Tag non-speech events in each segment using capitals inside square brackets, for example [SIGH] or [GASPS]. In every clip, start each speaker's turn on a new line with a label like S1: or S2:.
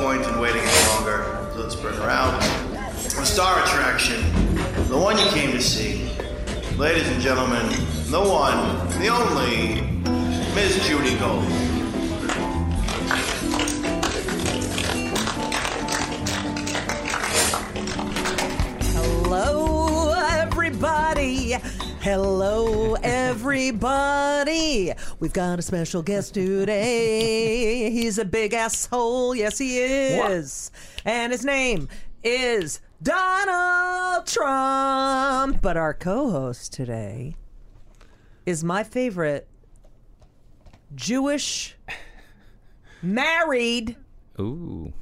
S1: point in waiting any longer, so let's bring her out. The star attraction, the one you came to see. Ladies and gentlemen, the one, the only, Miss Judy Gold.
S2: Hello, everybody. Hello, everybody. We've got a special guest today. He's a big asshole. Yes, he is. And his name is Donald Trump. But our co host today is my favorite Jewish married
S3: Ooh.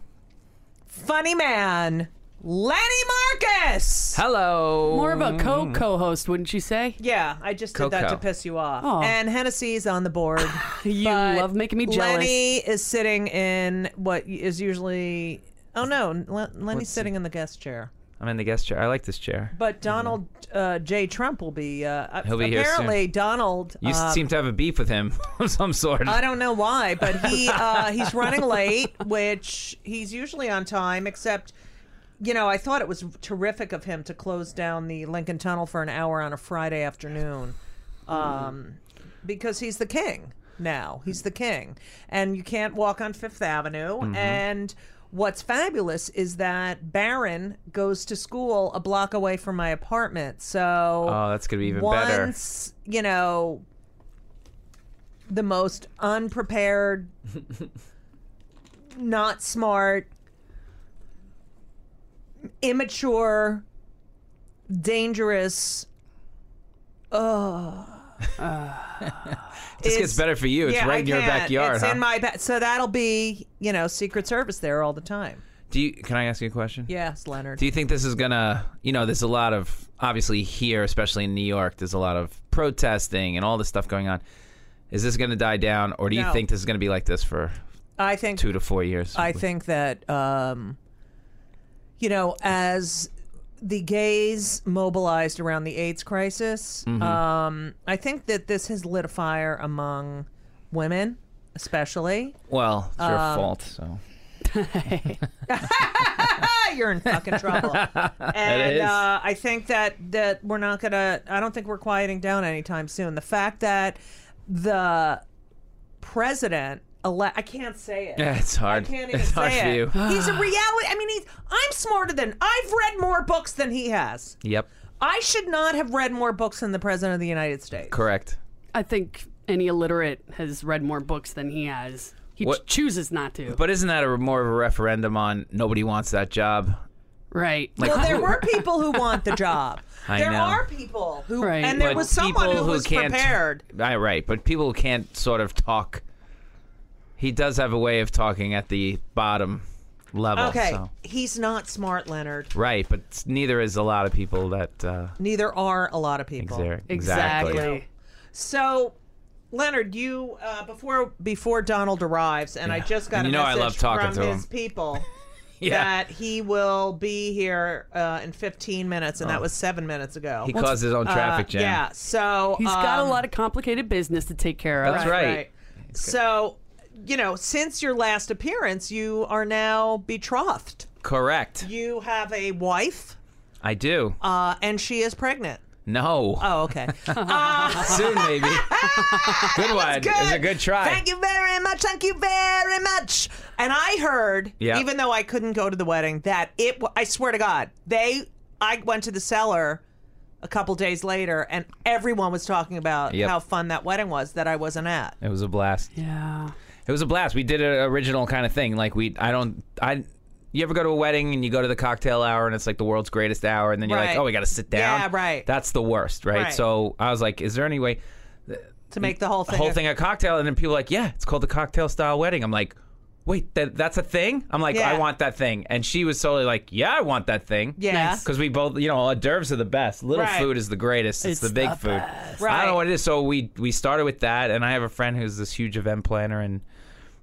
S2: funny man, Lenny Marcus.
S3: Hello.
S4: More of a co co host, wouldn't
S2: [LAUGHS]
S4: you say?
S2: Yeah, I just did that
S3: Coco.
S2: to piss you off.
S4: Aw.
S2: And Hennessy's on the board.
S4: You
S2: but
S4: love making me jealous.
S2: Lenny is sitting in what is usually. Oh no, Len- Lenny's sitting in the guest chair.
S3: I'm in the guest chair. I like this chair.
S2: But Donald uh, J. Trump will be. Uh,
S3: Mm-hmm. He'll be here soon.
S2: apparently, Donald.
S3: You
S2: uh,
S3: seem to have a beef with him [LAUGHS] of some sort.
S2: I don't know why, but
S3: [LAUGHS]
S2: he uh, he's running late, which he's usually on time. Except, you know, I thought it was terrific of him to close down the Lincoln Tunnel for an hour on a Friday afternoon, um, because he's the king now. He's the king, and you can't walk on Fifth Avenue.
S3: Mm-hmm.
S2: And what's fabulous is that Barron goes to school a block away from my apartment. So
S3: oh, that's gonna be even better.
S2: once you know the most
S3: [LAUGHS]
S2: unprepared not smart immature dangerous
S3: [LAUGHS] This gets better for you. It's
S2: yeah,
S3: right
S2: I
S3: in your
S2: can't.
S3: backyard.
S2: it's
S3: huh?
S2: in my ba- so that'll be you know secret service there all the time
S3: Do you? Can I ask you a question?
S2: yes leonard
S3: Do you think this is gonna? You know, there's a lot of obviously here, especially in New York, there's a lot of protesting and all this stuff going on. Is this gonna die down, or do you
S2: No.
S3: think this is gonna be like this for
S2: i think
S3: two to four years?
S2: I think that um, you know, as the gays mobilized around the AIDS crisis,
S3: Mm-hmm.
S2: um, I think that this has lit a fire among women, especially.
S3: Well, it's your
S2: um,
S3: fault. So
S2: Ah, you're in fucking
S3: [LAUGHS]
S2: trouble. and
S3: is.
S2: uh, I think that that we're not gonna. I don't think we're quieting down anytime soon. The fact that the president. Ele- I can't say it.
S3: yeah, it's hard.
S2: I can't even
S3: it's
S2: say
S3: hard for
S2: it.
S3: you. [SIGHS]
S2: He's a reality. I mean, he's. I'm smarter than. I've read more books than he has.
S3: Yep.
S2: I should not have read more books than the president of the United States.
S3: Correct.
S4: I think any illiterate has read more books than he has. He
S3: What-
S4: ch- chooses not to.
S3: But isn't that a more of a referendum on nobody wants that job?
S4: right.
S2: Well, there
S3: [LAUGHS]
S2: were people who want the job.
S3: I
S2: there
S3: know.
S2: are people who,
S4: Right.
S2: and there
S3: But
S2: was someone
S3: people
S2: who,
S3: who
S2: was
S3: can't-
S2: prepared.
S3: Right, right. But people who can't sort of talk. He does have a way of talking at the bottom level.
S2: Okay,
S3: so-
S2: he's not smart, Leonard.
S3: Right, but s- neither is a lot of people that. Uh,
S2: Neither are a lot of people.
S3: exer-
S4: exactly.
S2: So, Leonard, you uh, before before Donald arrives, and I just got
S3: And
S2: a
S3: you know I
S2: message
S3: love talking
S2: from
S3: to
S2: his
S3: him.
S2: people
S3: [LAUGHS] [LAUGHS] Yeah.
S2: that he will be here uh, in 15 minutes, and that was seven minutes ago.
S3: Oh.
S2: Uh,
S3: He caused his own traffic jam.
S2: yeah, so
S4: He's got a
S2: um,
S4: lot of complicated business to take care of.
S3: That's right.
S2: So, you know, since your last appearance, you are now betrothed.
S3: Correct.
S2: You have a wife,
S3: I do.
S2: uh, and she is pregnant.
S3: no.
S2: [LAUGHS] Oh,
S3: [LAUGHS]
S2: okay.
S3: Soon,
S2: [LAUGHS]
S3: maybe. good one. It was a good try.
S2: Thank you very much. Thank you very much. And I heard,
S3: Yeah.
S2: even though I couldn't go to the wedding, that it. wa- I swear to God, they. I went to the cellar a couple days later, and everyone was talking about
S3: Yep.
S2: how fun that wedding was that I wasn't at.
S3: It was a blast.
S4: Yeah.
S3: It was a blast. We did an original kind of thing. Like we, I don't, I. You ever go to a wedding and you go to the cocktail hour and it's like the world's greatest hour and then you're
S2: Right.
S3: like, oh, we got to sit down.
S2: Yeah, right.
S3: That's the worst, right?
S2: Right.
S3: So I was like, is there any way
S2: To make the whole
S3: the
S2: thing.
S3: whole thing a cocktail? And then people are like, yeah, it's called the cocktail style wedding. I'm like, wait, that that's a thing? I'm like,
S2: Yeah.
S3: I want that thing. And she was totally like, yeah, I want that thing.
S2: Yeah.
S4: Nice.
S3: Because we both, you know, hors d'oeuvres are the best. Little
S2: Right.
S3: food is the greatest. It's,
S4: It's
S3: the big
S4: the
S3: food. I
S2: Right.
S3: don't know what it is. So we we started with that, and I have a friend who's this huge event planner in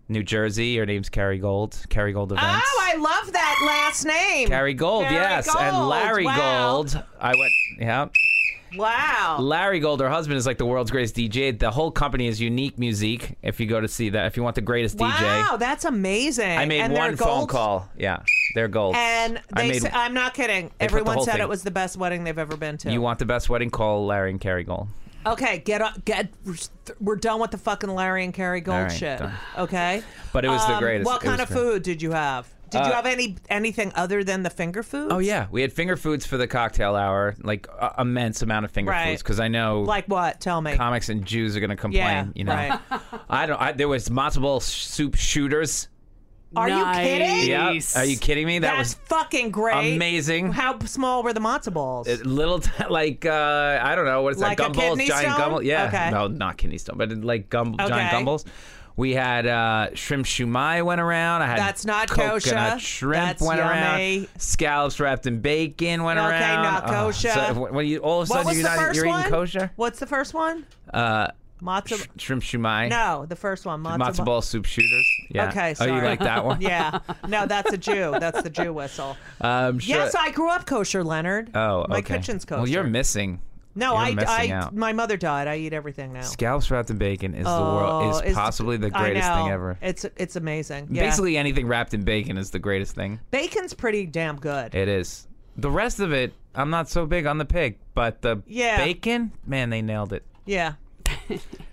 S3: New Jersey. Her name's Carrie Gold. Carrie Gold Events.
S2: Oh, I love that last name.
S3: Carrie Gold,
S2: Carrie
S3: yes,
S2: Gold,
S3: and Larry
S2: wow.
S3: Gold. I went, yeah.
S2: Wow.
S3: Larry Gold, her husband, is like the world's greatest DJ. The whole company is Unique Musique. If you go to see that, if you want the greatest
S2: Wow,
S3: DJ,
S2: that's amazing.
S3: I made
S2: and they're
S3: one phone
S2: gold?
S3: call. Yeah, they're gold.
S2: And they
S3: I
S2: uh,
S3: made-
S2: sa- I'm not kidding.
S3: the
S2: Everyone
S3: whole
S2: said
S3: thing.
S2: it was the best wedding they've ever been to.
S3: you want the best wedding? Call Larry and Carrie Gold.
S2: okay, get up. Get we're, th- we're done with the fucking Larry and Carrie Gold
S3: All right,
S2: shit.
S3: done.
S2: Okay.
S3: But it was the
S2: Um,
S3: greatest.
S2: What
S3: It was
S2: kind of
S3: great. Uh,
S2: food did you have? Did you have any anything other than the finger food?
S3: Oh yeah, we had finger foods for the cocktail hour, like a- immense amount of finger
S2: Right.
S3: foods, because I know
S2: Like what? Tell me.
S3: comics and Jews are gonna complain.
S2: yeah.
S3: you know,
S2: Right.
S3: [LAUGHS] I don't. I, there was matzo ball soup shooters.
S2: Are
S4: Nice.
S2: you kidding?
S3: Yeah,
S4: Nice.
S3: are you kidding me? That
S2: That's
S3: was
S2: fucking great.
S3: amazing.
S2: How small were the matzo balls?
S3: little t- [LAUGHS] like uh I don't know what is
S2: Like a
S3: that gumballs,
S2: kidney
S3: giant
S2: stone?
S3: gumballs. Yeah,
S2: Okay.
S3: no, not kidney stone, but like gum giant
S2: Okay.
S3: gumballs. We had uh, shrimp shumai went around. I had
S2: That's not
S3: coconut
S2: kosher.
S3: shrimp
S2: That's
S3: went
S2: yummy.
S3: around. Scallops wrapped in bacon went
S2: Okay,
S3: around.
S2: not
S3: Oh,
S2: kosher.
S3: so when- when you all of a
S2: what
S3: sudden
S2: was
S3: you're
S2: the
S3: not
S2: first
S3: you're
S2: one?
S3: eating kosher
S2: What's the first one?
S3: uh,
S2: Matzo.
S3: sh- shrimp shumai.
S2: no, the first one. Matzo,
S3: Matzo
S2: ball-
S3: ball soup shooters. Yeah.
S2: Okay,
S3: Oh,
S2: sorry.
S3: you like that one?
S2: [LAUGHS]
S3: [LAUGHS]
S2: Yeah. No, that's a Jew. That's the Jew whistle.
S3: Um, sure.
S2: Yes, I grew up kosher, Leonard.
S3: Oh,
S2: my
S3: okay.
S2: kitchen's kosher.
S3: Well, you're missing.
S2: no,
S3: you're
S2: I, I,
S3: missing out.
S2: my mother died. I eat everything now.
S3: Scallops wrapped in bacon is the world
S2: Oh,
S3: is
S2: it's-
S3: possibly the
S2: I
S3: greatest thing
S2: know.
S3: ever.
S2: It's it's amazing. Yeah.
S3: Basically, anything wrapped in bacon is the greatest thing.
S2: bacon's pretty damn good.
S3: It is. The rest of it, I'm not so big on the pig, but the
S2: Yeah.
S3: bacon, man, they nailed it.
S2: yeah.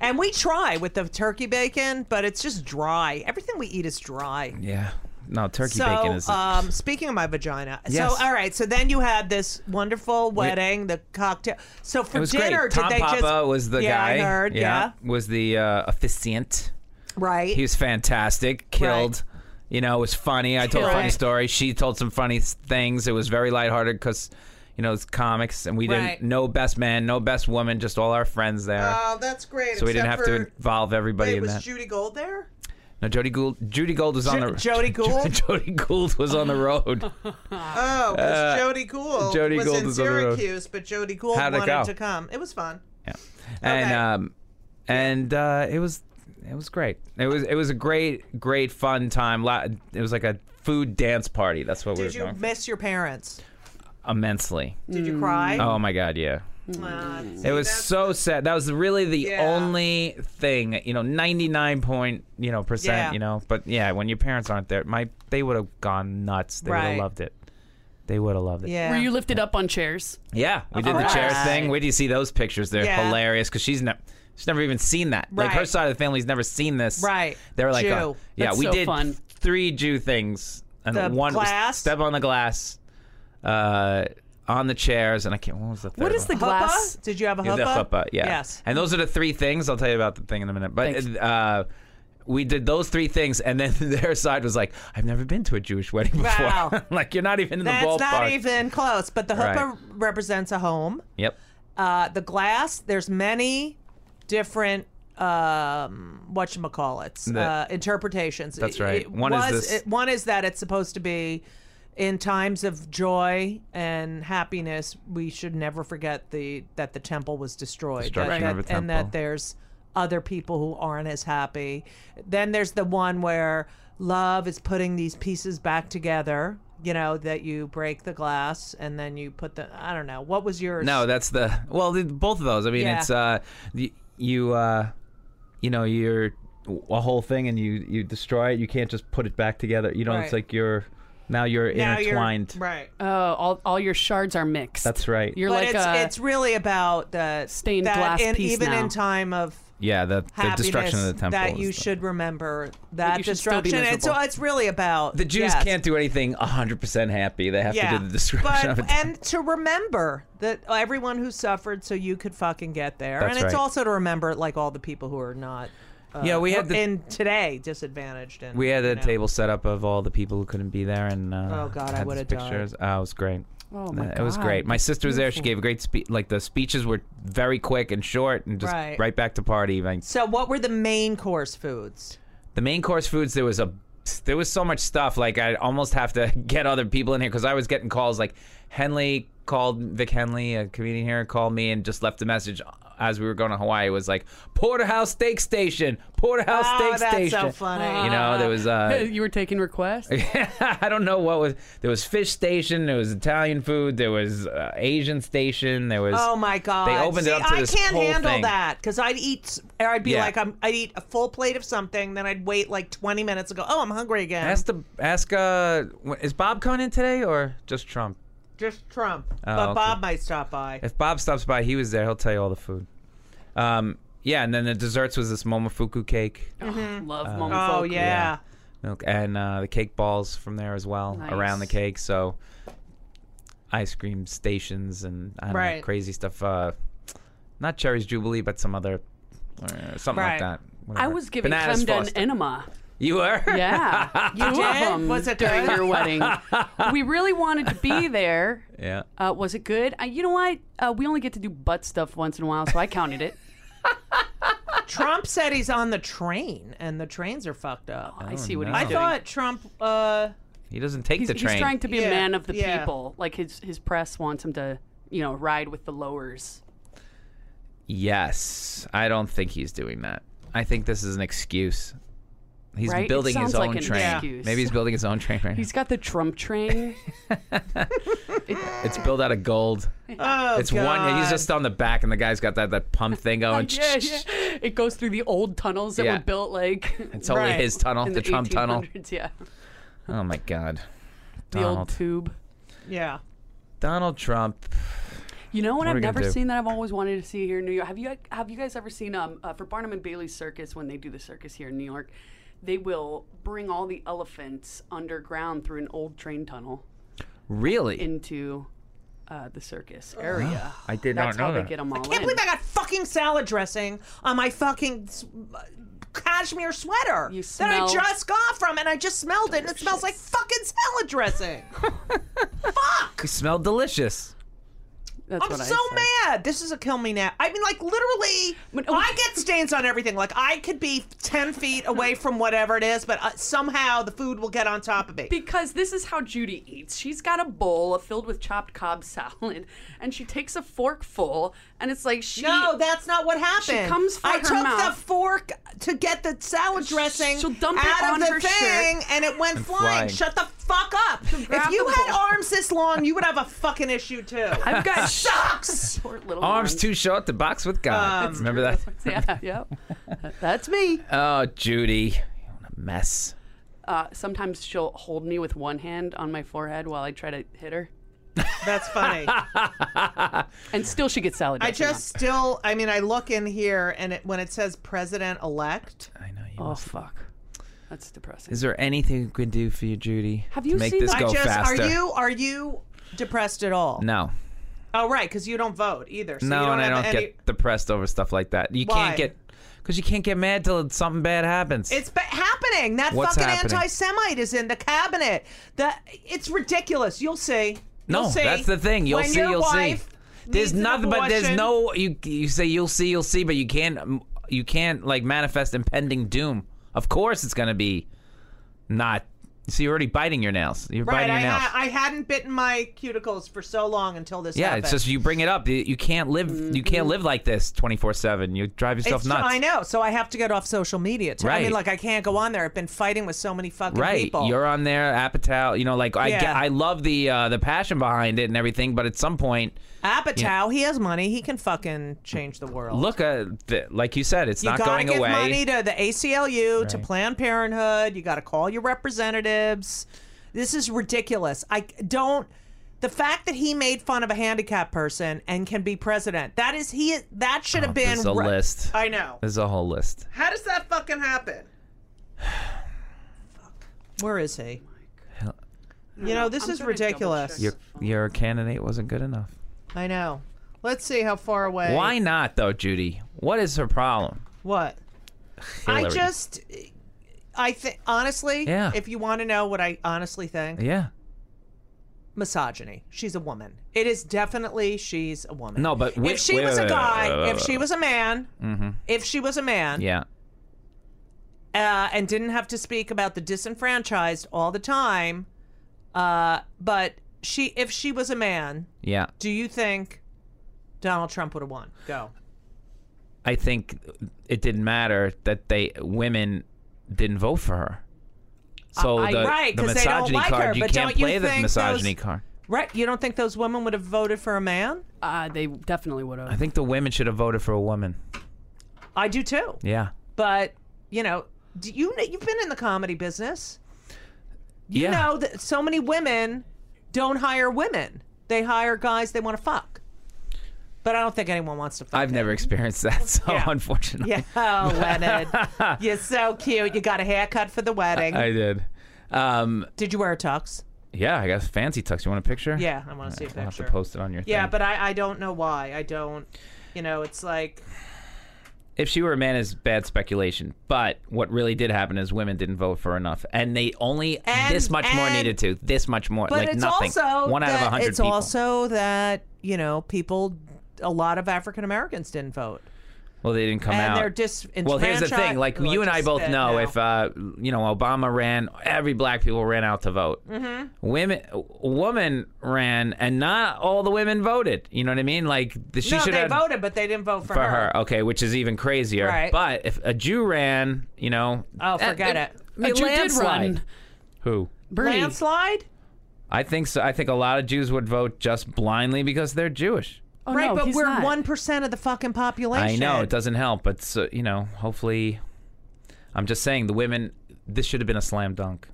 S2: and we try with the turkey bacon, but it's just dry. Everything we eat is dry.
S3: Yeah. No, turkey
S2: so,
S3: bacon is.
S2: um, speaking of my vagina,
S3: Yes.
S2: so all right, so then you had this wonderful wedding, the cocktail. So for
S3: it was
S2: dinner,
S3: great. Tom
S2: did they
S3: Papa
S2: just?
S3: was the
S2: yeah,
S3: guy.
S2: I heard. Yeah,
S3: Was the uh, officiant.
S2: right.
S3: He was fantastic. Killed. You know, it was funny. I told a funny
S2: Right.
S3: story. She told some funny s- things. It was very lighthearted because, you know, it's comics, and we didn't
S2: Right.
S3: no best man, no best woman, just all our friends there.
S2: Oh, that's great.
S3: so we didn't have
S2: except
S3: to
S2: for-
S3: involve everybody
S2: Wait,
S3: in
S2: was
S3: that.
S2: Judy Gold there?
S3: No, Jody Gould. Judy Gould was on
S2: Jo-
S3: the [LAUGHS]
S2: Jody Gould?
S3: Jody Gould was on the
S2: [LAUGHS]
S3: road.
S2: Oh, because Jody Gould
S3: Uh, Jody
S2: was
S3: Gould
S2: in
S3: was on the road.
S2: Syracuse, but Jody Gould
S3: How'd it
S2: wanted
S3: go?
S2: to come. It was fun.
S3: Yeah. And
S2: Okay.
S3: um, and uh, it was it was great. It was it was a great great fun time. Lo- It was like a food dance party. That's what we were
S2: Did you
S3: going for.
S2: miss your parents?
S3: immensely.
S2: Did you cry?
S3: Oh my god, yeah.
S2: Uh,
S3: It was so sad. That was really the
S2: Yeah.
S3: only thing, you know, ninety nine point, you know, percent,
S2: Yeah.
S3: you know. But yeah, when your parents aren't there, my they would have gone nuts. They would
S2: Right.
S3: have loved it. They would have loved it.
S2: yeah.
S4: Were you lifted up on chairs?
S3: Yeah, we did
S2: course.
S3: the chair
S2: Right.
S3: thing. Where do you see those pictures? They're
S2: Yeah.
S3: hilarious because she's never she's never even seen that. Like her
S2: Right.
S3: side of the family's never seen this.
S2: Right.
S3: They were like,
S2: Jew.
S3: oh, yeah,
S4: That's
S3: we
S4: so
S3: did
S4: fun.
S3: three Jew things and
S2: The
S3: one was
S2: glass?
S3: step on the glass, uh, on the chairs, and I can't. What was the third?
S4: What is the
S3: one?
S4: glass?
S2: Huppah? Did you have a
S3: Yeah,
S2: huppah?
S3: the chuppah, yeah.
S2: Yes.
S3: And those are the three things. I'll tell you about the thing in a minute. But
S4: Thanks.
S3: uh, we did those three things, and then [LAUGHS] their side was like, I've never been to a Jewish wedding before. [LAUGHS]
S2: Wow.
S3: like you're not even in
S2: That's
S3: the ballpark.
S2: not even close. But the
S3: Right.
S2: huppah represents a home.
S3: Yep.
S2: Uh, the glass. There's many different um whatchamacallits
S3: The-
S2: uh interpretations
S3: That's
S2: It-
S3: right.
S2: it
S3: One is
S2: was-
S3: this-
S2: it- one is that it's supposed to be in times of joy and happiness we should never forget the that the temple was destroyed
S3: Destruction
S2: that,
S3: of
S2: that-
S3: a
S2: and that
S3: temple.
S2: there's other people who aren't as happy then there's the one where love is putting these pieces back together you know that you break the glass and then you put the i don't know what was yours
S3: No, that's the well, the, both of those. I mean,
S2: Yeah.
S3: it's uh, you, you uh, you know, you're a whole thing, and you you destroy it. You can't just put it back together. You know,
S2: Right.
S3: it's like you're now you're
S2: Now you're-
S3: intertwined.
S2: right
S4: Oh, all, all your shards are mixed.
S3: That's right.
S4: You're
S2: but
S4: like
S2: it's,
S4: a
S2: it's really about the
S4: stained
S2: that
S4: glass
S2: in,
S4: piece
S2: even
S4: now.
S2: in time of
S3: yeah, the, the
S2: happiness
S3: destruction of the temple.
S2: that
S3: is
S2: you
S3: the-
S2: should remember that
S4: you should still be
S2: destruction and so
S4: miserable.
S2: it's really about
S3: The Jews
S2: yes.
S3: can't do anything 100 percent happy. They have
S2: yeah.
S3: to do the destruction
S2: but,
S3: of it.
S2: and to remember that everyone who suffered so you could fucking get there
S3: That's
S2: and it's
S3: right.
S2: also to remember like all the people who are not uh,
S3: Yeah, we had the-
S2: in today disadvantaged and
S3: we had
S2: you
S3: a
S2: know.
S3: table set up of all the people who couldn't be there, and uh,
S2: Oh, God, I
S3: had
S2: would've
S3: these pictures. Oh, it was great.
S4: Oh, my
S3: it was
S4: God.
S3: great. My sister was there. She gave a great speech. Like the speeches were very quick and short, and just
S2: Right.
S3: right, back to party. Like,
S2: so what were the main course foods
S3: the main course foods there was a there was so much stuff like i almost have to [LAUGHS] get other people in here because i was getting calls like henley called vic henley a comedian here called me and just left a message as we were going to Hawaii was like Porterhouse Steak Station, Porterhouse
S2: Oh,
S3: Steak
S2: that's
S3: Station.
S2: so funny. Uh-huh.
S3: You know, there was uh,
S4: [LAUGHS] you were taking
S3: [LAUGHS]
S4: requests.
S3: I don't know what was there was fish station, there was Italian food, there was uh, Asian station, there was
S2: Oh my god!
S3: They opened
S2: See,
S3: it up to
S2: I
S3: this
S2: can't
S3: whole
S2: handle
S3: thing.
S2: that because I'd eat. s- Or I'd be
S3: Yeah.
S2: like, I'm. I'd eat a full plate of something, then I'd wait like 20 minutes and go, oh, I'm hungry again.
S3: Ask the ask uh wh- is Bob coming in today or just Trump?
S2: Just Trump, but
S3: Oh, okay.
S2: Bob might stop by.
S3: If Bob stops by, he was there, he'll tell you all the food. Um yeah, and then the desserts was this momofuku cake,
S4: Love
S3: Uh,
S2: Oh yeah.
S4: momofuku.
S3: yeah. milk, and uh, the cake balls from there as well around the
S4: Nice.
S3: cake. So ice cream stations and I don't know,
S2: Right.
S3: crazy stuff. Uh, not Cherry's Jubilee, but some other uh, something
S2: Right.
S3: like that.
S4: I
S3: whatever.
S4: was giving
S3: Bananas
S4: Clemden
S3: Foster.
S4: enema.
S3: You were?
S4: Yeah, you
S2: did?
S4: him
S2: Was it
S4: during
S2: good?
S4: your wedding? we really wanted
S2: [LAUGHS]
S4: to be there.
S3: [LAUGHS] Yeah.
S4: Uh, was it good? Uh, you know what? Uh, we only get to do butt stuff once in a while, so I
S2: [LAUGHS]
S4: counted it.
S2: Trump said he's on the train, and the trains are fucked up.
S3: Oh,
S4: I see what
S3: no.
S4: he's
S2: Oh, I
S4: doing.
S2: thought Trump. Uh,
S3: He doesn't take
S4: he's,
S3: the
S4: he's
S3: train.
S4: trying to be
S2: Yeah,
S4: a man of the
S2: yeah.
S4: people. Like his his press wants him to, you know, ride with the lowers.
S3: yes. I don't think he's doing that. I think this is an excuse. He's
S4: Right? It
S3: building his
S4: sounds
S3: own
S4: like an
S3: train.
S4: excuse.
S3: Maybe he's building his own train right
S4: He's got the
S2: [LAUGHS]
S4: Trump train. [LAUGHS]
S3: now. It's built out of gold.
S2: oh,
S3: It's one. He's
S2: God.
S3: just on the back, and the guy's got that, that pump thing going.
S4: [LAUGHS] yeah, yeah. It goes through the old tunnels that
S3: Yeah.
S4: were built like
S3: [LAUGHS] It's only
S2: Right.
S3: his tunnel,
S4: in
S3: the, Trump tunnel.
S4: 1800s, Yeah,
S3: Oh my God,
S4: [LAUGHS] the old
S3: Donald.
S4: tube.
S2: Yeah.
S3: Donald Trump.
S4: You know what,
S3: are
S4: I've
S3: we gonna
S4: never
S3: do?
S4: seen that I've always wanted to see here in New York. Have you have you guys ever seen um uh, for Barnum and Bailey's circus when they do the circus here in New York, they will bring all the elephants underground through an old train tunnel
S3: Really?
S4: into uh, the circus area.
S3: I did
S4: That's
S3: not know
S4: how
S3: that.
S4: they get them all
S2: Can't
S4: in.
S2: believe I got fucking salad dressing on my fucking s- cashmere sweater
S4: You
S2: that I
S4: smell-
S2: just got from, and I just smelled it, and it smells like fucking salad dressing.
S4: [LAUGHS]
S3: You smell delicious.
S4: That's
S2: I'm
S4: what
S2: so
S4: I said.
S2: mad. This is a kill me now. I mean, like literally,
S4: But- oh.
S2: I get stains on everything. Like I could be ten feet
S4: [LAUGHS]
S2: away from whatever it is, but uh, somehow the food will get on top of me.
S4: Because this is how Judy eats. She's got a bowl filled with chopped cob [LAUGHS] salad, and she takes a fork full, and it's like she
S2: no, that's not what happened.
S4: comes for
S2: I
S4: her
S2: took the
S4: mouth.
S2: fork to get the salad dressing
S4: she'll dump it
S2: out
S4: on
S2: of the
S4: her shirt.
S2: thing, and it went flying.
S3: flying.
S2: Shut the fuck up. If
S4: grab
S2: you
S4: the
S2: had
S4: bowl.
S2: arms this long, you would have a fucking issue
S4: [LAUGHS]
S2: too.
S4: I've
S2: [LAUGHS]
S4: got
S2: Sucks.
S4: short little
S3: Arms too short to box with
S4: Um,
S3: God. Remember that?
S4: [LAUGHS] Yeah, yeah.
S3: [LAUGHS]
S4: That's me.
S3: Oh, Judy. You're a mess.
S4: Uh, sometimes she'll hold me with one hand on my forehead while I try to hit her,
S2: That's funny.
S4: and still she gets [LAUGHS] salad.
S2: I
S4: dressing on.
S2: just still, I mean, I look in here, and it, when it says president elect,
S3: I know you.
S4: oh
S3: must-
S4: fuck, that's depressing.
S3: Is there anything we can do for you, Judy?
S4: Have
S3: to
S4: you
S3: make
S4: seen
S3: this
S4: the-
S2: I
S3: go
S2: just
S3: faster?
S2: are you are you depressed at all?
S3: No,
S2: Oh, right, because you don't vote either. So you
S3: no,
S2: don't
S3: and I
S2: have
S3: don't
S2: any-
S3: get depressed over stuff like that. You
S2: Why?
S3: can't get because you can't get mad till something bad happens.
S2: It's ba- happening. That
S3: What's
S2: fucking
S3: happening?
S2: anti-Semite is in the cabinet. That it's ridiculous. You'll see.
S3: no,
S2: You'll see.
S3: that's the thing. You'll
S2: when
S3: see.
S2: Your
S3: You'll see.
S2: wife needs
S3: There's
S2: an
S3: nothing, but there's
S2: abortion-
S3: no. You you say you'll see, you'll see, but you can't. um, You can't like manifest impending doom. Of course, it's gonna be not. So you're already biting your nails. You're
S2: Right,
S3: biting
S2: I,
S3: your nails.
S2: ha- I hadn't bitten my cuticles for so long until this.
S3: yeah,
S2: happened.
S3: it's just you bring it up. You- You can't live. You can't live like this 24 seven. You drive yourself
S2: Mm-hmm. It's ju-
S3: nuts.
S2: I know, so I have to get off social media. Too. I mean,
S3: Right.
S2: like I can't go on there. I've been fighting with so many fucking
S3: right
S2: people.
S3: you're on there apatow you know like i
S2: Yeah.
S3: get, i love the uh, the passion behind it and everything but at some point
S2: Apatow, he has money. He can fucking change the world.
S3: look at the, like you said it's
S2: you
S3: not
S2: gotta
S3: going
S2: give
S3: away
S2: money to the ACLU, to Planned Parenthood. You got to call your representatives. This is ridiculous. I don't. The fact that he made fun of a handicapped person and can be president, that is he. That should have been
S3: there's Oh, a
S2: ri-
S3: list
S2: I know.
S3: there's a whole list
S2: How does that fucking
S3: [SIGHS]
S2: happen? Where is he? You know, this
S4: I'm
S2: is
S4: gonna double
S2: ridiculous.
S4: check.
S3: your your candidate wasn't good enough
S2: I know. Let's see how far away.
S3: why not though judy what is her problem
S2: What? I
S3: Hillary.
S2: just, I think honestly,
S3: Yeah.
S2: if you want to know what I honestly think,
S3: yeah
S2: misogyny. She's a woman. It is definitely she's a woman.
S3: No, but wait-
S2: if she
S3: wait,
S2: was
S3: wait,
S2: a
S3: wait,
S2: guy,
S3: wait, wait, wait,
S2: if she was a man, if she was a man,
S3: yeah
S2: uh, and didn't have to speak about the disenfranchised all the time, uh, but she, if she was a man,
S3: yeah
S2: do you think Donald Trump would have won? Go.
S3: I think it didn't matter that they women didn't vote for her. So
S2: I-
S3: the,
S2: right,
S3: the
S2: 'cause they don't
S3: misogyny
S2: like
S3: card,
S2: her,
S3: you
S2: but
S3: can't
S2: don't you
S3: play the
S2: think
S3: misogyny
S2: those-
S3: card.
S2: Right? You don't think those women would have voted for a man?
S4: Uh, they definitely would
S3: I
S4: have.
S3: think the women should have voted for a woman.
S2: I do too.
S3: Yeah.
S2: But you know, do you you've been in the comedy business. You
S3: yeah.
S2: know that so many women don't hire women; they hire guys they want to fuck. But I don't think anyone wants to fuck.
S3: I've never experienced
S2: [LAUGHS]
S3: that, so
S2: Yeah.
S3: unfortunately.
S2: [LAUGHS] Yeah, oh,
S3: [LAUGHS]
S2: Leonard, you're so cute. You got a haircut for the wedding.
S3: I did. Um,
S2: Did you wear a tux?
S3: yeah, I got fancy tux. You want a picture?
S2: Yeah, I want to see a
S3: I'll have to
S2: picture.
S3: post it on your
S2: yeah,
S3: thing.
S2: but I, I don't know why. I don't. You know, it's like
S3: if she were a man is bad speculation. But what really did happen is women didn't vote for enough, and they only
S2: And-
S3: this much more
S2: and-
S3: needed to. This much more,
S2: But
S3: like
S2: it's
S3: nothing.
S2: also
S3: One out of
S2: that-
S3: a hundred
S2: It's
S3: people.
S2: also that you know people, a lot of African Americans didn't vote,
S3: well, they didn't come
S2: and
S3: out.
S2: they're disenfranchised.
S3: well, here's the thing. Like
S2: Well,
S3: you and I
S2: just
S3: both
S2: that
S3: know,
S2: now.
S3: if uh, you know Obama ran, every black people ran out to vote.
S2: Mm-hmm.
S3: Women, woman ran, and not all the women voted. You know what I mean? Like the, she
S2: no,
S3: should
S2: they
S3: have
S2: voted, but they didn't vote for,
S3: for her. Okay, which is even crazier.
S2: Right.
S3: But if a Jew ran, you know,
S2: Oh,
S3: that-
S2: forget
S3: that-
S2: it.
S3: I mean,
S4: A Jew did
S3: landslide.
S4: run.
S3: Who?
S4: Bernie.
S2: Landslide,
S3: Oh, I think so. I think a lot of Jews would vote just blindly because they're Jewish.
S4: Oh,
S2: right?
S4: no,
S2: but
S4: he's
S2: we're
S4: not.
S2: one percent of the fucking population.
S3: I know it doesn't help, but so, you know, hopefully, I'm just saying the women. This should have been a slam dunk.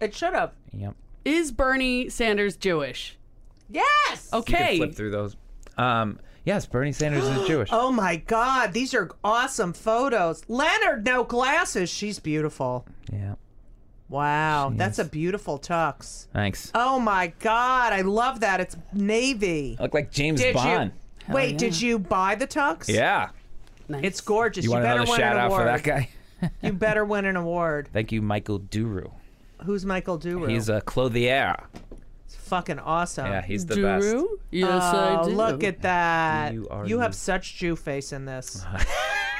S2: It should have.
S3: Yep.
S4: Is Bernie Sanders Jewish?
S2: Yes.
S3: You could
S4: Okay.
S3: flip through those. Um, yes, Bernie Sanders
S2: [GASPS]
S3: is Jewish.
S2: Oh my God, these are awesome photos. Leonard, no glasses. She's beautiful.
S3: Yeah.
S2: Wow, that's a beautiful tux.
S3: Thanks.
S2: Oh my God, I love that. It's navy.
S3: I look like James
S2: Did
S3: Bond.
S2: you? Wait, did you buy the tux?
S3: Yeah.
S4: Nice.
S2: It's gorgeous.
S3: You
S2: You,
S3: want
S2: better
S3: another
S2: win
S3: shout
S2: an
S3: out
S2: award.
S3: for that guy? [LAUGHS]
S2: You better win an award.
S3: Thank you, Michael Duru.
S2: Who's Michael Duru?
S3: He's a clothier.
S2: fucking awesome.
S3: Yeah, he's the best.
S4: Duru? Yes,
S2: Oh,
S4: I do.
S2: look at that.
S3: D-U-R-U.
S2: You have such Jew face in
S3: [LAUGHS]
S2: this.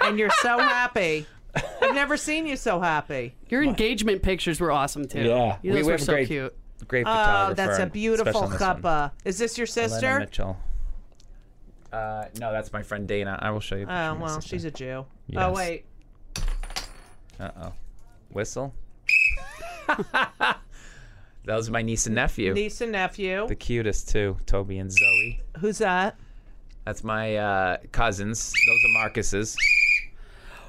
S2: and you're so happy. I've never seen you so happy.
S4: Your engagement pictures were awesome too.
S3: Yeah.
S4: You
S3: We-
S4: guys
S3: we
S4: were
S3: have a
S4: so
S3: great-
S4: cute.
S3: Great
S2: Oh,
S3: photographer.
S2: that's a
S3: and
S2: beautiful
S3: especially on this one.
S2: chuppah. Is this your
S3: Lena
S2: sister?
S3: Mitchell. Uh, no, that's my friend Dana. I will show you. a picture
S2: Oh,
S3: of my
S2: well,
S3: sister.
S2: she's a Jew. Oh,
S3: Yes.
S2: wait.
S3: Uh-oh. Whistle. [LAUGHS] that was my niece and nephew.
S2: Niece and nephew.
S3: The cutest too, Toby and Zoe.
S2: Who's that?
S3: That's my uh, cousins. Those are Marcus's.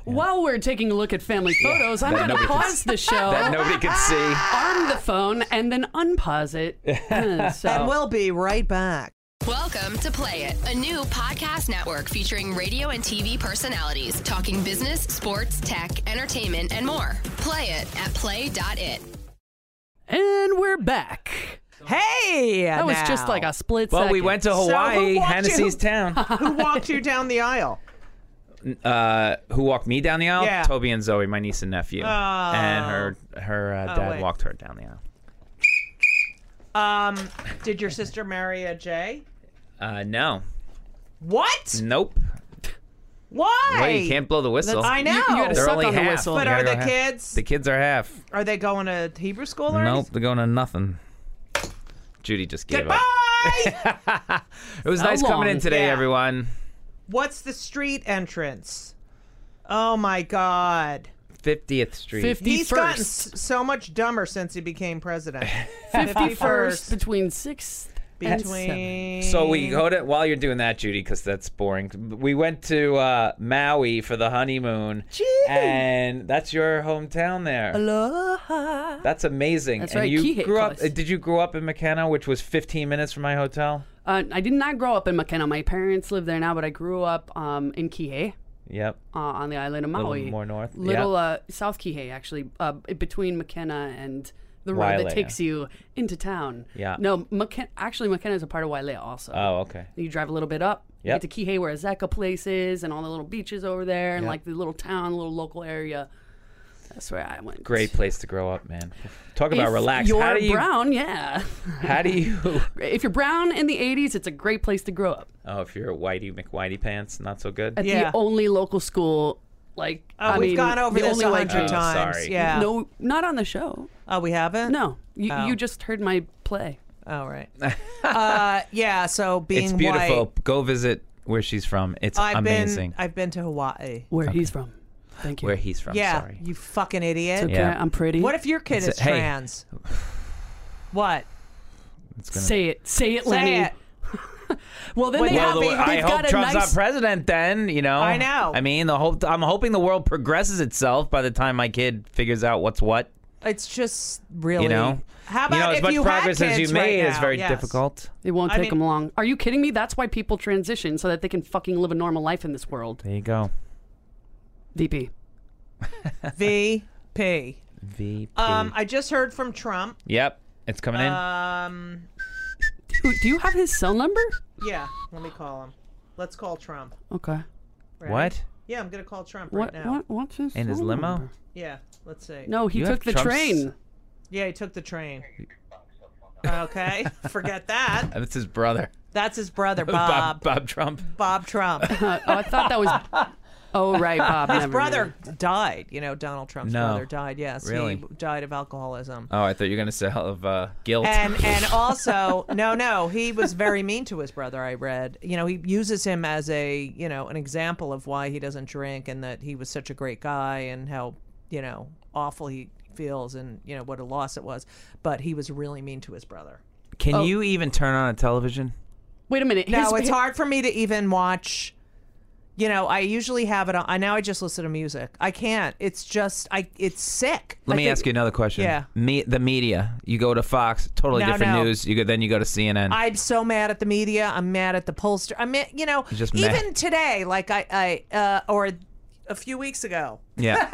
S4: While we're taking a look at family photos, I'm
S3: That
S4: going
S3: nobody
S4: to
S3: can
S4: pause the
S2: Oh.
S3: [LAUGHS]
S4: show,
S3: That nobody
S2: [LAUGHS]
S3: could see.
S4: arm the phone, and then
S3: [LAUGHS]
S4: unpause it. so.
S3: Oh.
S2: And we'll be right back.
S5: Welcome to Play It, a new podcast network featuring radio and TV personalities talking business, sports, tech, entertainment, and more. Play it at play.it.
S4: and we're back.
S2: Hey!
S4: That was just like a split
S3: Well,
S4: second.
S3: we went to
S2: walked
S3: Hawaii,
S2: you? [LAUGHS]
S3: Hennessy's town. [LAUGHS]
S2: Who walked you down the aisle?
S3: Uh, who walked me down the aisle?
S2: Yeah.
S3: Toby and Zoe, my niece and nephew. And
S2: Oh.
S3: her her uh, dad
S2: wait.
S3: walked her down the aisle.
S2: Um, did your sister marry a Jay?
S3: Uh, no.
S2: What?
S3: Nope.
S2: Why?
S3: Wait, you can't blow the whistle.
S2: I know.
S4: You, you got to
S3: They're
S4: suck
S3: only
S4: on the
S3: half.
S4: whistle.
S2: but
S3: You
S2: are
S3: gotta
S2: the
S3: go half.
S2: kids?
S3: The kids are half.
S2: Are they going to Hebrew school or
S3: Nope,
S2: anything?
S3: they're going to nothing. Judy just gave up. [LAUGHS]
S2: Goodbye.
S3: It was nice coming in
S4: long.
S3: today,
S2: Yeah.
S3: everyone.
S2: What's the street entrance? Oh my God.
S3: 50th Street.
S4: 51st.
S2: He's gotten s- so much dumber since he became
S4: [LAUGHS]
S2: president.
S4: 51st between 6th and seventh.
S2: Between
S3: So we go to, while you're doing that, Judy, because that's boring, we went to uh, Maui for the honeymoon.
S2: Gee.
S3: And that's your hometown there.
S4: Aloha.
S3: That's amazing.
S4: That's
S3: and
S4: right,
S3: you
S4: Kihei
S3: grew up,
S4: close.
S3: did you grow up in McKenna, which was 15 minutes from my hotel?
S4: Uh, I did not grow up in McKenna. My parents live there now, but I grew up um, in Kihei.
S3: Yep.
S4: uh, on the island of
S3: Little
S4: Maui.
S3: more north,
S4: Little
S3: yeah.
S4: uh, South Kihei, actually, uh, between McKenna and the road
S3: Wailea.
S4: that takes you into town.
S3: Yeah.
S4: No, McKen- actually, McKenna is a part of Wailea also.
S3: Oh, okay.
S4: You drive a little bit up,
S3: Yep.
S4: you get to Kihei where Azeka place is and all the little beaches over there and like the little town, little local area. That's where I went.
S3: Great place to grow up, man. Talk
S4: If
S3: about relax.
S4: You're
S3: How do you,
S4: brown, yeah.
S3: How do you,
S4: if you're brown in the 80s, it's a great place to grow up.
S3: oh, if you're a whitey McWhitey pants, not so good.
S4: At
S2: Yeah.
S4: the only local school, like,
S2: Oh,
S4: I
S2: we've
S4: mean,
S2: gone over
S4: the
S2: this
S4: only
S2: a
S4: white
S2: hundred
S4: kid.
S3: Oh,
S2: times.
S3: sorry.
S2: Yeah.
S4: No, not on the show.
S2: Oh, we haven't.
S4: No, you,
S2: Oh.
S4: you just heard my play.
S3: [LAUGHS]
S2: All right. uh, yeah. So being
S3: it's beautiful.
S2: white,
S3: Go visit where she's from. It's
S2: I've
S3: amazing.
S2: been I've been to Hawaii.
S4: Where he's from. Thank you.
S3: where he's from.
S2: yeah,
S3: Sorry.
S2: you fucking idiot.
S4: Okay,
S3: Yeah.
S4: I'm pretty.
S2: What if your kid
S3: It's
S2: is
S3: a- hey.
S2: trans? What?
S3: It's gonna-
S4: Say it. Say it, Lenny.
S2: Say it.
S4: Well, then
S2: Well,
S4: they
S2: the-
S4: have.
S3: Well, the,
S2: They've
S3: I
S4: got
S3: hope
S4: a
S3: Trump's
S4: nice-
S3: not president. Then you know.
S2: I know.
S3: I mean, the hope. I'm hoping the world progresses itself by the time my kid figures out what's what.
S2: It's just really.
S3: You know.
S2: How about
S3: you know,
S2: if
S3: as much
S2: you had
S3: progress as you
S2: kids right
S3: made is
S2: now?
S3: very
S2: Yes. [LAUGHS]
S3: difficult.
S4: It won't
S2: I
S4: take
S2: mean-
S4: them long. Are you kidding me? That's why people transition so that they can fucking live a normal life in this world.
S3: There you go.
S4: VP.
S2: VP.
S3: VP.
S2: Um, I just heard from Trump.
S3: yep, it's coming in.
S2: Um,
S4: Dude, do you have his cell number?
S2: yeah, let me call him. Let's call Trump.
S4: Okay.
S2: Right?
S3: What?
S2: Yeah, I'm gonna call Trump
S4: What?
S2: right now.
S4: What? What's his?
S3: In his
S4: cell
S3: limo?
S4: number?
S2: Yeah, let's see.
S4: No, he
S3: You have
S4: took the
S3: Trump's- [LAUGHS]
S4: train.
S2: Yeah, he took the train. Okay, [LAUGHS] forget that.
S3: Uh, That's his brother, [LAUGHS]
S2: That's his brother Bob.
S3: Bob. Bob Trump.
S2: Bob
S3: [LAUGHS]
S2: Trump.
S4: Uh, oh, I thought that was. Oh right, Bob.
S2: His
S4: never
S2: brother
S4: mind.
S2: died. You know, Donald Trump's
S3: No.
S2: brother died. Yes,
S3: Really?
S2: he died of alcoholism.
S3: Oh, I thought you were gonna say of uh, guilt.
S2: and
S3: [LAUGHS]
S2: and also no no he was very mean to his brother i read you know he uses him as a you know an example of why he doesn't drink and that he was such a great guy and how you know awful he feels and you know what a loss it was but he was really mean to his brother
S3: Can
S2: oh.
S3: you even turn on a television?
S4: Wait a minute.
S2: no
S4: his,
S2: it's hard for me to even watch you know i usually have it on i now i just listen to music i can't it's just i it's sick
S3: Let me ask you another question.
S2: Yeah.
S3: Me, the media. You go to Fox, totally
S2: No,
S3: different
S2: no.
S3: news. You go, then you go to CNN.
S2: I'm so mad at the media. I'm mad at the pollster. I'm, mad- you know,
S3: just
S2: even
S3: mad.
S2: today, like I, I uh, or a few weeks
S3: [LAUGHS]
S2: ago, [LAUGHS]
S3: yeah.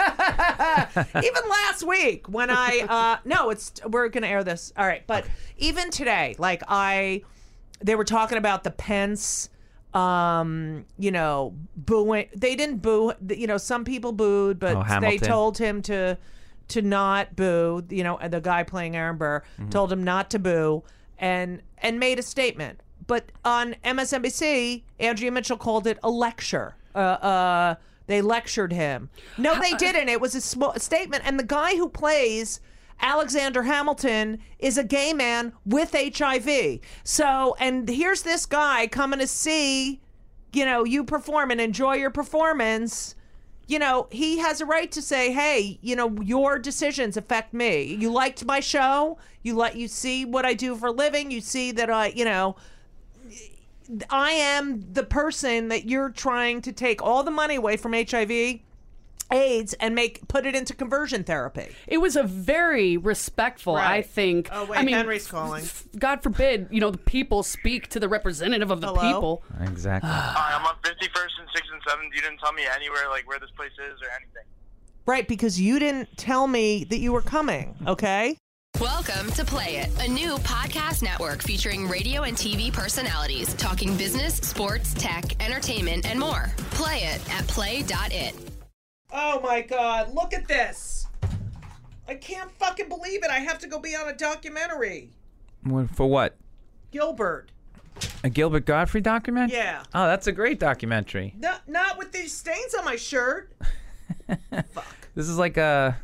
S2: even last week when I, uh, no, it's we're gonna air this. All right, but even today, like I, they were talking about the Pence, um, you know, booing. They didn't boo. You know, some people booed, but
S3: Oh,
S2: they
S3: Hamilton.
S2: told him to to not boo. You know, the guy playing Aaron Burr told him not to boo and and made a statement. But on MSNBC, Andrea Mitchell called it a lecture. Uh, uh, they lectured him. No, they didn't. It was a small statement. And the guy who plays Alexander Hamilton is a gay man with HIV. So, and here's this guy coming to see, you know, you perform and enjoy your performance. You know, he has a right to say, "Hey, you know, your decisions affect me. You liked my show. You let you see what I do for a living. You see that I, you know, I am the person that you're trying to take all the money away from HIV." AIDS and make put it into conversion therapy.
S4: It was a very respectful. I
S2: Right.
S4: think.
S2: Oh, wait,
S4: I mean,
S2: Henry's calling.
S4: God forbid, you know, the people speak to the representative of the
S2: Hello?
S4: people.
S3: exactly.
S6: Hi, I'm on 51st and 6th and 7th. You didn't tell me anywhere, like, where this place is or anything.
S2: Right, because you didn't tell me that you were coming, okay?
S5: Welcome to Play It, a new podcast network featuring radio and TV personalities talking business, sports, tech, entertainment, and more. Play it at play.it.
S2: Oh my god, look at this. I can't fucking believe it. I have to go be on a documentary.
S3: What- For what?
S2: Gilbert.
S3: A Gilbert Godfrey documentary?
S2: Yeah.
S3: Oh, that's a great documentary.
S2: No, not with these stains on my shirt.
S3: This is like a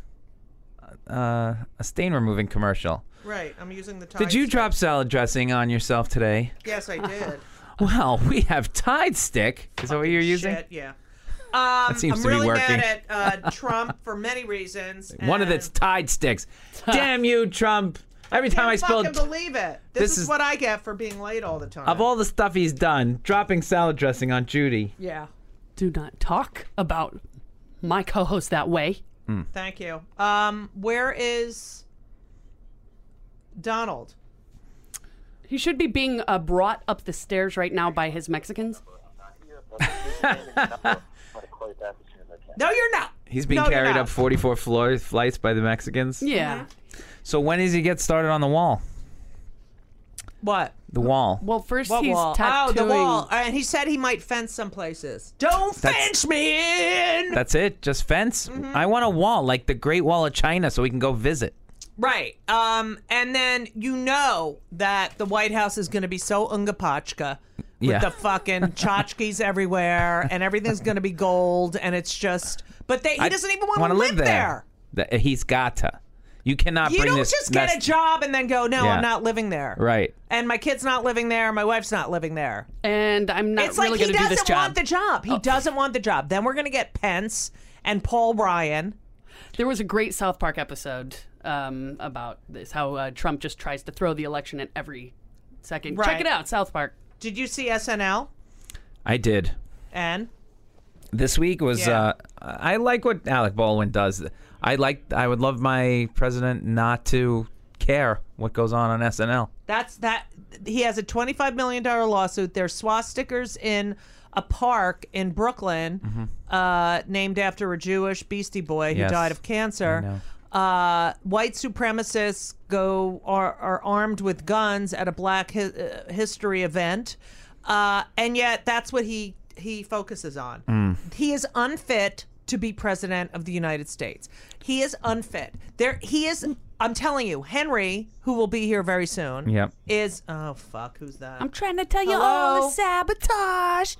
S3: uh, a stain removing commercial.
S2: Right, I'm using the tie.
S3: Did you drop salad dressing on yourself today?
S2: Yes,
S3: [LAUGHS]
S2: I did.
S3: Well, we have Tide Stick. Is that what you're using?
S2: Shit, yeah. Um,
S3: seems
S2: I'm
S3: to be
S2: really
S3: working.
S2: mad at uh, Trump for many reasons.
S3: [LAUGHS] One of
S2: and
S3: its Tide sticks. Damn you, Trump! Every
S2: I
S3: time I
S2: can't
S3: spell
S2: fucking believe it. This,
S3: This
S2: is,
S3: is-
S2: what I get for being late all the time.
S3: of all the stuff he's done, dropping salad dressing on Judy.
S2: yeah.
S4: Do not talk about my co-host that way.
S2: Thank you. Um, where is Donald?
S4: He should be being uh, brought up the stairs right now by his Mexicans.
S2: No, you're not.
S3: He's being
S2: No, you're
S3: carried
S2: not.
S3: up 44 floor flights by the Mexicans.
S4: Yeah.
S2: Uh-huh.
S3: So when does he get started on the wall?
S2: What?
S3: The wall.
S4: Well, first
S2: What
S4: he's
S2: wall?
S4: tattooing.
S2: Oh, the wall. And he said he might fence some places. Don't
S3: That's-
S2: fence me in.
S3: That's it. Just fence.
S2: Mm-hmm.
S3: I want a wall like the Great Wall of China, so we can go visit.
S2: Right. Um, and then you know that the White House is going to be so ungapachka with
S3: Yeah.
S2: the fucking tchotchkes everywhere and everything's going to be gold and it's just, but they, he doesn't even want to
S3: wanna
S2: live there.
S3: That- He's got to. You cannot
S2: You
S3: bring
S2: don't
S3: this.
S2: just get
S3: mess-
S2: a job and then go, no,
S3: Yeah.
S2: I'm not living there.
S3: Right.
S2: And my kid's not living there. My wife's not living there.
S4: and I'm not
S2: it's
S4: really
S2: like
S4: going
S2: he
S4: to do this
S2: doesn't
S4: job.
S2: want the job. He
S3: Oh.
S2: doesn't want the job. Then we're going to get Pence and Paul Ryan.
S4: There was a great South Park episode um, about this, how uh, Trump just tries to throw the election at every second. Check
S2: Right.
S4: it out, South Park.
S2: Did you see SNL?
S3: I did.
S2: And
S3: This week was.
S2: Yeah.
S3: Uh, I like what Alec Baldwin does. I like. I would love my president not to care what goes on on SNL.
S2: that's that. He has a $25 million lawsuit. There's swastikas in a park in Brooklyn uh, named after a Jewish beastie boy who
S3: Yes.
S2: died of cancer. Uh, white supremacists go are, are armed with guns at a black hi- uh, history event. Uh, and yet that's what he he focuses on. He is unfit to be president of the United States. He is unfit. There he is I'm telling you, Henry, who will be here very soon,
S3: Yep.
S2: is oh fuck, who's that?
S4: I'm trying to tell you all
S2: all
S4: the
S2: the
S4: sabotage.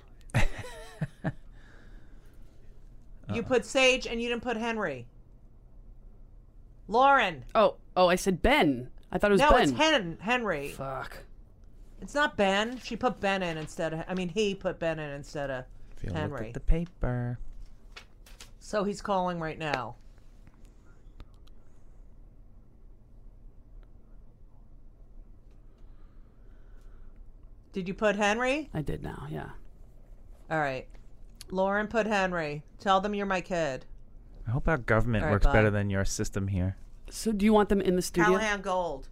S2: you put Sage and you didn't put Henry. Lauren.
S4: Oh, oh, I said Ben. I thought it was
S2: No,
S4: Ben.
S2: it's Hen Henry.
S4: Fuck.
S2: It's not Ben. She put Ben in instead of I mean he put Ben in instead of Henry.
S3: the paper.
S2: So he's calling right now. Did you put Henry?
S4: I did now, yeah.
S2: All right. Lauren put Henry. Tell them you're my kid.
S3: I hope our government
S2: All right,
S3: works
S2: bye.
S3: better than your system here.
S4: So do you want them in the studio?
S2: Callahan Gold.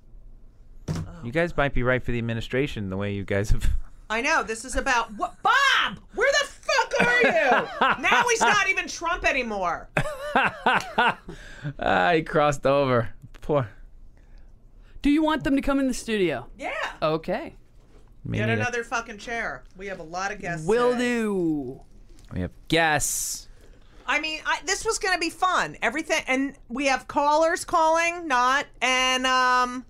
S2: Oh,
S3: You guys might be right for the administration the way you guys have. [LAUGHS]
S2: I know this is about what Bob. Where the fuck are you? now he's not even Trump anymore.
S3: I Ah, crossed over. Poor.
S4: Do you want them to come in the studio?
S2: Yeah.
S3: Oh,
S4: Okay.
S3: Me
S2: Get
S3: neither.
S2: another fucking chair. We have a lot of guests.
S4: Will
S2: today.
S4: do.
S3: We have guess.
S2: I mean, I, this was going to be fun. Everything, and we have callers calling, not and um,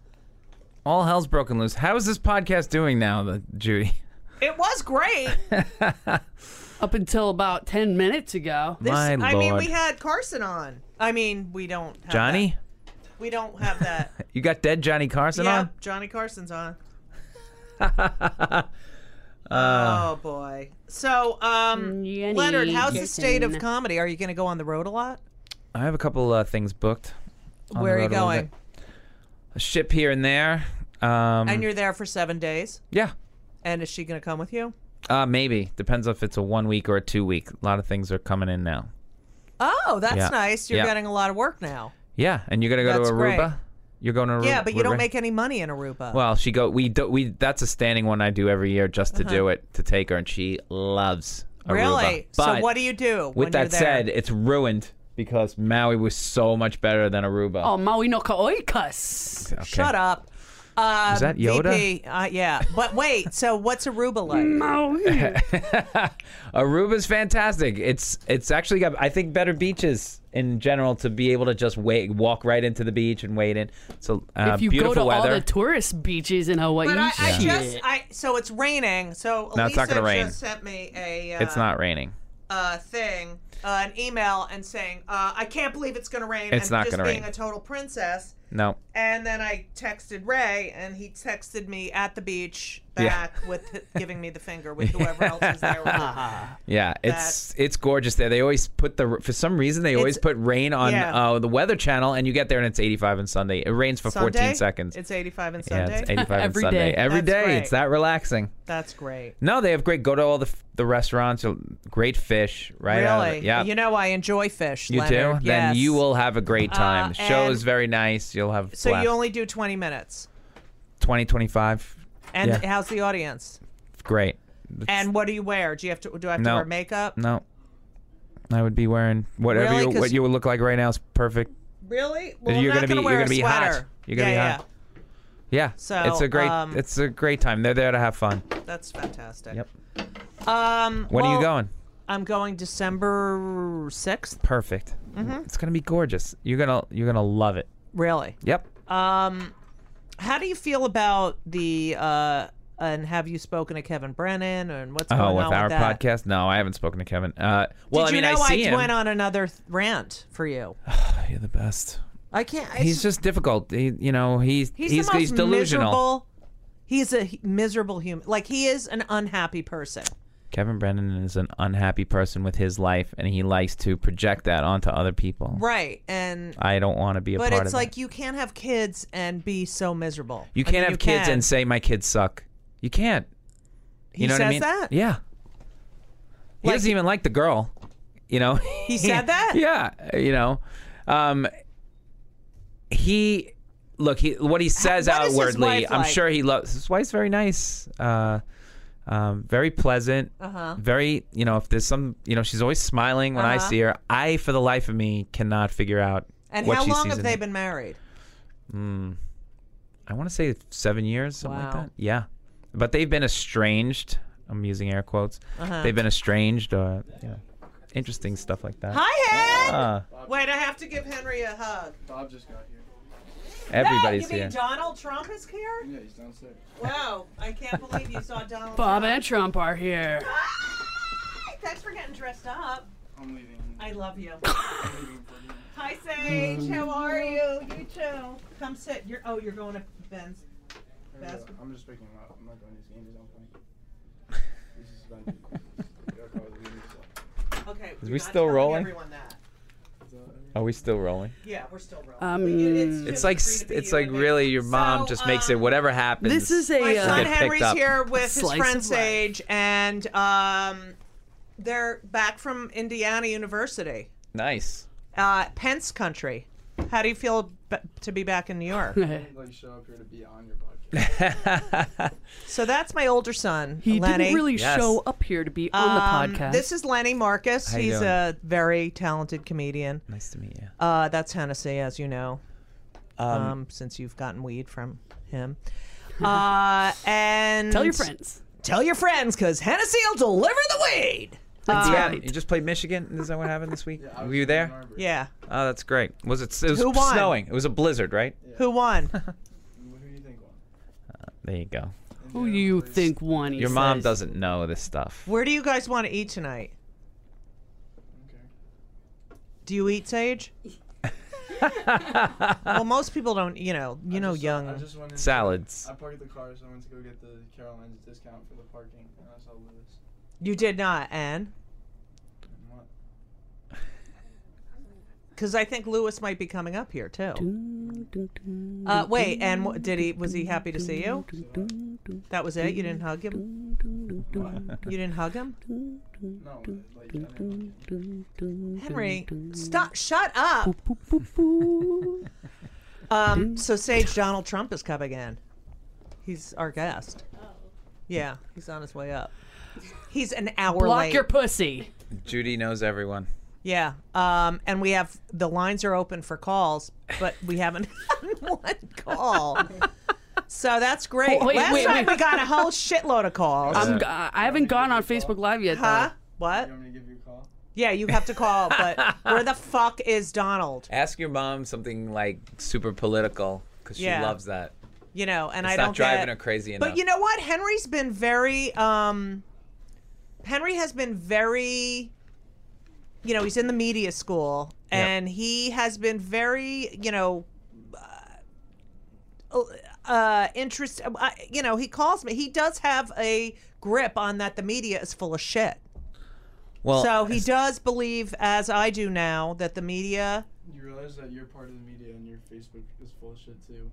S3: All hell's broken loose. How is this podcast doing now, the
S2: [LAUGHS]
S3: Judy?
S2: it was great. This,
S4: Up until about 10 minutes ago.
S3: My
S2: I
S3: lord.
S2: mean, we had Carson on. I mean, we don't have
S3: Johnny,
S2: that. We don't have that.
S3: you got dead Johnny Carson
S2: yeah,
S3: on.
S2: Johnny Carson's
S3: [LAUGHS]
S2: on.
S3: Uh,
S2: oh boy. So, um,
S4: Johnny
S2: Leonard, how's the
S4: Carson.
S2: state of comedy? Are you going to go on the road a lot?
S3: I have a couple uh, things booked. on
S2: Where
S3: the
S2: are you
S3: road a little
S2: going?
S3: bit. A ship here and there. Um,
S2: And you're there for seven days.
S3: yeah,
S2: And is she going to come with you?
S3: uh, maybe depends if it's a one week or a two week. A lot of things are coming in now.
S2: Oh, that's
S3: Yeah.
S2: nice. You're
S3: Yeah.
S2: getting a lot of work now.
S3: Yeah, and you're gonna go
S2: That's
S3: to
S2: great.
S3: Aruba. You're going to Aruba.
S2: Yeah, but you don't
S3: Aruba?
S2: make any money in Aruba.
S3: Well, she go. We do. We that's a standing one I do every year just to do it to take her, and she loves Aruba.
S2: Uh-huh. Really?
S3: But
S2: so what do you do?
S3: With
S2: when
S3: that
S2: you're there?
S3: said, it's ruined because Maui was so much better than Aruba.
S4: Oh, Maui no Kaoikas.
S3: Okay.
S2: shut up. Uh,
S3: Is that Yoda?
S2: VP, uh, yeah, but wait. So what's Aruba like?
S3: [LAUGHS]
S4: Maui.
S3: Uh, Aruba's fantastic. It's it's actually got I think better beaches in general to be able to just wait, walk right into the beach and wade in. So uh,
S4: if you
S3: beautiful
S4: go to
S3: weather.
S4: all the tourist beaches in Hawaii,
S2: But I, I
S4: shit.
S2: just, I so it's raining. So Elisa
S3: No, it's not gonna rain.
S2: just sent me a uh,
S3: it's not raining.
S2: uh, thing, uh, an email, and saying uh, I can't believe it's gonna rain. and
S3: It's not
S2: just
S3: gonna
S2: being
S3: rain.
S2: a total princess.
S3: No.
S2: And then I texted Ray, and he texted me at the beach
S3: Yeah.
S2: back with giving me the finger with whoever else was
S3: [LAUGHS]
S2: there. with him.
S3: Yeah, it's it's gorgeous there. They always put the for some reason they always put rain on
S2: yeah.
S3: uh, the Weather Channel, and you get there and it's 85 and Sunday. It rains for 14
S2: Sunday?
S3: seconds.
S2: It's 85 and
S3: yeah,
S2: Sunday.
S3: it's 85 and
S4: [LAUGHS] Every
S3: Sunday.
S4: day.
S3: Every
S2: That's
S3: day,
S2: great.
S3: it's that relaxing.
S2: That's great.
S3: No, they have great. Go to all the f- the restaurants. you'll- Great fish, right? out of
S2: Really?
S3: the- yeah.
S2: You know, I enjoy fish.
S3: You
S2: Leonard.
S3: do?
S2: Yes.
S3: Then you will have a great time.
S2: Uh,
S3: the show
S2: and-
S3: is very nice. You'll have
S2: So
S3: blast.
S2: you only do 20 minutes.
S3: 20, 25.
S2: And
S3: Yeah.
S2: how's the audience?
S3: Great.
S2: And what do you wear? Do you have to? Do I have to
S3: No.
S2: wear makeup?
S3: No. I would be wearing whatever
S2: Really?
S3: you, what
S2: 'Cause-
S3: you would look like right now is perfect.
S2: Really? Well,
S3: You're
S2: I'm not
S3: gonna be-
S2: wear
S3: you're
S2: a
S3: gonna be hot.
S2: sweater.
S3: You're gonna
S2: yeah,
S3: be hot. Yeah.
S2: So,
S3: it's a great
S2: um,
S3: it's a great time. They're there to have fun.
S2: yeah. That's fantastic.
S3: Yep.
S2: Um,
S3: When are you
S2: well,
S3: going?
S2: I'm going December 6th.
S3: Perfect.
S2: Mm-hmm.
S3: It's gonna be gorgeous. You're gonna you're gonna love it.
S2: Really?
S3: Yep.
S2: How do you feel about the? uh and have you spoken to Kevin Brennan? And what's going
S3: oh, with
S2: on
S3: our
S2: with that?
S3: podcast? No, I haven't spoken to Kevin. Uh, well,
S2: Did
S3: I mean,
S2: you know
S3: I see him.
S2: went on another th- rant for you?
S3: You're the best.
S2: I can't. I
S3: He's
S2: just,
S3: just difficult. He, you know, he's
S2: he's,
S3: he's, he's,
S2: the most
S3: delusional.
S2: miserable. He's a h- miserable human. Like he is an unhappy person.
S3: Kevin Brennan is an unhappy person with his life, and he likes to project that onto other people.
S2: Right. And
S3: I don't want to be a
S2: but
S3: part
S2: it's
S3: of
S2: like
S3: that.
S2: you can't have kids and be so miserable.
S3: You
S2: I mean,
S3: can't have kids
S2: can.
S3: and say my kids suck. You can't.
S2: he
S3: you know
S2: says
S3: what I mean?
S2: that.
S3: Yeah. He
S2: Like-
S3: doesn't even like the girl. You know.
S2: [LAUGHS] He said that?
S3: [LAUGHS] Yeah. You know. Um. He look. He what he says
S2: What is his
S3: outwardly.
S2: wife
S3: I'm
S2: like?
S3: sure he loves. His wife's very nice. Uh. Um, very pleasant, uh-huh. very you know. If there's some, you know, she's always smiling when I see her. I, for the life of me, cannot figure out
S2: Uh-huh. And
S3: what
S2: how
S3: she
S2: long
S3: sees
S2: have
S3: in
S2: they
S3: him.
S2: been married?
S3: I want to say seven years, something like
S2: Wow.
S3: that. Yeah, but they've been estranged. I'm using air quotes.
S2: Uh-huh.
S3: They've been estranged, or you know, interesting stuff like that.
S2: Hi, Hen.
S3: Ah,
S2: Uh, Wait, I have to give Henry a hug.
S7: Bob just got here.
S3: everybody's
S2: you mean
S3: here.
S2: Donald Trump is here?
S7: Yeah, he's downstairs.
S2: Wow, I can't believe you saw Donald.
S4: Bob and Trump are here.
S2: Trump. Thanks for getting dressed up.
S7: I'm leaving.
S2: I love you. Hi, Sage. How are you? You too. Come sit. You're. Oh, you're going to Ben's. That's-
S7: uh, I'm just picking him up. I'm not doing these games. I'm playing. This is about
S2: Okay.
S3: we
S2: you're not
S3: still
S2: telling
S3: rolling?
S2: Everyone that.
S3: Are we still rolling?
S2: Yeah, we're still rolling.
S4: Um,
S3: It's
S2: just
S3: like
S2: free to
S3: st-
S2: be
S3: it's
S2: you
S3: like
S2: and me.
S3: really your mom
S2: So,
S3: just makes it
S2: um,
S3: whatever happens.
S4: this is
S2: My
S4: a uh,
S2: son
S3: get picked
S2: Henry's
S3: up.
S2: here with his
S4: Slice
S2: friend
S4: of life.
S2: Sage, and um, they're back from Indiana University,
S3: [LAUGHS] nice.
S2: uh, Pence country. How do you feel b- to be back in New
S4: [LAUGHS]
S2: York?
S7: Like show up here to be on your podcast.
S2: so that's my older son,
S4: he
S2: Lenny.
S4: didn't really
S3: Yes.
S4: show up here to be on
S2: Um,
S4: the podcast.
S2: This is Lenny Marcus.
S3: you
S2: He's
S3: doing?
S2: a very talented comedian.
S3: Nice to meet you.
S2: Uh, that's Hennessy, as you know, um, since you've gotten weed from him. [LAUGHS] Uh, and
S4: Tell your friends.
S2: Tell your friends, because Hennessy will deliver the weed.
S3: yeah, you just played Michigan. Is that what happened this week? Were you there?
S2: Yeah.
S3: Oh, that's great. Was it? It was
S2: Who won?
S3: snowing. It was a blizzard, right?
S2: Who won?
S7: Who do you think won?
S3: There you go.
S4: Who you think won? he
S3: Your mom
S4: says.
S3: doesn't know this stuff.
S2: Where do you guys want to eat tonight?
S7: Okay.
S2: Do you eat sage? well, most people don't. You know, you know,
S7: Just- uh,
S2: young.
S7: I just went in.
S3: Salads.
S7: I parked the car, so I went to go get the Caroline's discount for the parking, and I saw Lewis.
S2: You did not, and
S7: And what?
S2: because I think Lewis might be coming up here too. Uh, wait, and wh- did he? Was he happy to see you? That was it. You didn't hug him. You didn't hug him,
S7: No, like, I didn't-
S2: Henry. Stop! Shut up. Um. So Sage Donald Trump is coming in. He's our guest.
S4: Oh.
S2: Yeah, he's on his way up. He's an hour
S4: Block
S2: late.
S4: your pussy.
S3: Judy knows everyone.
S2: Yeah. Um, and we have the lines are open for calls, but we haven't [LAUGHS] had one call. So that's great.
S4: Oh, wait,
S2: Last
S4: wait,
S2: time
S4: wait. Uh,
S2: we got a whole shitload of calls.
S4: I'm, g- I haven't gone on Facebook Live yet.
S2: huh?
S4: Though.
S2: What?
S7: You want me to give you a call?
S2: Yeah, you have to call, but where the fuck is Donald?
S3: Ask your mom something like super political because
S2: Yeah.
S3: she loves that.
S2: You know, and I
S3: It's
S2: don't
S3: not driving
S2: get-
S3: her crazy enough.
S2: But you know what? Henry's been very um Henry has been very you know, he's in the media school
S3: Yep.
S2: and he has been very, you know, uh, uh interest uh, you know, he calls me. He does have a grip on that the media is full of shit.
S3: well,
S2: so he does believe as I do now that the media
S7: You realize that you're part of the media and your Facebook is full of shit too.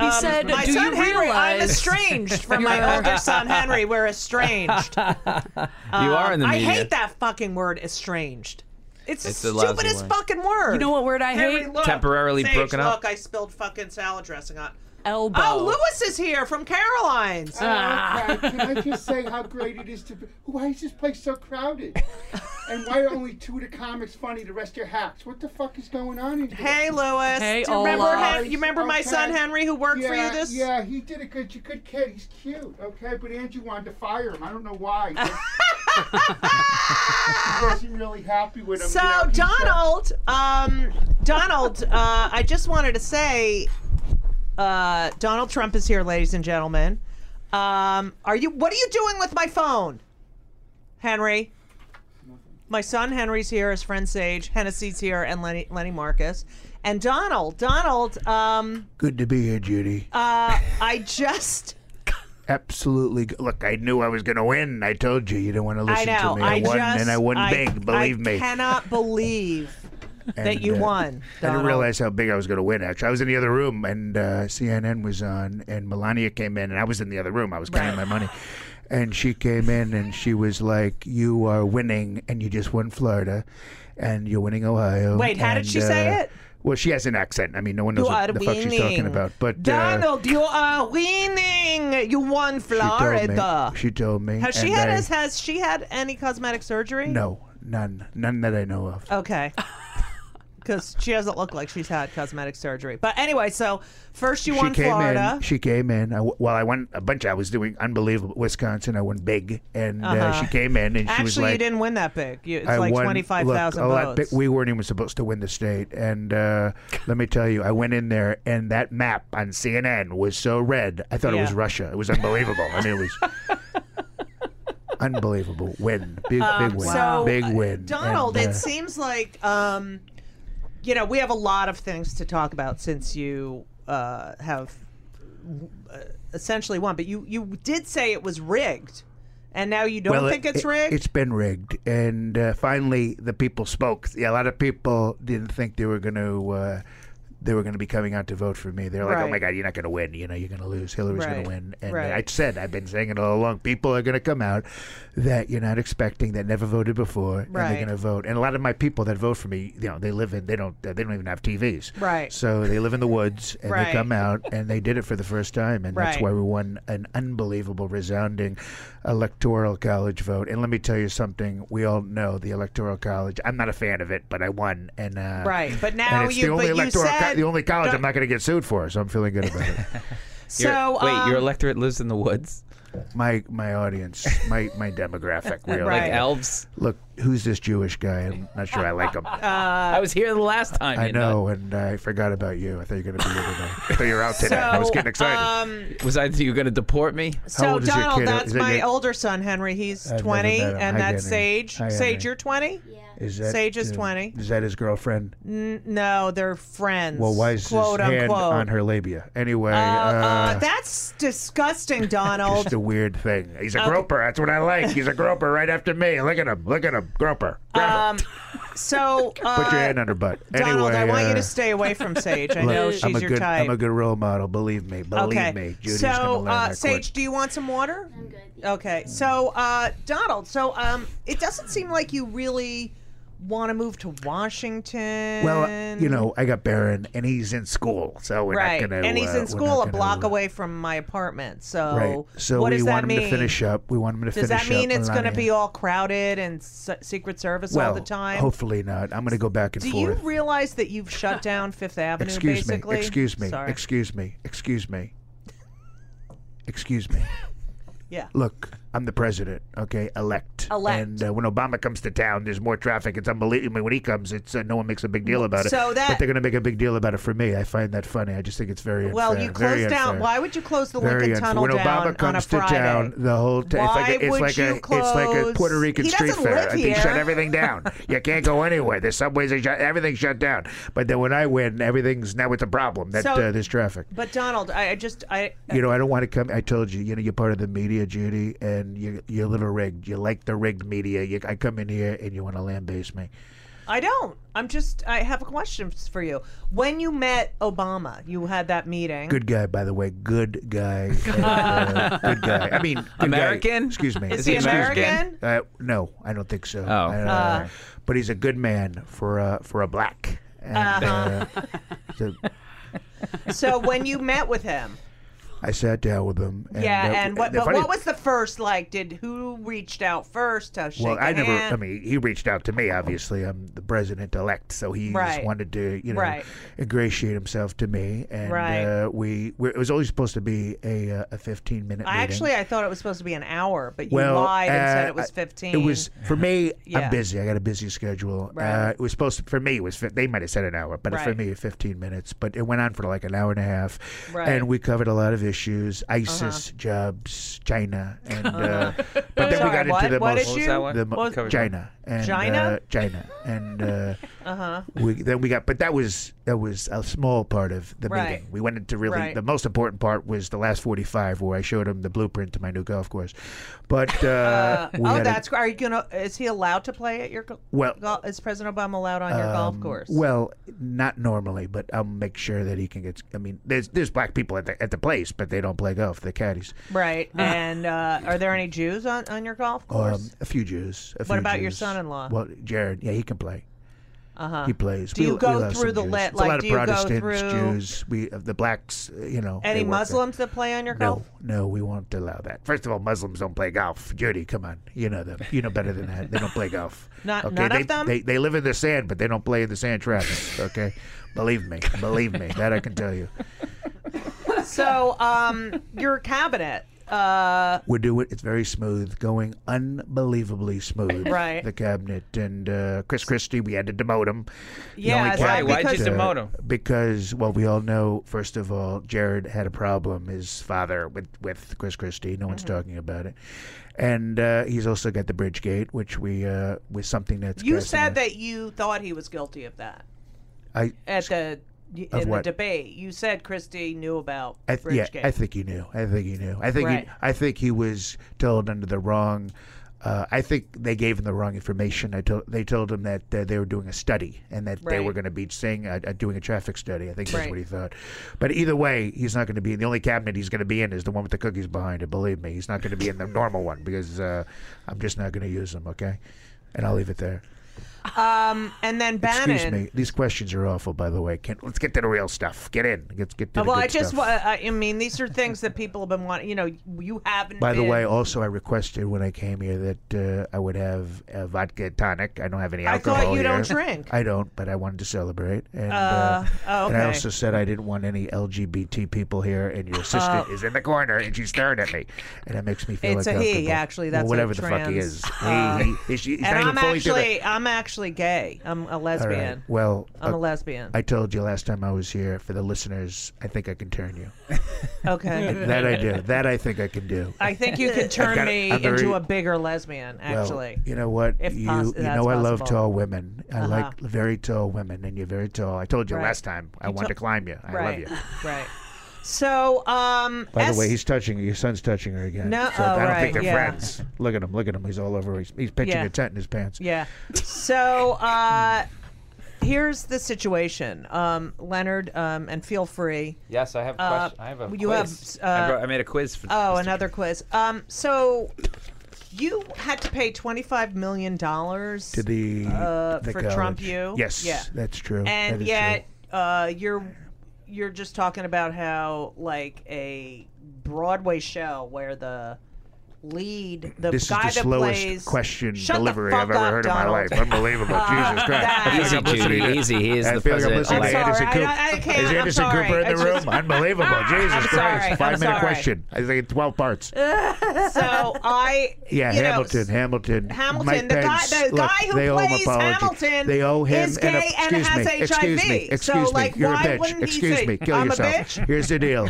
S4: He said,
S2: Um, My
S4: "Do
S2: son
S4: you
S2: Henry, I'm
S4: realize?"
S2: estranged from
S4: [LAUGHS]
S2: my older son Henry. We're estranged.
S3: you are in the
S2: um, I
S3: media.
S2: hate that fucking word, estranged. It's,
S3: It's
S2: the
S3: a lousy
S2: stupidest
S3: word.
S2: fucking word.
S4: You know what word I hate?
S2: look.
S3: Temporarily
S2: Sage,
S3: broken up.
S2: Look, I spilled fucking salad dressing on.
S4: Elbow.
S2: Oh, Lewis is here from Caroline's.
S4: Uh,
S8: Can I just say how great it is to be? Why is this place so crowded? and why are only two of the comics funny? The rest are hacks. What the fuck is going on in here?
S2: hey, Lewis.
S4: Hey,
S2: Do you remember,
S4: Olaf.
S2: Hen- you remember my
S8: Okay.
S2: son Henry who worked
S8: yeah,
S2: for you this?
S8: yeah, he did a good, a good kid. He's cute, okay. But Andrew wanted to fire him. I don't know why.
S2: [LAUGHS]
S8: he wasn't really happy with him.
S2: So
S8: you know, he said-
S2: Donald, um, Donald, uh, I just wanted to say, uh, Donald Trump is here, ladies and gentlemen. Um, are you? What are you doing with my phone, Henry?
S7: Nothing.
S2: my son Henry's here, his friend Sage, Hennessy's here, and Lenny, Lenny Marcus, and Donald. Donald, um,
S9: Good to be here, Judy.
S2: uh, I just.
S9: Absolutely. Good. Look, I knew I was going to win. I told you. You didn't want to
S2: I
S9: listen
S2: know.
S9: to me. I,
S2: I,
S9: won,
S2: just,
S9: and I won
S2: I-
S9: big. Believe
S2: I
S9: me.
S2: cannot believe that
S9: And, [LAUGHS]
S2: you
S9: uh,
S2: won.
S9: I
S2: Donald.
S9: didn't realize how big I was going to win. Actually, I was in the other room, and uh, CNN was on, and Melania came in, and I was in the other room. I was counting my money,
S2: [LAUGHS]
S9: and she came in, and she was like, "You are winning, and you just won Florida, and you're winning Ohio."
S2: Wait, how did
S9: and,
S2: she say
S9: uh,
S2: it?
S9: Well, she has an accent. I mean, no one
S2: You
S9: knows
S2: are
S9: what the fuck
S2: winning.
S9: she's talking about. But uh,
S2: Donald, you are winning. You won
S9: she told me-
S2: Florida.
S9: She told me.
S2: Has she
S9: and
S2: had
S9: I-
S2: has, has she had any cosmetic surgery?
S9: No, none, none that I know of. [LAUGHS]
S2: Okay. Because she doesn't look like she's had cosmetic surgery. But anyway, so first you won
S9: she came
S2: Florida.
S9: in. She came in. I w well, I won a bunch. I was doing unbelievable. Wisconsin, I won big, and uh she came in and she was
S2: Uh-huh. Actually,
S9: like,
S2: you didn't win that big. You, it's
S9: I
S2: like
S9: won-
S2: twenty five
S9: look,
S2: thousand
S9: a lot
S2: votes.
S9: big- We weren't even supposed to win the state,
S2: [LAUGHS]
S9: and uh, let me tell you, I went in there, and that map on CNN was so red. I thought it was
S2: Yeah.
S9: Russia. It was unbelievable. I mean, it
S2: [LAUGHS]
S9: was. Unbelievable win, big big win,
S2: so,
S9: big
S2: uh,
S9: win.
S2: Donald,
S9: and, uh,
S2: it seems like um, you know we have a lot of things to talk about since you uh, have uh, essentially won, but you you did say it was rigged, and now you don't
S9: Well,
S2: think
S9: it-
S2: it's
S9: it-
S2: rigged.
S9: It's been rigged, and uh, finally the people spoke. Yeah, a lot of people didn't think they were going to. Uh, they were going to be coming out to vote for me. They're like, "Oh my
S2: Right.
S9: God, you're not going to win. You know, you're going to lose. Hillary's going
S2: Right.
S9: to win." And
S2: Right.
S9: I said, I've been saying it all along. People are going to come out that you're not expecting, that never voted before, and
S2: Right.
S9: they're going to vote. And a lot of my people that vote for me, you know, they live in, they don't, they don't even have TVs,
S2: Right.
S9: So they live in the woods, and
S2: Right.
S9: they come out, and they did it for the first time, and that's
S2: Right.
S9: why we won an unbelievable, resounding electoral college vote. And let me tell you something: we all know the electoral college. I'm not a fan of it, but I won, and uh,
S2: Right, but
S9: and
S2: now
S9: it's
S2: you-
S9: the only
S2: but you
S9: electoral, co-
S2: said-
S9: the only college I'm not going to get sued for, so I'm feeling good
S2: [LAUGHS]
S9: about it.
S3: Your-
S2: so
S3: wait,
S2: um,
S3: your electorate lives in the woods,
S9: my my audience, my my demographic, really.
S2: Right.
S3: like uh, elves.
S9: Look, who's this Jewish guy? I'm not sure I like
S2: [LAUGHS]
S9: him.
S2: Uh,
S3: I was here the last time.
S9: I
S3: you know.
S9: know, and I forgot about you. I thought you were going to be here today. [LAUGHS] I thought you were out today. I was
S2: So, um,
S9: getting excited.
S3: Was I? You going to deport me?
S9: How
S2: so
S9: old is your
S2: Donald,
S9: kid?
S2: that's
S9: Is that
S2: my
S9: your-
S2: older son Henry. He's
S9: never
S2: twenty,
S9: met him.
S2: and
S9: Hi,
S2: that's
S9: Danny.
S2: Sage.
S9: Hi,
S2: Sage,
S9: Henry.
S2: you're twenty.
S9: Is that
S2: Sage is
S9: uh,
S2: 20.
S9: Is that his girlfriend?
S2: No, they're friends.
S9: Well, why is
S2: quote
S9: his hand
S2: unquote.
S9: on her labia? Anyway, uh,
S2: Uh, that's disgusting, Donald.
S9: [LAUGHS] just a weird thing. He's a groper. That's what I like. He's a groper right after me. Look at him. Look at him. Groper. Grab him.
S2: So Um, uh,
S9: [LAUGHS] Put your hand on her butt.
S2: Donald,
S9: anyway,
S2: I want you
S9: uh,
S2: to stay away
S9: [LAUGHS]
S2: from Sage. I
S9: look,
S2: know she's
S9: I'm a
S2: your
S9: good,
S2: type.
S9: I'm a good role model. Believe me. Believe
S2: okay.
S9: me. Judy's gonna
S2: so,
S9: learn
S2: uh,
S9: that
S2: Sage,
S9: quick.
S2: do you want some water? I'm good. Okay. So, uh, Donald, so um, it doesn't seem like you really want to move to Washington.
S9: Well, uh, you know, I got Barron, and he's in school, so we're
S2: Right,
S9: not gonna.
S2: and he's
S9: uh, we're
S2: in school
S9: not
S2: a
S9: gonna,
S2: block
S9: uh,
S2: away from my apartment. So,
S9: Right. So
S2: what
S9: we
S2: does
S9: want
S2: that
S9: him
S2: mean?
S9: to finish up. We want him to
S2: Does
S9: finish up.
S2: that mean it's going to
S9: Melania.
S2: be all crowded and s- Secret Service all the time?
S9: Hopefully not. I'm going to go back and
S2: Do you
S9: forth.
S2: realize that you've shut
S9: [LAUGHS]
S2: down Fifth Avenue?
S9: excuse
S2: basically,
S9: me. Excuse me.
S2: Sorry.
S9: Excuse me. Excuse me. Excuse me.
S2: Yeah.
S9: Look, I'm the president. Okay, elect.
S2: Elect.
S9: And uh, when Obama comes to town, there's more traffic. It's unbelievable. I mean, when he comes, it's uh, no one makes a big deal about it.
S2: Mm, so that-
S9: but they're going to make a big deal about it for me. I find that funny. I just think it's very unfair.
S2: well, you
S9: very
S2: closed down.
S9: unfair.
S2: Why would you close the
S9: Very
S2: Lincoln
S9: unfair.
S2: Tunnel
S9: when
S2: down
S9: Obama comes
S2: on a
S9: to
S2: Friday?
S9: town, the whole t- it's like
S2: Why
S9: a, it's
S2: would
S9: like
S2: you
S9: a it's like a Puerto
S2: close-
S9: Rican
S2: He
S9: street
S2: doesn't
S9: fair.
S2: live
S9: I mean, They shut
S2: here. [LAUGHS]
S9: everything down. you can't go anywhere. There's subways. They shut everything shut down. But then when I win, everything's now it's a problem that
S2: So-
S9: uh, there's traffic.
S2: But Donald, I, I just I
S9: You know, I don't want to come. I told you, you know, you're part of the media, Judy, and you, you're a little rigged. You like the rigged media. You, I come in here and you want to lambaste me.
S2: I don't. I'm just I have a question for you. When you met Obama, you had that meeting.
S9: Good guy, by the way. Good
S2: [LAUGHS]
S9: guy. And, uh, good guy. I mean, good guy.
S3: American?
S9: Excuse me.
S2: Is
S3: he
S2: he
S3: Is he American?
S2: American?
S9: Uh, no, I don't think so.
S3: Oh.
S9: I- uh, but he's a good man for uh, for a black.
S2: [LAUGHS]
S9: And, uh, so
S2: so when you met with him,
S9: I sat down with him. [LAUGHS] And,
S2: yeah,
S9: uh,
S2: and what?
S9: the
S2: But
S9: funny-
S2: what was the first like? Did who reached out first to shake
S9: Well,
S2: a
S9: I never. I
S2: hand?
S9: mean, he reached out to me. Obviously, I'm the president elect, so he
S2: Right.
S9: just wanted to, you know,
S2: Right.
S9: ingratiate himself to me. And
S2: Right.
S9: uh, we, we it was only supposed to be a uh, a 15 minute.
S2: I
S9: meeting.
S2: actually I thought it was supposed to be an hour, but you
S9: well,
S2: lied and said
S9: uh,
S2: it was
S9: I-
S2: 15.
S9: It was
S2: [LAUGHS]
S9: for me.
S2: Yeah.
S9: I'm busy. I got a busy schedule.
S2: Right.
S9: Uh, it was supposed to for me. It was fif- they might have said an hour, but for
S2: Right.
S9: me, 15 minutes. But it went on for like an hour and a half,
S2: Right. Uh-huh.
S9: and we covered a lot of issues: ISIS, jobs, China, and. Uh, but then
S2: sorry,
S9: we
S2: [LAUGHS]
S9: got
S2: what?
S9: into the
S2: What
S9: most
S2: issue? What was that
S3: one?
S9: the mo-
S3: What was-
S9: China. and
S2: China? Uh-huh.
S9: uh, China, and
S2: [LAUGHS]
S9: uh, we, then we got. But that was that was a small part of the
S2: Right.
S9: meeting. We went into really
S2: Right.
S9: the most important part was the last forty five, where I showed him the blueprint to my new golf course.
S2: [LAUGHS]
S9: But uh, we
S2: oh,
S9: had a-
S2: that's. Are you gonna? Is he allowed to play at your? go-
S9: Well-
S2: gol- is President Obama allowed on your golf
S9: Um,
S2: course?
S9: Well, not normally, but I'll make sure that he can get. I mean, there's there's black people at the at the place, but they don't play golf. They're caddies. [LAUGHS]
S2: right. And uh, are there any Jews on, on your golf course?
S9: Um, a few Jews. a
S2: What
S9: few
S2: about your
S9: Jews.
S2: son-in-law?
S9: Well, Jared, yeah, he can play. Uh-huh. He plays.
S2: Do you go
S9: love
S2: through
S9: some
S2: the
S9: Jews.
S2: lit-
S9: It's
S2: like,
S9: a lot
S2: do
S9: of
S2: you go
S9: Protestants,
S2: through-
S9: Jews, we uh, the blacks. uh, You know,
S2: any
S9: they work there.
S2: Muslims that play on your golf?
S9: No, no, we won't allow that. First of all, Muslims don't play golf. Judy, come on, you know them. You know better than that. They don't play golf.
S2: [LAUGHS] Not-
S9: okay,
S2: none of
S9: they,
S2: them?
S9: They, they live in the sand, but they don't play in the sand traps. Okay, believe me, believe me, that I can tell you.
S2: So,
S9: [LAUGHS]
S2: um, your cabinet. Uh,
S9: We're doing it's very smooth, going unbelievably smooth.
S2: Right.
S9: The cabinet and uh, Chris Christie, we had to demote him. The
S2: Yeah,
S9: only
S2: is
S3: that
S9: cabinet,
S3: Why- why'd you
S9: uh,
S3: demote him?
S9: Because well, we all know. First of all, Jared had a problem. His father with with Chris Christie. No
S2: Mm-hmm.
S9: one's talking about it. And uh, he's also got the Bridgegate, which we uh, was something that's
S2: you
S9: gassing
S2: said
S9: us.
S2: that you thought he was guilty of that
S9: I
S2: at the in
S9: Of
S2: the
S9: what?
S2: debate. You said Christie knew about
S9: I th- yeah,
S2: Bridgegate.
S9: I think he knew. I think he knew. I think
S2: Right.
S9: he, I think he was told under the wrong. Uh, I think they gave him the wrong information. I told they told him that uh, they were doing a study and that they were
S2: Right.
S9: going to be saying uh, uh, doing a traffic study. I think that's
S2: Right.
S9: what he thought. But either way, he's not going to be in the only cabinet he's going to be in is the one with the cookies behind it. Believe me, he's not going to be in the normal one because uh, I'm just not going to use them. Okay, and I'll leave it there.
S2: and then Bannon. uh,
S9: Excuse me. These questions are awful, by the way. Can, let's get to the real stuff. Get in. Let's get to the
S2: Uh, Well,
S9: good
S2: I just,
S9: stuff.
S2: wa- I I mean, these are things that people have been wanting. You know, you haven't.
S9: By the
S2: been-
S9: way, also I requested when I came here that uh, I would have a vodka tonic. I don't have any
S2: I
S9: alcohol.
S2: thought you don't
S9: here.
S2: drink.
S9: I don't, but I wanted to celebrate, and, uh,
S2: oh,
S9: and I
S2: okay.
S9: also said I didn't want any LGBT people here. And your assistant is in the corner, and she's staring at me, and it makes me feel
S2: Oh. It's
S9: like
S2: a he,
S9: uncomfortable.
S2: actually.
S9: Well,
S2: That's a
S9: whatever the fuck he
S2: trans, Uh,
S9: is. He- he- he's- he's not
S2: and
S9: even
S2: I'm
S9: fully through the-
S2: actually, I'm actually gay. I'm a
S9: All right,
S2: lesbian.
S9: Well,
S2: I'm a
S9: uh,
S2: lesbian.
S9: I told you last time I was here. For the listeners, I think I can turn you.
S2: okay.
S9: that [LAUGHS] I do. That I think I can do.
S2: [LAUGHS] I think
S9: [LAUGHS]
S2: you could turn
S9: got a-
S2: me
S9: I'm very-
S2: into a bigger lesbian,
S9: Well,
S2: actually.
S9: you know what?
S2: If
S9: you
S2: poss-
S9: you
S2: that's
S9: know I love
S2: possible. Uh-huh.
S9: tall women. I like very tall women, and you're very tall. I told you
S2: Right.
S9: last time I want to climb you.
S2: [LAUGHS]
S9: I
S2: right.
S9: love you.
S2: Right. So, um.
S9: By
S2: S-
S9: the way, he's touching you. Your son's touching her again.
S2: No-
S9: so I
S2: oh,
S9: don't
S2: right,
S9: think they're
S2: yeah.
S9: friends. Look at him. Look at him. He's all over. He's, he's pitching
S2: Yeah.
S9: a tent in his pants.
S2: Yeah. So uh, here's the situation, um, Leonard, um, and feel free.
S3: Yes, I have.
S2: Uh,
S3: question. I have a
S2: you
S3: quiz.
S2: have,
S3: I,
S2: uh,
S3: brought- I made a quiz. For
S2: Oh,
S3: Mr.
S2: another quiz. Um, so you had to pay twenty five million dollars
S9: To the,
S2: Uh,
S9: the
S2: for
S9: college.
S2: Trump U?
S9: Yes,
S2: Yeah.
S9: that's true.
S2: and
S9: That is
S2: yet uh, you're you're just talking about how like a Broadway show where the lead the
S9: This is
S2: guy
S9: the
S2: that
S9: slowest
S2: plays
S9: question
S2: Shut the
S9: delivery
S2: fuck
S9: I've ever
S2: up,
S9: heard in my
S2: Donald. Uh,
S9: life. Unbelievable. Jesus Christ. I
S3: Easy,
S9: feel like I'm listening
S3: Judy,
S9: to-
S3: easy. He is
S9: I
S3: the
S9: feel like I'm
S3: president
S9: listening
S2: elect.
S9: to
S2: I'm
S9: Anderson
S2: sorry,
S9: Cooper.
S2: I- I can't-
S9: is
S2: I'm
S9: Anderson
S2: sorry.
S9: Cooper in
S2: It's
S9: the
S2: just-
S9: room? Unbelievable.
S2: [LAUGHS]
S9: Jesus
S2: I'm
S9: Christ.
S2: sorry, I'm
S9: Five minute
S2: sorry.
S9: question. I think it's 12 parts.
S2: [LAUGHS] so I
S9: [LAUGHS] Yeah,
S2: you know,
S9: Hamilton, Hamilton,
S2: Hamilton,
S9: Mike
S2: the guy-
S9: Pence.
S2: the
S9: Look,
S2: guy who
S9: they owe him
S2: plays
S9: apology.
S2: Hamilton
S9: they owe him
S2: is
S9: an,
S2: gay and
S9: excuse
S2: has
S9: me, Excuse
S2: HIV.
S9: me,
S2: So,
S9: excuse
S2: like,
S9: me, you're a
S2: why
S9: bitch.
S2: wouldn't he
S9: Excuse
S2: say,
S9: me, kill
S2: "I'm a
S9: yourself.
S2: bitch"?
S9: [LAUGHS] Here's the deal.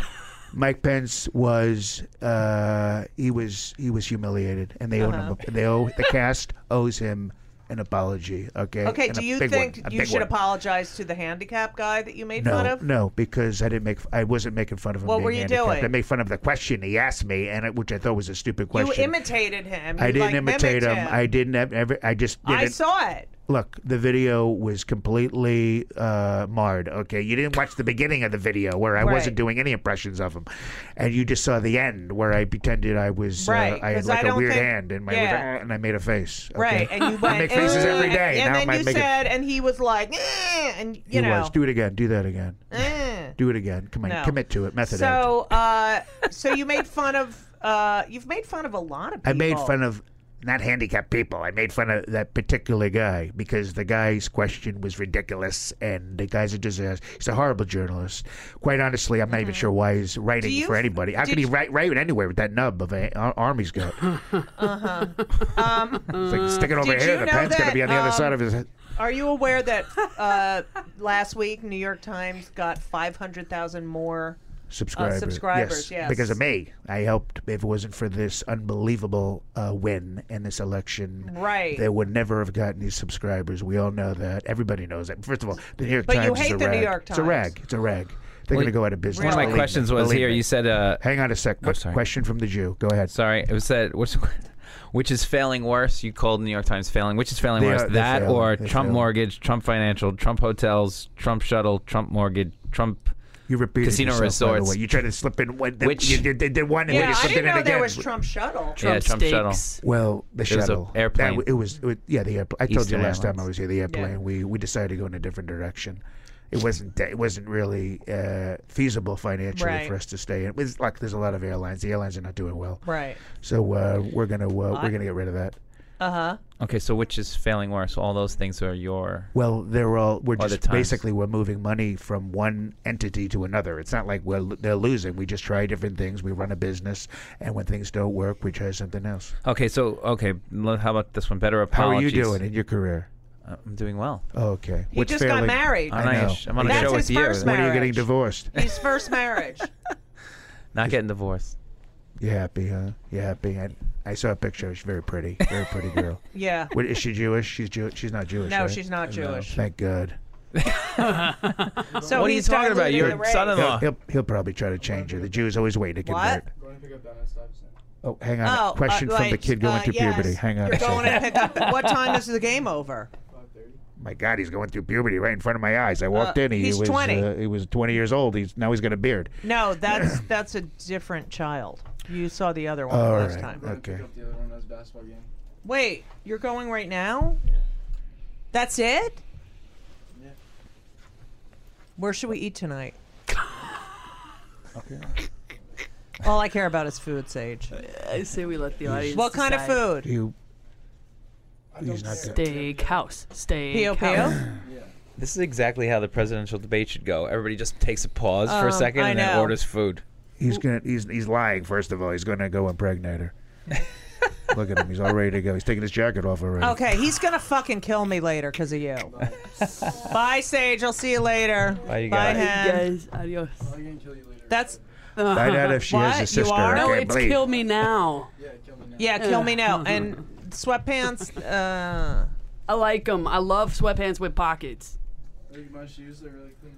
S9: Mike Pence was uh, he was he was humiliated, and they owe
S2: Uh-huh.
S9: him. a- They owe the cast owes him an apology. Okay.
S2: Okay,
S9: And
S2: do
S9: a
S2: you
S9: big
S2: think
S9: one, a
S2: you
S9: big
S2: should
S9: one.
S2: apologize to the handicap guy that you made
S9: No,
S2: fun of?
S9: no, because I didn't make. I wasn't making fun of him.
S2: What
S9: being
S2: were you
S9: handicapped.
S2: doing?
S9: I made fun of the question he asked me, and it, which I thought was a stupid
S2: You
S9: question.
S2: imitated him.
S9: I
S2: You,
S9: didn't
S2: like,
S9: imitate
S2: mimicked
S9: him. I didn't have ever. I just didn't.
S2: I saw it.
S9: Look, the video was completely uh, marred. Okay, you didn't watch the beginning of the video where I
S2: Right.
S9: wasn't doing any impressions of him, and you just saw the end where I pretended I was.
S2: Right,
S9: Uh, I had
S2: 'cause
S9: like
S2: I
S9: a
S2: don't
S9: weird
S2: think-
S9: hand and my
S2: yeah.
S9: and I made a face. okay?
S2: Right, and you went.
S9: [LAUGHS] I make faces
S2: "Eh,"
S9: every day.
S2: And
S9: now
S2: then
S9: I
S2: you
S9: make
S2: said, and he was like, "Eh," and you
S9: it. He
S2: know.
S9: was. Do it again. Do that again.
S2: "Eh."
S9: Do it again. Come on,
S2: No.
S9: commit to it. Method act.
S2: So, uh, so you made fun of. Uh, you've made fun of a lot of people.
S9: I made fun of not handicapped people. I made fun of that particular guy because the guy's question was ridiculous, and the guy's a disaster. He's a horrible journalist. Quite honestly, I'm not even sure why he's writing
S2: Mm-hmm. you
S9: for
S2: f-
S9: anybody. How
S2: did
S9: could he
S2: you-
S9: write write anywhere with that nub of an
S2: [LAUGHS]
S9: army's goat? Uh huh. Um, like stick it over
S2: Uh-huh. did
S9: here.
S2: you
S9: The
S2: know
S9: pen's gonna
S2: that,
S9: be on the other
S2: um,
S9: side of his. head.
S2: Are you aware that uh, last week New York Times got 500,000 more
S9: subscribers.
S2: subscribers, yes.
S9: Because of me. I helped. If it wasn't for this unbelievable uh, win in this election,
S2: Right.
S9: they would never have gotten these subscribers. We all know that. Everybody knows that. First of all, the New York
S2: But you
S9: Times is
S2: hate
S9: a
S2: the New
S9: rag.
S2: York
S9: It's a rag. It's a rag. They're going to go out of business.
S3: One of my
S9: Believe me.
S3: questions was
S9: Believe
S3: here.
S9: me.
S3: You said, uh,
S9: Hang on a sec. What
S3: sorry.
S9: question from the Jew? Go ahead.
S3: sorry, it was said, which, [LAUGHS] which is failing worse? You called New York Times failing. Which is failing
S9: They
S3: worse?
S9: are- they're
S3: that
S9: failing.
S3: or
S9: They're
S3: Trump
S9: failing.
S3: mortgage, Trump financial, Trump hotels, Trump shuttle, Trump mortgage, Trump.
S9: You repeated
S3: Casino
S9: yourself, by the
S3: resorts.
S9: way. You tried to slip in one.
S3: Which-
S9: you did, did, did one and then
S2: Yeah,
S9: you
S2: I
S9: slipped
S2: didn't
S9: in
S2: know
S9: it
S2: there
S9: again.
S2: was Trump shuttle.
S3: yeah, Trump shuttle.
S4: Steaks.
S9: Well, the
S3: was a
S9: shuttle. That
S3: airplane.
S9: w- it was. It was. Yeah, the airplane. I told you
S3: Eastern
S9: last time I
S3: Airlines.
S9: was here. The airplane. We we decided to go in a different direction. It wasn't. that- It wasn't really uh, feasible financially
S2: Right.
S9: for us to stay. It was like there's a lot of airlines. The airlines are not doing well.
S2: Right.
S9: So uh, we're gonna uh, we're gonna get rid of that.
S3: Okay, so which is failing worse? All those things are your.
S9: Well, they're all we're
S3: Or the
S9: just
S3: Times.
S9: basically we're moving money from one entity to another. It's not like we're lo- they're losing. We just try different things. We run a business, and when things don't work, we try something else.
S3: Okay, so okay, l- how about this one? Better
S9: How
S3: apologies.
S9: are you doing in your career?
S3: Uh, I'm doing well.
S9: Oh, okay.
S2: He just got married.
S3: I'm,
S9: I
S3: on a
S9: know.
S3: sh- I'm on a
S2: That's his
S3: show with you.
S2: first
S9: When are you
S2: marriage.
S9: getting divorced?
S2: His first marriage.
S3: Not getting divorced.
S9: [LAUGHS] You happy, huh? You happy? I, I saw a picture. She's very pretty. Very pretty
S3: [LAUGHS]
S9: girl.
S2: Yeah.
S9: What, is she Jewish? She's Jew- She's not Jewish.
S2: No,
S9: right?
S2: she's not Jewish.
S9: Thank God.
S2: So
S3: what are you
S2: he's
S3: talking about?
S2: diluting the
S3: Your
S2: race.
S9: He'll,
S3: son-in-law.
S9: he'll, he'll probably try to change her. The Jews always wait to
S2: What?
S9: convert.
S7: Going to pick up Dennis Stuyvesant.
S9: Oh, hang on.
S2: Oh,
S9: Question
S2: uh,
S9: from the
S2: right,
S9: kid going
S2: uh,
S9: through puberty.
S2: yes.
S9: Hang on.
S2: You're
S9: a [LAUGHS]
S2: going
S9: second.
S2: to pick up. What time is the game over?
S7: Five thirty.
S9: My God, he's going through puberty right in front of my eyes. I walked
S2: Uh,
S9: in. He
S2: he's
S9: was
S2: 20.
S9: Uh, he was 20 years old. He's now he's got a beard.
S2: No, that's that's a different child. You saw the other one
S9: All
S2: last
S9: right.
S2: time.
S7: Going to
S9: Okay.
S7: pick up the other one in his basketball game.
S2: Wait, you're going right now? That's it?
S7: Yeah.
S2: Where should we eat tonight? All I care about is food, Sage.
S4: I say we let the audience.
S2: What kind of
S4: decide.
S2: food?
S9: You. He's not. good.
S4: Steakhouse.
S2: P.O.
S4: Steakhouse.
S2: P.O.?
S3: This is exactly how the presidential debate should go. Everybody just takes a pause for
S2: Um,
S3: a second
S2: I
S3: and then
S2: know.
S3: orders food.
S9: He's gonna. He's he's lying. First of all, he's gonna go impregnate [LAUGHS] her. Look at him. He's all ready to go. He's taking his jacket off already.
S2: Okay, he's going to fucking kill me later because of you. Bye, Sage. I'll see you later.
S3: Bye, you
S2: Bye,
S3: guys.
S2: Hen.
S4: Yes. Adios.
S7: I'm going to kill you later.
S2: That's,
S9: Find out if she
S2: What?
S9: has
S2: You
S9: a sister.
S2: are?
S9: I
S4: No,
S9: can't
S4: it's
S9: believe.
S4: kill me now.
S7: yeah, kill me now.
S2: yeah, kill me now. And sweatpants, uh,
S4: I like them. I love sweatpants with pockets.
S7: Look at my shoes. They're really clean.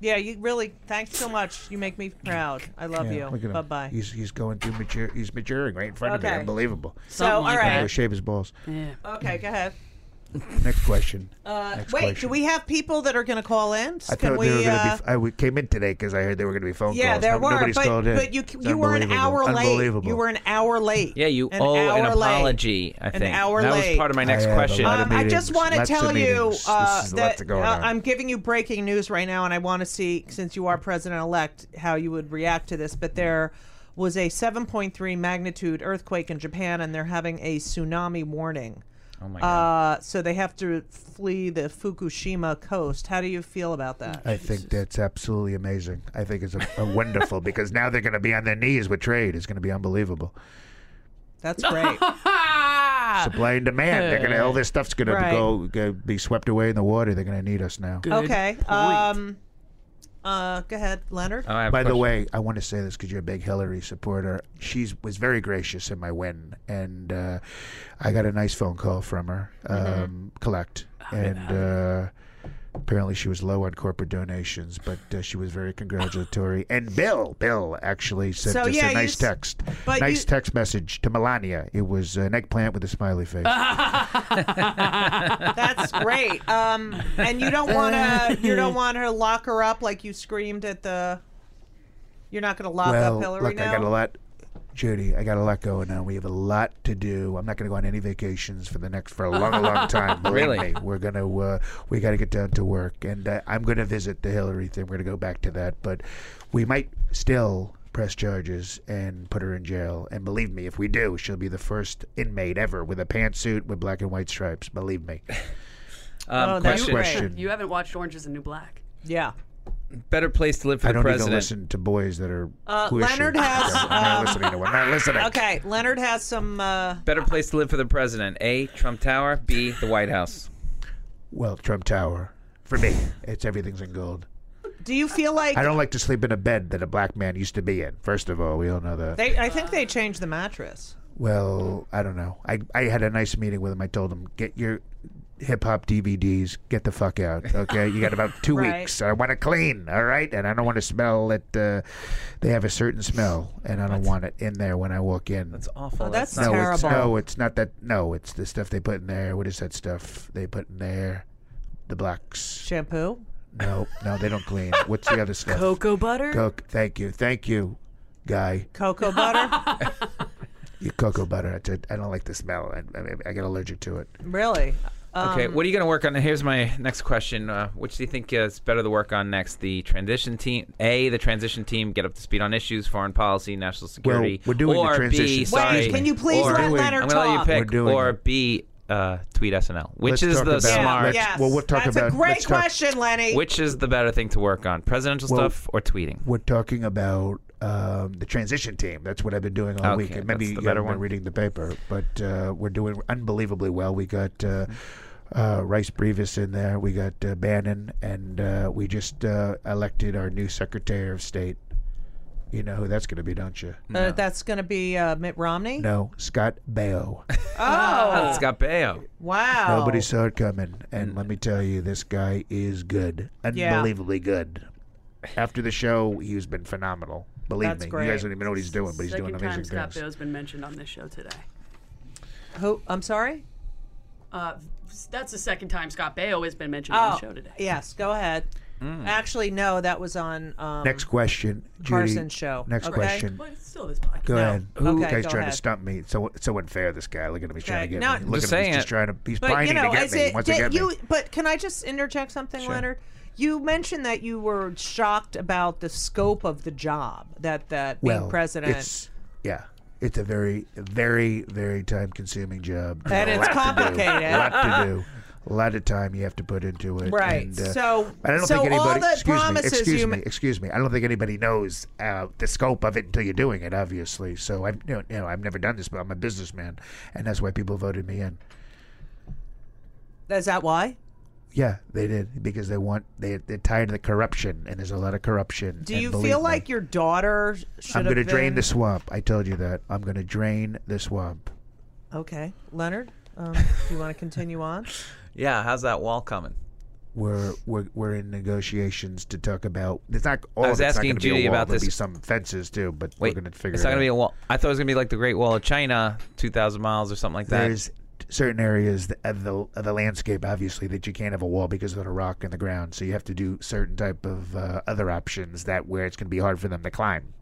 S2: yeah, you really, thanks so much. You make me proud. I love
S9: Yeah, look at
S2: you.
S9: him.
S2: Bye bye.
S9: He's he's going through mature. He's maturing right in front of
S2: Okay.
S9: me. Unbelievable.
S2: So,
S4: Something
S2: all
S4: like
S9: Gotta
S2: right.
S9: Go shave his balls.
S4: Yeah.
S2: Okay, go ahead.
S9: Next question.
S2: Uh,
S9: Next
S2: wait, do
S9: question.
S2: we have people that are going to call in?
S9: I
S2: Can
S9: thought
S2: we?
S9: they were going to
S2: uh,
S9: be. F- I w- came in today because I heard they were going to be phone
S2: yeah,
S9: calls.
S2: there
S9: No-
S2: were,
S9: Nobody's
S2: but,
S9: called in.
S2: but you
S9: It's
S2: you were an
S9: unbelievable.
S2: hour late.
S9: Unbelievable.
S2: You were an hour late.
S3: Yeah, you
S2: an
S3: owe an
S2: hour late.
S3: apology. I
S2: An
S3: think
S2: hour
S3: that
S2: late.
S3: was part of my next
S9: have a
S3: question.
S9: lot of
S2: Um, I just
S9: meetings,
S2: want to
S9: lots of
S2: tell you
S9: meetings.
S2: uh,
S9: Uh, This is a lot
S2: that
S9: to go
S2: uh,
S9: around.
S2: I'm giving you breaking news right now, and I want to see, since you are president elect, how you would react to this. But there was a 7.3 magnitude earthquake in Japan, and they're having a tsunami warning.
S3: oh my god.
S2: Uh, so they have to flee the Fukushima coast. How do you feel about that?
S9: I think that's absolutely amazing. I think it's a, a wonderful because now they're going to be on their knees with trade. It's going to be unbelievable.
S3: [LAUGHS]
S2: That's great.
S9: Supply and demand. They're going to all this stuff's going
S2: Right.
S9: to go, go be swept away in the water. They're going to need us now.
S2: okay. Um. Uh. Go ahead, Leonard.
S3: Oh, I have a
S9: By the
S3: question.
S9: way, I want to say this because you're a big Hillary supporter. She was very gracious in my win, and uh, I got a nice phone call from her,
S2: Mm-hmm.
S9: um, collect, and uh, apparently she was low on corporate donations, but uh, she was very
S2: [LAUGHS]
S9: congratulatory. and Bill, Bill actually sent
S2: So,
S9: us
S2: yeah,
S9: a
S2: you
S9: nice
S2: s-
S9: text,
S2: but
S9: nice
S2: you-
S9: text message to Melania. It was an eggplant with a smiley face.
S2: That's [LAUGHS] great. Um. And you don't want to. You
S9: [LAUGHS]
S2: don't want her to lock her up like you screamed at the. You're not going to lock
S9: well,
S2: up Hillary
S9: look,
S2: now.
S9: I got a lot. Judy, I got a lot going on. We have a lot to do. I'm not going to go on any vacations for the next for a long, long time. Believe
S3: Really?
S9: me. we're gonna uh, we got to get down to work, and uh, I'm going to visit the Hillary thing. We're going to go back to that, but we might still press charges and put her in jail. And believe me, if we do, she'll be the first inmate ever with a pantsuit with black and white stripes. Believe me.
S3: um,
S2: Oh, that's
S3: question.
S2: great.
S4: [LAUGHS]
S9: Question.
S4: You haven't watched Orange is the New Black.
S2: Yeah.
S3: Better place to live for
S9: I
S3: the
S9: don't
S3: president.
S9: even listen to boys that are. Uh,
S2: Leonard has,
S9: not listening to one. Not listening.
S2: [LAUGHS] Okay. Leonard has some. Uh,
S3: Better place to live for the president. A. Trump Tower. B. The White House.
S9: Well, Trump Tower. For me, it's everything's in gold.
S2: Do you feel like
S9: I don't like to sleep in a bed that a black man used to be in. First of all, we all know that.
S2: they? I think they changed the mattress.
S9: Well, I don't know. I, I had a nice meeting with him. I told him, get your hip hop DVDs, get the fuck out. Okay, you got about
S2: [LAUGHS]
S9: two
S2: Right.
S9: weeks. I want to clean, all right, and I don't want to smell it. Uh, they have a certain smell, and I don't want it in there when I walk in.
S3: It's awful.
S2: Oh, that's
S9: no, it's
S2: terrible.
S9: no, it's not that. No, it's the stuff they put in there. What is that stuff they put in there? The blacks.
S2: Shampoo.
S9: No, no, they don't clean. What's the other stuff?
S4: Cocoa butter?
S9: Coke. Thank you, thank you, guy.
S2: Cocoa [LAUGHS] butter?
S9: Your cocoa butter. I, I don't like the smell. I, I, I get allergic to it.
S2: really? Uh,
S3: Okay,
S2: Um,
S3: what are you going to work on? Here's my next question. Uh, which do you think is better to work on next? The transition team, A, the transition team, get up to speed on issues, foreign policy, national security.
S9: we're doing the
S3: or B,
S9: transition.
S3: sorry,
S2: Wait, can you please
S3: or,
S2: let
S9: doing-
S2: Leonard
S3: I'm
S2: talk?
S3: going to let you pick.
S9: We're doing
S3: or
S9: it.
S3: B, uh, tweet SNL. Which
S9: Let's
S3: is
S9: talk
S3: the
S9: about-
S2: Yeah,
S3: smart,
S9: Let's-
S2: yes.
S9: well, we'll talk
S2: That's
S9: about-
S2: a great
S9: let's talk-
S2: question, Lenny.
S3: which is the better thing to work on? Presidential
S9: Well-
S3: stuff or tweeting?
S9: We're talking about um, the transition team. That's what I've been doing all
S3: Okay,
S9: week. And maybe
S3: that's the
S9: you
S3: better
S9: haven't been
S3: one.
S9: reading the paper, but uh, we're doing unbelievably well. We got uh, uh, Rice Brevis in there. We got uh, Bannon, and uh, we just uh, elected our new Secretary of State. You know who that's going to be, don't you?
S2: Uh, that's going to be uh, Mitt Romney.
S9: No, Scott Baio.
S2: Oh,
S3: Scott Baio.
S2: wow.
S9: Nobody saw it coming, and let me tell you, this guy is good,
S2: Mm. Yeah.
S9: unbelievably good. After the show, he's been phenomenal. Believe
S2: That's
S9: me,
S2: great.
S9: you guys don't even know what he's doing, but he's
S4: Second
S9: doing
S4: time
S9: amazing
S4: Scott
S9: things.
S4: Bio's been mentioned on this show today.
S2: Who? I'm sorry.
S4: Uh, that's the second time Scott Baio has been mentioned on
S2: Oh,
S4: the show today.
S2: yes. Go ahead. Actually, no. That was on. Um,
S9: Mm. Next question, Judy.
S2: Carson's show,
S9: Next
S2: okay?
S9: question.
S4: But it's still this podcast.
S9: Go ahead.
S2: Okay,
S9: Who guy's
S2: go
S9: trying
S2: ahead.
S9: to stump me? It's so it's so unfair. This guy. Look at him. He's trying to
S2: Okay,
S9: get
S2: no,
S9: me. Look
S3: Just
S9: at him. He's
S3: saying
S9: just
S3: it.
S9: trying to. He's
S2: But
S9: pining
S2: you know,
S9: to get
S2: is
S9: me.
S2: it
S9: He wants to
S2: did
S9: get
S2: you?
S9: me.
S2: But can I just interject something, Leonard? You mentioned that you were shocked about the scope of the job that that
S9: Well,
S2: being president.
S9: It's, yeah. It's a very, very, very time-consuming job.
S2: And
S9: A
S2: it's
S9: lot to do.
S2: complicated.
S9: A lot to do. A lot of time you have to put into it.
S2: Right.
S9: And, uh,
S2: So-
S9: I don't
S2: so
S9: think
S2: all
S9: anybody.
S2: the
S9: excuse
S2: promises
S9: me. Excuse
S2: you ma-
S9: me. Excuse me. I don't think anybody knows uh, the scope of it until you're doing it. Obviously. So I've you know, you know I've never done this, but I'm a businessman, and that's why people voted me in.
S2: Is that why?
S9: Yeah, they did because they want they they're tired of the corruption, and there's a lot of corruption.
S2: Do
S9: and
S2: you
S9: believe
S2: feel
S9: me,
S2: like your daughter should
S9: I'm
S2: have
S9: going to drain
S2: been-
S9: the swamp? I told you that. I'm going to drain the swamp.
S2: Okay, Leonard, um, do you want to continue
S9: [LAUGHS]
S2: on?
S3: Yeah, how's that wall coming?
S9: We're we're we're in negotiations to talk about. It's not all.
S3: I was
S9: of it's not
S3: asking
S9: gonna be a
S3: Judy
S9: wall.
S3: about
S9: There'll
S3: this-
S9: Be some fences too, but
S3: Wait,
S9: we're going to figure.
S3: it's
S9: it
S3: not going
S9: out.
S3: to be a wall. I thought it was going to be like the Great Wall of China, 2,000 miles or something like that.
S9: There's certain areas th- of the of the landscape, obviously, that you can't have a wall because of the rock and the ground. So you have to do certain type of uh, other options that where it's going to be hard for them to climb.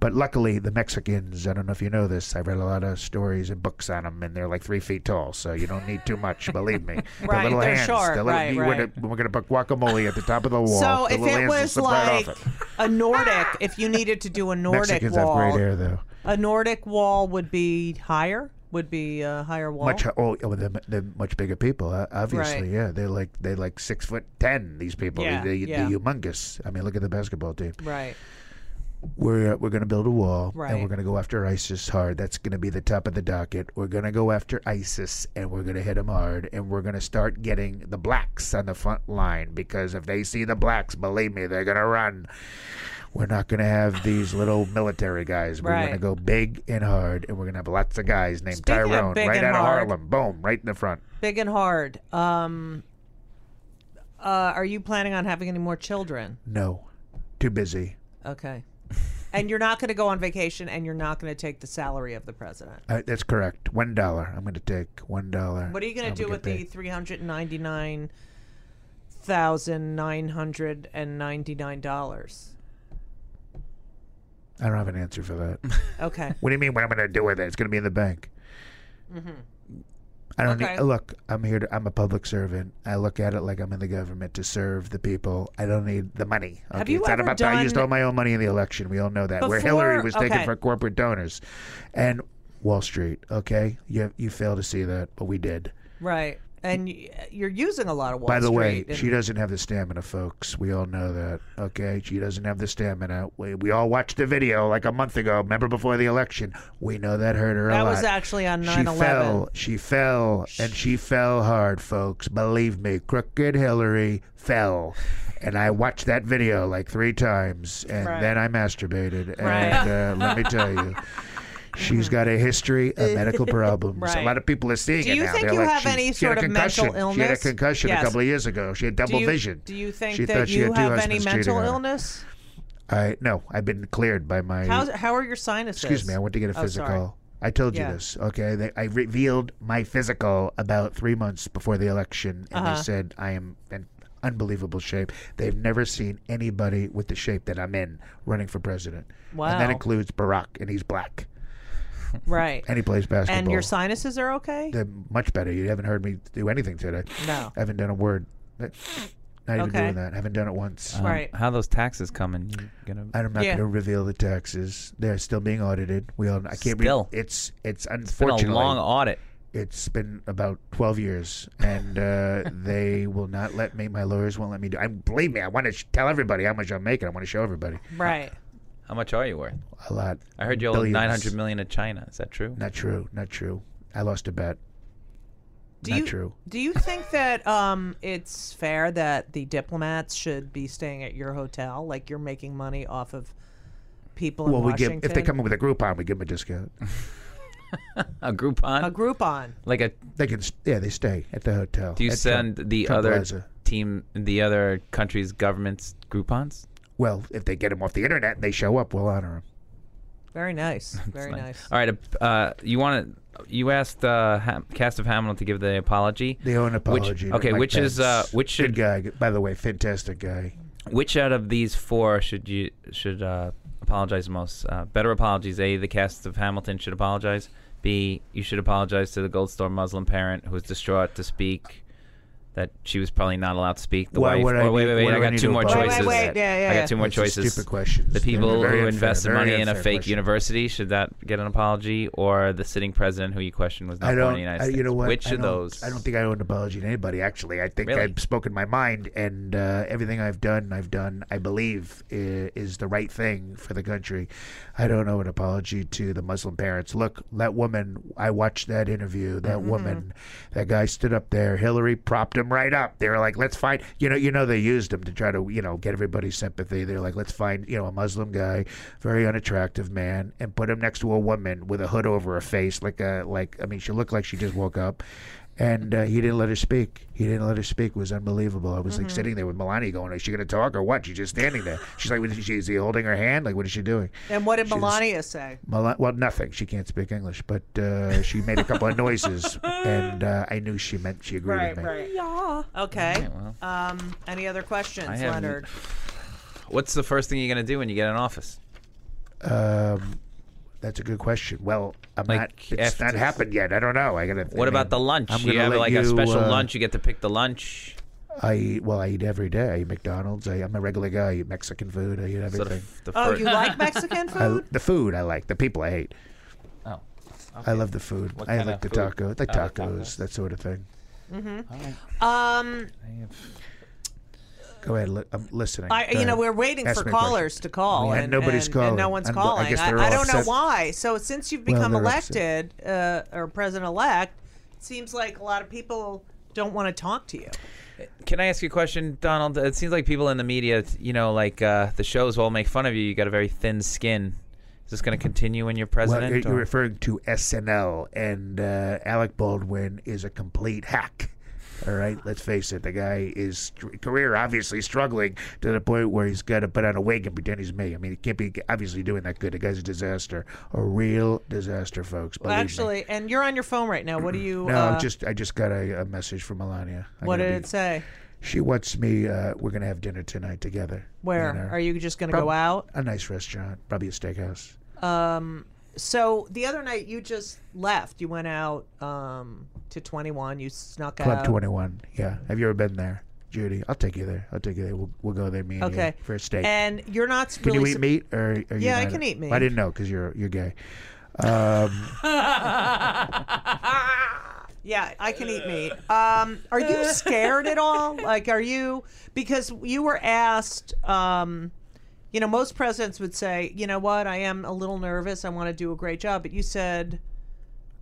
S9: But luckily, the Mexicans. I don't know if you know this. I've read a lot of stories and books on them, and they're like three feet tall, so you don't need too much. Believe
S2: [LAUGHS]
S9: me.
S2: Right,
S9: the little
S2: they're
S9: hands.
S2: short,
S9: The
S2: right,
S9: you
S2: right.
S9: wanna- we're going to put guacamole at the top
S2: [LAUGHS]
S9: of the wall.
S2: so
S9: the
S2: if
S9: little
S2: it
S9: hands will
S2: was
S9: slip right
S2: like
S9: off it.
S2: a Nordic, if you needed to do a Nordic
S9: [LAUGHS] Mexicans
S2: wall,
S9: have great hair, though.
S2: a Nordic wall would be higher. Would be a higher wall.
S9: Much hi- oh, oh, they're, they're much bigger people. uh, Obviously,
S2: Right.
S9: yeah, they're like they're like six foot ten. These people,
S2: Yeah,
S9: they,
S2: yeah.
S9: are humongous. I mean, look at the basketball team.
S2: right.
S9: We're uh, we're gonna build a wall, and
S2: Right.
S9: we're gonna go after ISIS hard. That's gonna be the top of the docket. We're gonna go after ISIS, and we're gonna hit them hard, and we're gonna start getting the blacks on the front line because if they see the blacks, believe me, they're gonna run. We're not
S2: [SIGHS]
S9: gonna have these little military guys. We're
S2: Right.
S9: gonna go big and hard, and we're gonna have lots of guys named
S2: Speaking of
S9: Tyrone
S2: big
S9: right
S2: and
S9: out
S2: hard-
S9: of Harlem. Boom, right in the front.
S2: Big and hard. Um, uh, are you planning on having any more children?
S9: No, too busy.
S2: Okay. and you're not going to go on vacation, and you're not going to take the salary of the president.
S9: Uh, that's correct. One dollar. I'm going to take one dollar.
S2: What are you going
S9: I'm
S2: to do
S9: gonna
S2: with the
S9: pay.
S2: three hundred ninety nine thousand nine hundred and ninety nine dollars?
S9: I don't have an answer for that.
S2: [LAUGHS] Okay.
S9: what do you mean? What I'm going to do with it? It's going to be in the bank. I don't
S2: Mm-hmm. Okay.
S9: need, look. I'm here. To, I'm a public servant. I look at it like I'm in the government to serve the people. I don't need the money. Okay?
S2: Have you
S9: it's not
S2: ever
S9: about that. I used
S2: done-
S9: all my own money in the election. We all know that. Where Hillary
S2: Before-
S9: was taken
S2: okay.
S9: for corporate donors, and Wall Street. Okay, you you fail to see that, but we did.
S2: right. and y- you're using a lot of Wall
S9: By the way,
S2: Street and-
S9: she doesn't have the stamina, folks. We all know that. Okay, she doesn't have the stamina. We, we all watched the video like a month ago. Remember before the election? We know that hurt her
S2: that
S9: a lot.
S2: was actually on
S9: she
S2: 9/11.
S9: fell. She fell, and she fell hard, folks. Believe me, crooked Hillary fell, and I watched that video like three times, and
S2: Right.
S9: then I masturbated.
S2: Right.
S9: And uh, let me tell you, she's got a history of medical problems. A
S2: Right.
S9: lot of people are seeing
S2: Do
S9: it
S2: you
S9: now.
S2: think
S9: They're
S2: you
S9: like,
S2: have
S9: she,
S2: any
S9: she had
S2: sort
S9: a
S2: of mental
S9: concussion. She had a
S2: illness?
S9: concussion
S2: Yes.
S9: a couple of years ago. She had double
S2: do you,
S9: vision.
S2: Do you think
S9: she
S2: that
S9: thought she
S2: you
S9: had two
S2: have any
S9: husbands cheating
S2: mental
S9: on her.
S2: illness?
S9: I no, I've been cleared by my.
S2: How how are your sinuses?
S9: Excuse me, I went to get a
S2: Oh,
S9: physical.
S2: sorry.
S9: I told
S2: Yeah.
S9: you this, okay? They, I revealed my physical about three months before the election, and
S2: Uh-huh.
S9: they said I am in unbelievable shape. They've never seen anybody with the shape that I'm in running for president. And that
S2: Wow.
S9: includes Barack, and he's black,
S2: Right.
S9: and he plays basketball.
S2: And your sinuses are okay?
S9: They're much better. You haven't heard me do anything today.
S2: No.
S9: I haven't done a word. Not even
S2: Okay.
S9: doing that. I haven't done it once.
S3: Um,
S2: Right.
S3: How those taxes coming? You gonna?
S9: I'm not
S2: Yeah.
S9: going to reveal the taxes. They're still being audited. We all. I can't. re-
S3: Still.
S9: it's it's
S3: Been a
S9: unfortunately
S3: long audit.
S9: it's been about 12 years
S3: [LAUGHS]
S9: and uh, they will not let me my lawyers won't let me do I believe me I want to sh- tell everybody how much I'm making I want to show everybody
S2: Right.
S3: How much are you worth?
S9: a lot
S3: I heard you owe
S9: Billions.
S3: 900 million to China. Is that true?
S9: not true not true I lost a bet
S2: Do
S9: not
S2: you
S9: true
S2: do you think that um it's fair that the diplomats should be staying at your hotel like you're making money off of people in
S9: well we
S2: Washington?
S9: give if they come in with a Groupon we give them a
S3: [LAUGHS]
S9: discount
S3: A Groupon?
S2: a Groupon.
S3: like a
S9: they can s- yeah they stay at the hotel
S3: Do you
S9: At
S3: send
S9: Trump-
S3: the
S9: Trump
S3: other
S9: Plaza.
S3: team, the other country's governments Groupons?
S9: well if they get them off the internet and they show up we'll honor them
S2: Very
S9: [LAUGHS]
S2: nice. Very nice.
S3: All right, uh, you want to? You asked uh, Ham, cast of Hamill to give the apology.
S9: they owe an apology
S3: Which,
S9: to
S3: okay,
S9: Mike
S3: which is uh,
S9: Pence.
S3: which should
S9: good guy by the way fantastic guy
S3: which out of these four should you should uh, apologize most? Uh, better apologies: A, the cast of Hamilton should apologize. B, you should apologize to the Gold Star Muslim parent who was distraught to speak. That she was probably not allowed to speak. The
S9: Why
S3: wife.
S9: would I
S3: or wait,
S9: need-
S3: wait,
S9: why
S3: wait!
S9: do
S3: I
S9: I
S3: got
S9: need
S3: two
S9: to
S3: more
S9: apologize?
S3: choices.
S2: Wait, wait, wait, yeah, yeah,
S3: I
S2: yeah.
S3: got two more
S9: That's a
S3: choices.
S9: stupid questions
S3: The
S9: They're
S3: people
S9: very
S3: who
S9: unfair,
S3: invested
S9: very
S3: money in a
S9: unfair
S3: fake
S9: questions.
S3: university should that get an apology, or the sitting president who you questioned was not
S9: I
S3: born in
S9: don't.
S3: the United
S9: I,
S3: States?
S9: you know what?
S3: Which
S9: I
S3: of
S9: don't-
S3: those?
S9: I don't think I owe an apology to anybody. Actually, I think
S3: Really?
S9: I've spoken my mind, and uh, everything I've done, I've done. I believe i- is the right thing for the country. I don't owe an apology to the Muslim parents. Look, that woman. I watched that interview. That woman. That guy stood up there. Hillary propped him right up. They were like, "Let's find." You know. You know. They used him to try to you know get everybody's sympathy. They're like, "Let's find you know a Muslim guy, very unattractive man, and put him next to a woman with a hood over her face, like a like. I mean, she looked like she just woke up." and uh, he didn't let her speak. He didn't let her speak. It was unbelievable. I was like sitting there with Melania, going, "Is she going to talk or what?" She's just standing there. She's like, what is, she, "Is he holding her hand? Like, what is she doing?"
S2: And what did
S9: She's-
S2: Melania say?
S9: Mel- well, nothing. She can't speak English, but uh, she made a couple of noises, and uh, I knew she meant she agreed with me.
S2: Yeah. Okay.
S3: well.
S2: Um, any other questions,
S3: I haven't-
S2: Leonard?
S3: What's the first thing you're gonna do when you get in office?
S9: Um, that's a good question. Well, I'm
S3: Like,
S9: not. It's
S3: after-
S9: not happened yet. I don't know. I gotta.
S3: What about the lunch?
S9: I'm
S3: you
S9: gonna
S3: have
S9: let
S3: like a
S9: you,
S3: special
S9: uh,
S3: lunch. You get to pick the lunch.
S9: I eat. Well, I eat every day. I eat McDonald's. I, I'm a regular guy. I eat Mexican food. I eat everything.
S3: So the, f- the
S2: Oh,
S3: fir-
S2: you
S3: [LAUGHS]
S2: like Mexican
S9: I,
S2: food?
S9: the food I like. The people I hate.
S3: Oh.
S9: I love the food.
S3: What
S9: I
S3: kind
S9: like the
S3: of food?
S9: taco, the
S3: Oh,
S9: tacos,
S3: the tacos.
S9: that sort of thing.
S2: Um,
S9: Go ahead, li- I'm listening.
S2: I,
S9: Go
S2: you know,
S9: ahead.
S2: we're waiting
S9: Ask
S2: for
S9: me a question.
S2: callers to call,
S9: Yeah,
S2: and,
S9: nobody's
S2: and-
S9: calling.
S2: and no one's
S9: I'm- I
S2: calling.
S9: guess
S2: I,
S9: they're
S2: I
S9: all
S2: don't know
S9: upset.
S2: why. So since you've
S9: Well,
S2: become
S9: they're
S2: elected uh, or president elect, it seems like a lot of people don't want to talk to you.
S3: Can I ask you a question, Donald? It seems like people in the media, you know, like uh, the shows will make fun of you. You got a very thin skin. Is this gonna continue when you're
S9: Well, you're,
S3: president?
S9: you're
S3: or-
S9: referring to SNL, and uh, Alec Baldwin is a complete hack. All right, let's face it. The guy is career obviously struggling to the point where he's got to put on a wig and pretend he's me. I mean, he can't be obviously doing that good. The guy's a disaster, a real disaster, folks.
S2: Well,
S9: believe me.
S2: actually, and you're on your phone right now. What do you?
S9: no,
S2: uh,
S9: I'm just I just got a, a message from Melania. I'm
S2: what
S9: gonna
S2: did
S9: be-
S2: it say?
S9: She wants me. Uh, we're gonna have dinner tonight together.
S2: Where
S9: Dinner.
S2: are you just going to
S9: Prob-
S2: go out?
S9: A nice restaurant, probably a steakhouse.
S2: So the other night you just left. You went out um, to 21. You snuck
S9: Club
S2: out.
S9: 21. Yeah. Have you ever been there, Judy? I'll take you there. I'll take you there. We'll, we'll go there, me and
S2: Okay.
S9: you, for a steak.
S2: And you're not
S9: can
S2: really.
S9: you eat
S2: sup-
S9: meat? Or are you
S2: Yeah, I
S9: not-
S2: can eat meat.
S9: I Uh, didn't know because you're you're gay. Um,
S2: Yeah, I can eat meat. Um, are you scared at all? Like, are you because you were asked? Um, you know, most presidents would say, "You know what? I am a little nervous. I want to do a great job," but you said,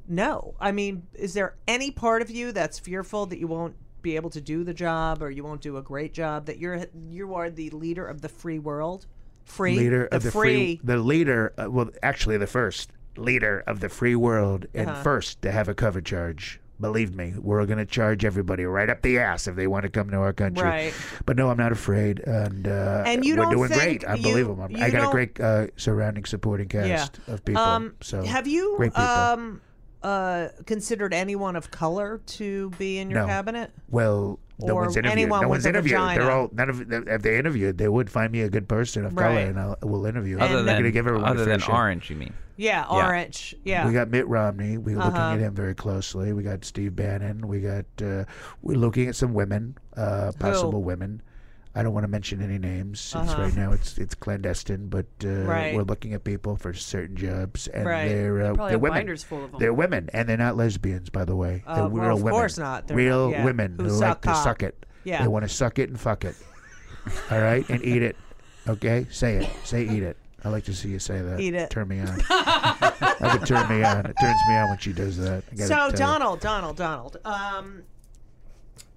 S2: "No." I mean, is there any part of you that's fearful that you won't be able to do the job or you won't do a great job? That you're you are the leader of the free world, free
S9: leader
S2: the
S9: of the
S2: free.
S9: free, the leader. Uh, well, actually, the first leader of the free world, and
S2: Uh-huh.
S9: first to have a cover charge. Believe me, we're going to charge everybody right up the ass if they want to come to our country.
S2: Right.
S9: But no, I'm not afraid, and uh,
S2: And you
S9: we're
S2: don't
S9: doing
S2: think
S9: great. I'm
S2: you-
S9: believable. I'm- I
S2: you
S9: got
S2: don't-
S9: a great uh, surrounding supporting cast of people.
S2: Um,
S9: so
S2: have you
S9: great people.
S2: um, uh, considered anyone of color to be in your
S9: No.
S2: cabinet?
S9: Well, no
S2: Or
S9: one's interviewed.
S2: anyone
S9: No
S2: with
S9: one's
S2: a
S9: interviewed. They're
S2: vagina.
S9: all none of if they interviewed, they would find me a good person of color,
S2: Right.
S9: and I'll, we'll interview.
S3: Other
S9: I'm
S3: than,
S9: not gonna give everyone a
S3: other
S9: fair
S3: than
S9: shake.
S3: orange, you mean?
S2: Yeah,
S3: Yeah.
S2: orange. Yeah. Uh-huh.
S9: We got Mitt Romney. We're looking at him very closely. We got Steve Bannon. We got uh, we're looking at some women, uh, possible women. I don't want to mention any names since right now it's it's clandestine, but uh,
S2: Uh-huh. Right.
S9: we're looking at people for certain jobs, and
S2: Right.
S9: they're uh,
S4: Probably
S9: they're
S4: have
S9: women.
S4: binders full of them.
S9: They're women, and they're not lesbians, by the way.
S2: Uh,
S9: they're
S2: well,
S9: real
S2: of
S9: women.
S2: course not. They're not-
S9: real
S2: yeah.
S9: women
S2: Who
S9: who,
S2: suck
S9: like to
S2: cock.
S9: suck it.
S2: Yeah.
S9: They want to suck it and fuck it. All right, and eat it. Okay, say it. Say eat it. I like to see you say that.
S2: Eat it.
S9: Turn
S2: [LAUGHS]
S9: me on. that would turn me on. It turns me on when she does that. I gotta
S2: so
S9: tell you.
S2: Donald, Donald, Donald. Um,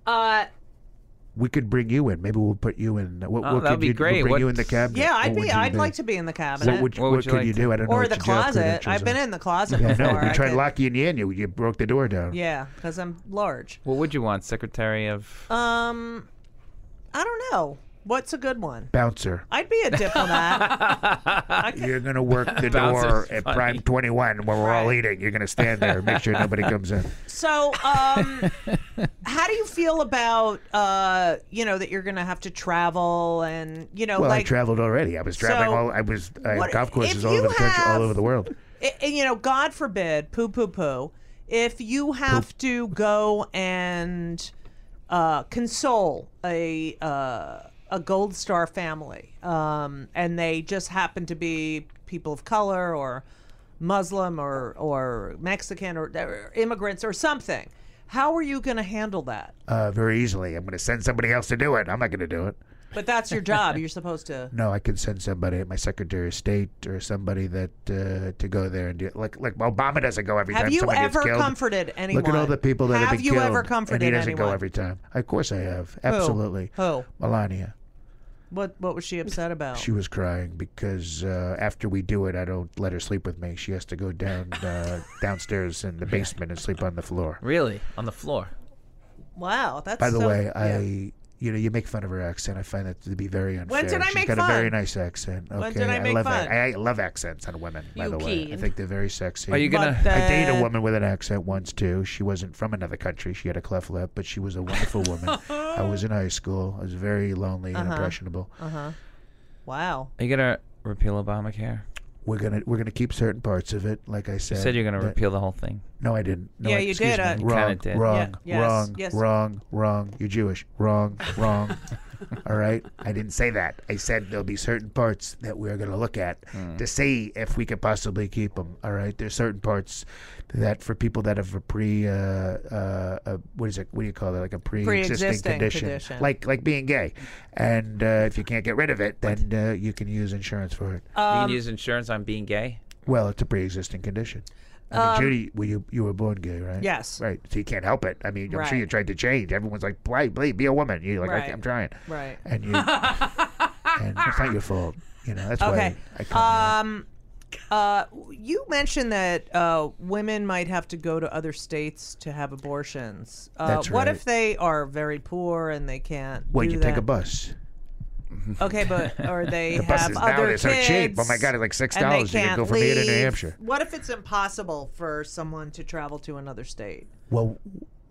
S2: uh,
S9: we could bring you in. Maybe we'll put you in. What,
S3: Oh,
S9: what
S3: that'd
S9: could
S3: be
S9: you,
S3: great.
S9: Bring
S3: What-
S9: you in the cabinet.
S2: yeah,
S9: What
S2: I'd
S9: would
S2: be.
S9: you
S2: I'd
S9: do?
S2: like to be in the cabinet
S9: What would,
S3: What
S9: what
S3: would you
S9: could
S3: like
S9: you
S3: to-
S9: do? I don't know.
S2: or
S9: what
S2: the
S9: your job
S2: closet.
S9: credentials
S2: I've been
S9: are.
S2: in the closet
S9: I
S2: before.
S9: know. We
S2: I
S9: tried
S2: could-
S9: locking you in. You you broke the door down.
S2: Yeah, because I'm large.
S3: What would you want? Secretary of.
S2: Um, I don't know. What's a good one?
S9: Bouncer.
S2: I'd
S9: [LAUGHS]
S2: be a diplomat.
S9: You're gonna work
S3: [LAUGHS]
S9: the door
S3: Bouncer's
S9: at
S3: funny.
S9: prime 21 when we're all
S2: Right.
S9: eating. You're gonna stand there, and make
S2: [LAUGHS]
S9: sure nobody comes in.
S2: so, um, [LAUGHS] how do you feel about uh, you know, that you're gonna have to travel and you know,
S9: Well, I
S2: like
S9: traveled already. I was traveling
S2: So,
S9: all. I was I
S2: what-
S9: had golf
S2: if
S9: courses all
S2: you
S9: over the country,
S2: have-
S9: all over the world.
S2: I- I- eh, you know, God forbid, poo poo poo, if you have to go and uh, console a uh, a Gold Star family, um, and they just happen to be people of color or Muslim or or Mexican or, or immigrants or something, how are you going to handle that?
S9: Uh, very easily. I'm gonna send somebody else to do it. I'm not gonna do it.
S2: But that's your job. You're supposed
S9: [LAUGHS]
S2: to.
S9: No, I can send somebody, my Secretary of State or somebody that uh, to go there and do it. Like like Obama doesn't go every
S2: Have
S9: time
S2: you
S9: somebody
S2: ever
S9: gets killed.
S2: comforted anyone?
S9: Look at all the people that have,
S2: Have
S9: been
S2: you
S9: killed.
S2: ever
S9: and he
S2: comforted
S9: doesn't
S2: anyone?
S9: go every time. Of course I have. Absolutely.
S2: Who?
S9: Melania.
S2: What What was she upset about?
S9: [LAUGHS] She was crying because uh, after we do it, I don't let her sleep with me. She has to go down uh, downstairs
S2: [LAUGHS]
S9: in the basement and sleep on the floor.
S3: Really? On the floor.
S2: wow, that's
S9: By the
S2: so-
S9: way,
S2: yeah.
S9: I you know you make fun of her accent. I find that to be very unfair.
S2: did I
S9: She's
S2: make
S9: got
S2: fun?
S9: a very nice accent. Okay,
S2: did I make
S9: love
S2: fun?
S9: I, I love accents on women. By
S4: You
S9: the way, I
S4: keen.
S9: think they're very sexy.
S3: Are you
S2: But
S3: gonna?
S9: I dated
S2: then-
S9: a woman with an accent once too. She wasn't from another country. She had a cleft lip, but she was a wonderful woman. I was in high school. I was very lonely
S2: Uh-huh.
S9: and impressionable.
S2: Wow.
S3: Are you gonna repeal Obamacare?
S9: We're gonna we're gonna keep certain parts of it. Like I said,
S3: You said you're gonna
S9: that-
S3: repeal the whole thing.
S9: No, I didn't. No,
S2: Yeah,
S9: I-
S2: you
S9: excuse
S2: did,
S9: me.
S2: uh, You
S3: kinda
S9: Wrong,
S3: did.
S9: wrong,
S2: Yeah, yes,
S9: wrong,
S2: yes.
S9: wrong, wrong. You're Jewish. Wrong,
S2: [LAUGHS]
S9: wrong. All right. I didn't say that. I said there'll be certain parts that we're going to look at
S3: Hmm.
S9: to see if we could possibly keep them. All right. There's certain parts that for people that have a pre, uh, uh, uh, what is it? What do you call it? Like a pre-existing,
S2: Pre-existing
S9: condition,
S2: condition.
S9: like like being gay, and uh, if you can't get rid of it, then uh, you can use insurance for it.
S3: you can use insurance on being gay.
S9: Well, it's a pre-existing condition. I mean, Judy, well, you you were born gay, right?
S2: Um, Yes.
S9: Right. So you can't help it. I mean, I'm sure you
S2: Right.
S9: tried to change. Everyone's like, "Play, play, be a woman." You're like, I,
S2: Right.
S9: "I'm trying,"
S2: Right. [LAUGHS]
S9: and you, and it's not your fault. You know, that's
S2: Okay.
S9: why I
S2: Um,
S9: come
S2: uh, you mentioned that uh, women might have to go to other states to have abortions. Uh,
S9: That's
S2: What
S9: right.
S2: if they are very poor and they can't?
S9: Well,
S2: do
S9: you
S2: that?
S9: take a bus.
S2: Okay, but
S9: [LAUGHS]
S2: or they
S9: The
S2: have
S9: buses
S2: other
S9: now they're
S2: kids?
S9: so cheap. Oh my God, it's like six
S2: and they
S9: dollars. You can
S2: can't
S9: go from here to New
S2: leave.
S9: Hampshire.
S2: What if it's impossible for someone to travel to another state?
S9: Well,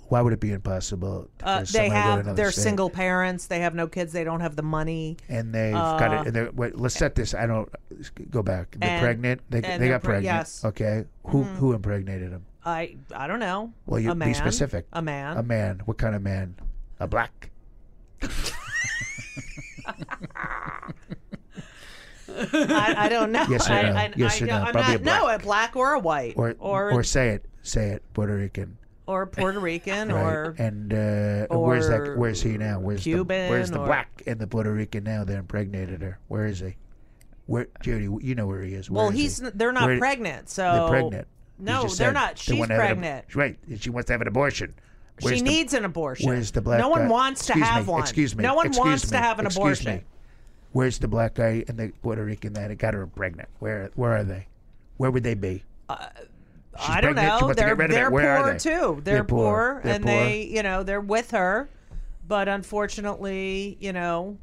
S9: why would it be impossible? for
S2: Uh,
S9: somebody
S2: they
S9: to go to
S2: have
S9: another
S2: they're
S9: state?
S2: single parents. They have no kids. They don't have the money.
S9: and they've got it. And they're, wait, let's set this. I don't go back. They're
S2: Uh, And-
S9: pregnant. They,
S2: and
S9: they
S2: they're
S9: got
S2: pre-
S9: pregnant.
S2: yes.
S9: Okay. Who who impregnated them?
S2: I I don't know.
S9: Well, you
S2: a man,
S9: be specific.
S2: A man.
S9: A man. What kind of man? A black.
S2: I, I don't know.
S9: Yes or
S2: I,
S9: no?
S2: I,
S9: Yes
S2: I
S9: or no?
S2: I'm
S9: Probably
S2: not,
S9: a
S2: No, a black or a white
S9: Or or say it. Say it. Puerto Rican.
S2: or Puerto Rican
S9: [LAUGHS] Right.
S2: or
S9: and uh, where's
S2: or
S9: that? Where's he now? Where's the
S2: Cuban
S9: where's the
S2: or-
S9: black and the Puerto Rican now that impregnated her? Where is he? Where Judy? You know where he is. Where
S2: well,
S9: is
S2: he's
S9: he?
S2: n- they're not
S9: Where-
S2: pregnant, so
S9: They're pregnant. You
S2: No,
S9: just
S2: they're
S9: said
S2: not.
S9: they
S2: She's
S9: want to have an ab-
S2: pregnant.
S9: right? She wants to have an abortion. Where's
S2: she
S9: the-
S2: needs an abortion.
S9: Where's the black?
S2: No one
S9: guy?
S2: wants to
S9: Excuse
S2: have
S9: me,
S2: one.
S9: Excuse me.
S2: No one
S9: excuse
S2: wants to
S9: me,
S2: have an
S9: excuse
S2: abortion.
S9: Me. Where's the black guy and the Puerto Rican that got her pregnant? Where where are they? Where would they be? She's
S2: Uh, I don't
S9: pregnant. She
S2: know.
S9: wants to
S2: They're
S9: get rid of
S2: they're
S9: it. Where are
S2: poor
S9: they?
S2: too. They're,
S9: They're poor. They're
S2: and
S9: poor.
S2: they you know they're with her, but unfortunately you know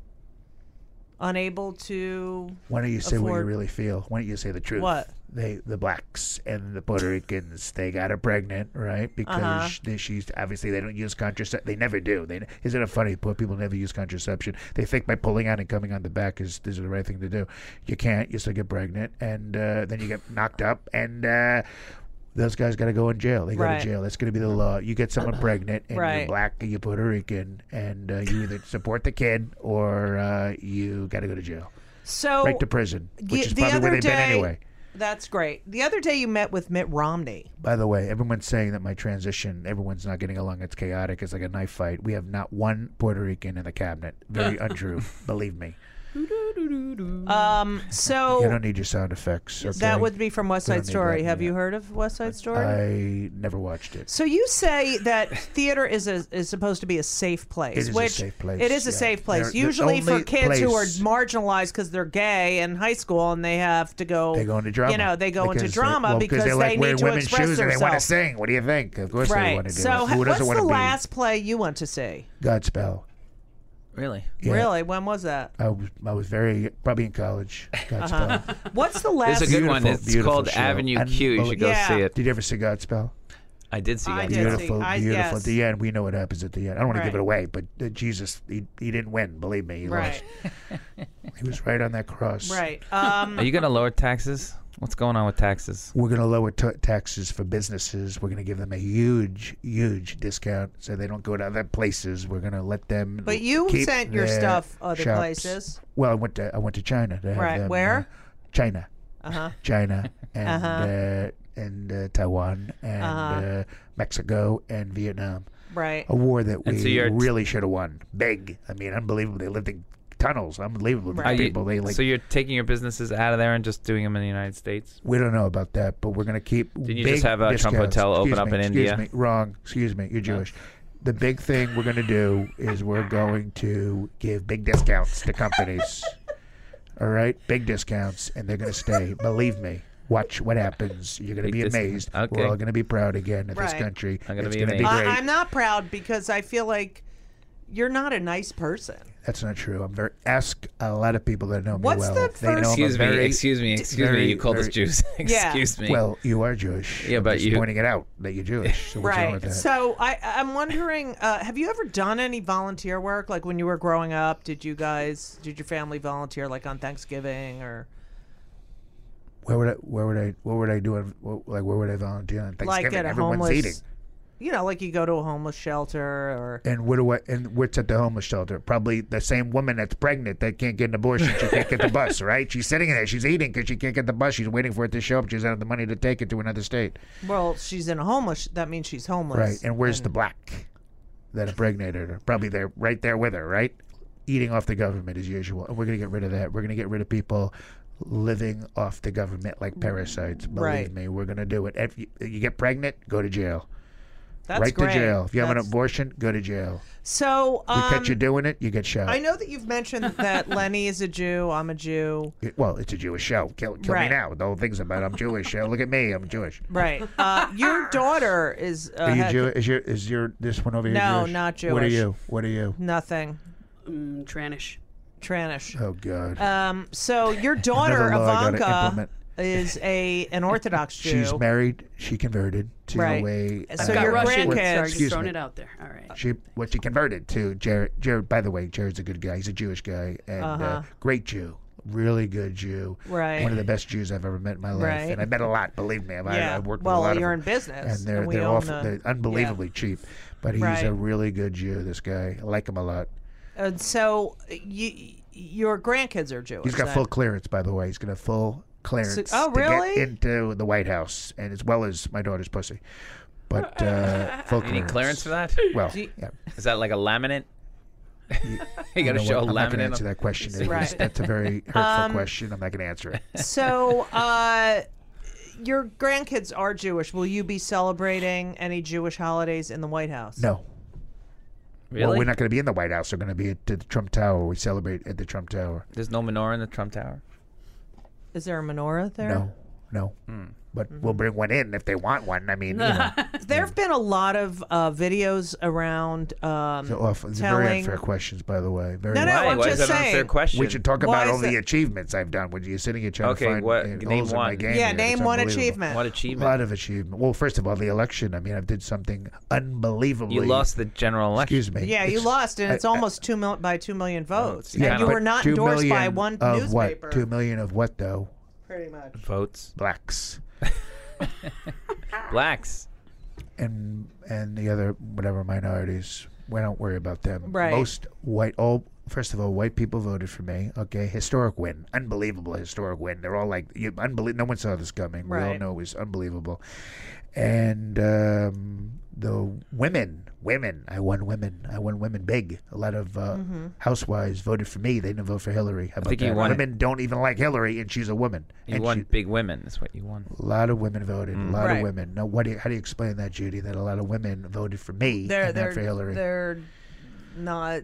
S2: unable to.
S9: Why don't you say what you
S2: afford-
S9: really feel? Why don't you say the truth?
S2: What?
S9: They, the blacks and the Puerto Ricans, they got her pregnant,
S2: Uh-huh.
S9: right? Because they, she's obviously they don't use contraception. They never do. They isn't it funny? Poor people never use contraception. They think by pulling out and coming on the back is is the right thing to do. You can't. You still get pregnant, and uh, then you get knocked up, and uh, those guys got to go in jail. They go
S2: Right.
S9: to jail. That's going to be the law. You get someone pregnant, and
S2: Right.
S9: you're black, and you're Puerto Rican, and uh, you either support the kid or uh, you got to go to jail
S2: So
S9: right to prison, which
S2: Ye-
S9: is probably where they've been anyway.
S2: That's great. The other day you met with Mitt Romney.
S9: By the way, everyone's saying that my transition, everyone's not getting along. It's chaotic. It's like a knife fight. We have not one Puerto Rican in the cabinet.
S2: [LAUGHS]
S9: Very untrue. Believe me.
S2: Um,
S9: Mm. You
S2: so
S9: don't need your sound effects. Okay?
S2: that would be from West
S9: We don't
S2: Side
S9: need
S2: Story.
S9: that,
S2: Have
S9: yeah.
S2: you heard of West Side Story?
S9: I never watched it.
S2: so you say that theater is a, is supposed to be a safe place.
S9: It is a
S2: which
S9: safe place,
S2: It is a
S9: yeah.
S2: safe place.
S9: They're- the
S2: Usually for
S9: only
S2: kids who are
S9: place-
S2: marginalized because they're gay in high school and they have to go.
S9: They go into drama.
S2: You know, they go into
S9: Because they-
S2: drama
S9: well,
S2: because
S9: they like wearing
S2: need to
S9: women's
S2: express
S9: shoes and
S2: themselves.
S9: they want to sing. What do you think? Of course they
S2: Right.
S9: want to do
S2: So
S9: it. Who
S2: ha- what's
S9: doesn't want
S2: the
S9: to be
S2: last play you went to see?
S9: Godspell?
S3: Really?
S9: Yeah.
S2: Really? When was that?
S9: I was, I was very probably
S2: [LAUGHS]
S9: in college.
S2: Uh-huh.
S9: Godspell.
S2: What's the last
S3: There's a good one.
S9: Beautiful,
S3: It's
S9: beautiful
S3: called
S9: show.
S3: Avenue Q. You should go
S2: Unbelievable.
S3: see
S2: Yeah.
S3: it.
S9: Did you ever see Godspell?
S3: I did see
S2: I
S3: that.
S2: did. Yeah, see,
S9: Beautiful,
S2: I-
S9: beautiful.
S2: yes.
S9: At the end, we know what happens at the end. I don't want to give
S2: Right.
S9: it away, but uh, Jesus, he, he didn't win. Believe me, he
S2: Right.
S9: lost. He was right on that cross.
S2: Right. Um,
S9: [LAUGHS]
S3: Are you going to lower taxes? What's going on with taxes?
S9: We're going to lower t- taxes for businesses. We're going to give them a huge, huge discount so they don't go to other places. We're going to let them.
S2: But you
S9: keep
S2: sent your
S9: their
S2: stuff other
S9: shops.
S2: places.
S9: Well, I went to I went to China. To have
S2: Right,
S9: them,
S2: where?
S9: uh, China.
S2: Uh-huh. [LAUGHS]
S9: China and uh and uh, Taiwan and
S2: Uh-huh.
S9: uh, Mexico and Vietnam.
S2: right.
S9: a war that we
S3: And so you're-
S9: really should have won. Big. I mean, unbelievable. They lived in tunnels. Unbelievable. These
S3: Are you-
S9: people. They like.
S3: so you're taking your businesses out of there and just doing them in the United States?
S9: we don't know about that, but we're gonna keep. Did
S3: Didn't you just have a Trump hotel open up in India?
S9: Me, wrong. Excuse me. You're Jewish. The big thing we're gonna do is we're going to give big discounts to companies. All right, big discounts, and they're gonna stay. Believe me. Watch what happens. You're going to
S3: Big
S9: be
S3: discount.
S9: amazed.
S3: Okay.
S9: We're all going to be proud again of this
S2: Right.
S9: country.
S3: I'm gonna
S9: it's
S3: be
S9: going to be
S3: amazed.
S9: great.
S2: I, I'm not proud because I feel like you're not a nice person.
S9: That's not true. I'm very. Ask a lot of people that know me
S2: What's
S9: well.
S2: the
S9: they know I'm
S2: first-
S9: a
S3: Excuse me.
S9: very-
S3: excuse me. Excuse me.
S9: very-
S3: You called us
S9: very-
S3: [LAUGHS] Jews. excuse me.
S9: Well, you are Jewish.
S3: Yeah,
S9: I'm
S3: but
S9: just
S3: you-
S9: pointing it out that you're Jewish. So what's wrong with
S2: Right.
S9: that?
S2: So I, I'm wondering, uh, have you ever done any volunteer work? Like when you were growing up, did you guys, did your family volunteer like on Thanksgiving or
S9: where would I? Where would I? What would I do? on- what- Like where would I volunteer on
S2: like
S9: Thanksgiving?
S2: at a
S9: Everyone's
S2: homeless,
S9: eating.
S2: you know, like you go to a homeless shelter or
S9: And where do I? And what's at the homeless shelter? Probably the same woman that's pregnant that can't get an abortion. She can't get the bus, [LAUGHS] right? She's sitting there. She's eating because she can't get the bus. She's waiting for it to show up. She doesn't have the money to take it to another state,
S2: well, she's in a homeless. That means she's
S9: right?
S2: homeless.
S9: And where's the black that impregnated her? Probably there, right there with her, right? Eating off the government as usual. And we're gonna get rid of that. We're gonna get rid of people living off the government like parasites. Believe
S2: Right.
S9: me, we're gonna do it. If you, you get pregnant, go to jail.
S2: That's
S9: right
S2: great.
S9: to jail. If you have an
S2: That's-
S9: abortion, go to jail.
S2: So
S9: We
S2: um,
S9: catch you doing it, you get shot.
S2: I know that you've mentioned
S9: [LAUGHS]
S2: that Lenny is a Jew. I'm a Jew.
S9: It- well, it's a Jewish show. Kill, kill
S2: Right.
S9: me now. The whole thing's about I'm Jewish. Uh, look at me, I'm Jewish.
S2: Right. Uh,
S9: [LAUGHS]
S2: your daughter is. Uh,
S9: Are you
S2: had-
S9: Jewish? Is your is your this one over here?
S2: No,
S9: Jewish?
S2: not
S9: What are
S2: Jewish.
S9: you? What are you?
S2: Nothing.
S4: Mm, Tranish.
S2: Tranish.
S9: Oh God.
S2: Um, so your daughter
S9: Another law [LAUGHS] I gotta
S2: Ivanka
S9: implement.
S2: is a an
S9: [LAUGHS]
S2: Orthodox Jew.
S9: She's married. She converted to
S2: Right.
S9: a.
S2: So
S4: Got
S2: your grandkids-
S4: Russian. Sorry, just
S9: Excuse
S4: throwing
S9: me.
S4: it out there. All right.
S9: She what she converted to Jared. Jared, by the way, Jared's a good guy. He's a Jewish guy and uh, great Jew, really good Jew.
S2: Uh-huh. Right.
S9: One of the best Jews I've ever met in my life,
S2: Right.
S9: and I met a lot. Believe me, I've, I-
S2: Yeah.
S9: I've worked
S2: Well,
S9: with a lot
S2: you're
S9: of
S2: in
S9: them.
S2: business,
S9: and they're
S2: and we
S9: they're
S2: own
S9: awful-
S2: the-
S9: they're unbelievably cheap. But he's
S2: Right.
S9: a really good Jew. This guy, I like him a lot.
S2: and so you, your grandkids are Jewish.
S9: He's got
S2: then.
S9: full clearance, by the way. He's got a full clearance
S2: oh,
S9: to
S2: really?
S9: get into the White House, and as well as my daughter's pussy.
S2: [LAUGHS]
S9: but uh, full
S3: You need clearance for that?
S9: Well,
S2: Do you-
S9: yeah.
S3: Is that like a laminate? [LAUGHS] you got to
S9: You know
S3: show
S9: what? I'm
S3: a
S9: not going
S3: laminate.
S9: to answer
S3: on-
S9: that
S3: [LAUGHS]
S9: question. It was-
S2: Right.
S9: That's a very hurtful
S2: Um,
S9: question. I'm not going to answer it. [LAUGHS]
S2: So, uh, your grandkids are Jewish. Will you be celebrating any Jewish holidays in the White House?
S9: No.
S3: Really?
S9: Well, we're not going to be in the White House. We're going to be at the Trump Tower. We celebrate at the Trump Tower.
S3: There's no menorah in the Trump Tower.
S2: Is there a menorah there? Mm-hmm.
S9: No, no.
S3: Hmm.
S9: But we'll bring one in if they want one. I mean,
S2: [LAUGHS]
S9: you know,
S2: There have been a lot of uh, videos around. Um,
S9: oh, it's awful. It's very
S2: telling-
S9: unfair questions, by the way. Very.
S2: No, no,
S3: Why?
S2: I'm
S3: Why
S2: just
S3: is that an
S2: saying.
S3: unfair question?
S9: We should talk
S2: Why
S9: about
S2: is
S9: all
S2: it-
S9: the achievements I've done. When you're sitting here trying
S3: Okay,
S9: to find
S3: what-
S9: uh,
S3: name
S9: holes in my
S3: one.
S9: game
S2: Yeah,
S9: here.
S2: name
S9: It's
S2: one
S9: unbelievable.
S2: achievement.
S3: What
S9: A
S3: achievement?
S9: lot of achievement. Well, first of all, the election. I mean, I did something unbelievably.
S3: You lost the general election.
S9: Excuse me.
S2: Yeah, you
S9: It's-
S2: lost, and
S9: I-
S2: it's Oh, almost two mil- by two million votes,
S3: yeah,
S2: and you
S9: but
S2: were not
S9: two
S2: endorsed by
S9: million
S2: one
S9: of
S2: newspaper.
S9: What? Two million of what though?
S2: Pretty much.
S3: Votes.
S9: Blacks
S3: Blacks.
S9: and and the other whatever minorities. We don't worry about them.
S2: Right.
S9: Most white all. First of all, white people voted for me. Okay, historic win, unbelievable historic win. They're all like, you, unbelievable. No one saw this coming. We all
S2: Right.
S9: know it was unbelievable. And um, the women, women, I won women. I won women big. A lot of uh,
S2: Mm-hmm.
S9: housewives voted for me. They didn't vote for Hillary. How about
S3: think you
S9: that?
S3: won it.
S9: women don't even like Hillary, and she's a woman.
S3: You
S9: and
S3: won
S9: she-
S3: big women. That's what you won.
S9: a lot of women voted.
S3: Mm.
S9: A lot
S2: Right.
S9: of women. Now, what do you, how do you explain that, Judy? That a lot of women voted for me
S2: [LAUGHS] They're
S9: and
S2: they're
S9: not for Hillary.
S2: they're not.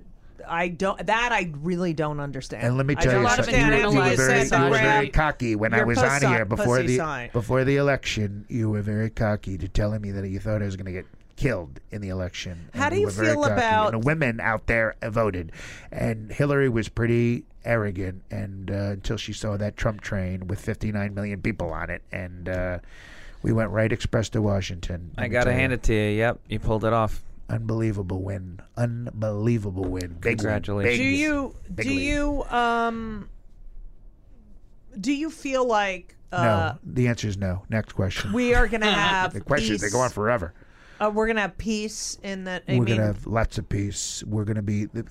S2: I don't. That I really don't understand.
S9: and let me
S2: I
S9: tell
S2: don't
S9: you,
S4: lot of
S9: something, you were
S2: understand.
S9: very,
S4: analysis
S2: Sandra
S9: you were very
S2: Graham.
S9: cocky when I
S2: Your
S9: was on
S2: pussy-
S9: here before
S2: pussy
S9: the
S2: sign.
S9: before the election. You were very cocky to telling me that you thought I was going to get killed in the election.
S2: How
S9: and
S2: do you
S9: were very
S2: feel
S9: cocky.
S2: about-
S9: and the women out there voted, and Hillary was pretty arrogant, and uh, until she saw that Trump train with 59 million people on it, and uh, we went right express to Washington.
S3: I gotta hand it to you. Yep, you pulled it off.
S9: unbelievable win. Unbelievable win. Big win.
S3: Congratulations.
S9: Big.
S2: Do you
S9: Big
S2: do
S9: league.
S2: you um do you feel like uh,
S9: no. The answer is no. Next question.
S2: we are [LAUGHS] gonna have
S9: the questions they
S2: peace-
S9: go on forever.
S2: uh, we're gonna have peace in that. I
S9: we're
S2: mean,
S9: gonna have lots of peace. We're gonna be. The,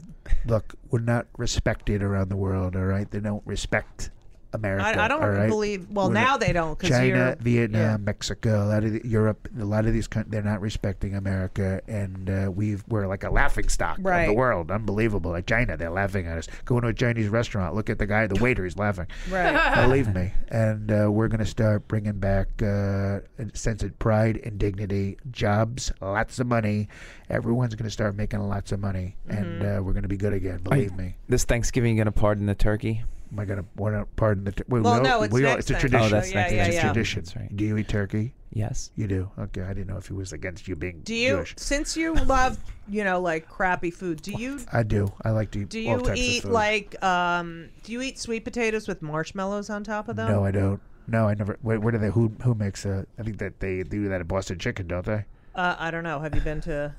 S9: look, we're not respected around the world. All right, they don't respect America.
S2: I, I don't
S9: all right?
S2: believe. Well,
S9: We're-
S2: now they don't. Cause
S9: China,
S2: you're-
S9: Vietnam,
S2: yeah.
S9: Mexico, a lot of the, Europe, a lot of these countries, they're not respecting America, and uh, we've we're like a laughing stock of
S2: Right.
S9: the world. Unbelievable! Like China, they're laughing at us. Go into a Chinese restaurant, look at
S2: [LAUGHS]
S9: the guy, the waiter, he's laughing.
S2: Right. [LAUGHS]
S9: Believe me, and uh, we're going to start bringing back uh, a sense of pride and dignity, jobs, lots of money. Everyone's going to start making lots of money,
S2: Mm-hmm.
S9: and uh, we're going to be good again. Believe me.
S10: This Thanksgiving, you gonna pardon the turkey?
S9: Am I going to want to pardon the? T- we,
S2: Well,
S9: we all-
S2: no, it's
S9: we all-
S2: next
S9: it's a
S2: time.
S9: tradition.
S10: Oh, that's
S2: yeah,
S10: next
S2: yeah,
S10: time.
S9: It's a
S2: yeah.
S9: tradition.
S10: That's right.
S9: Do you eat turkey?
S10: Yes.
S9: You do. Okay, I didn't know if he was against you being
S2: Do you
S9: Jewish.
S2: since you love you know like crappy food? Do you
S9: I do. I like to eat.
S2: do
S9: all
S2: you
S9: types of
S2: eat
S9: food.
S2: like um do you eat sweet potatoes with marshmallows on top of them?
S9: No, I don't. No, I never. Where, where do they? Who who makes a? I think that they do that at Boston Chicken, don't they?
S2: uh, I don't know. Have you been to?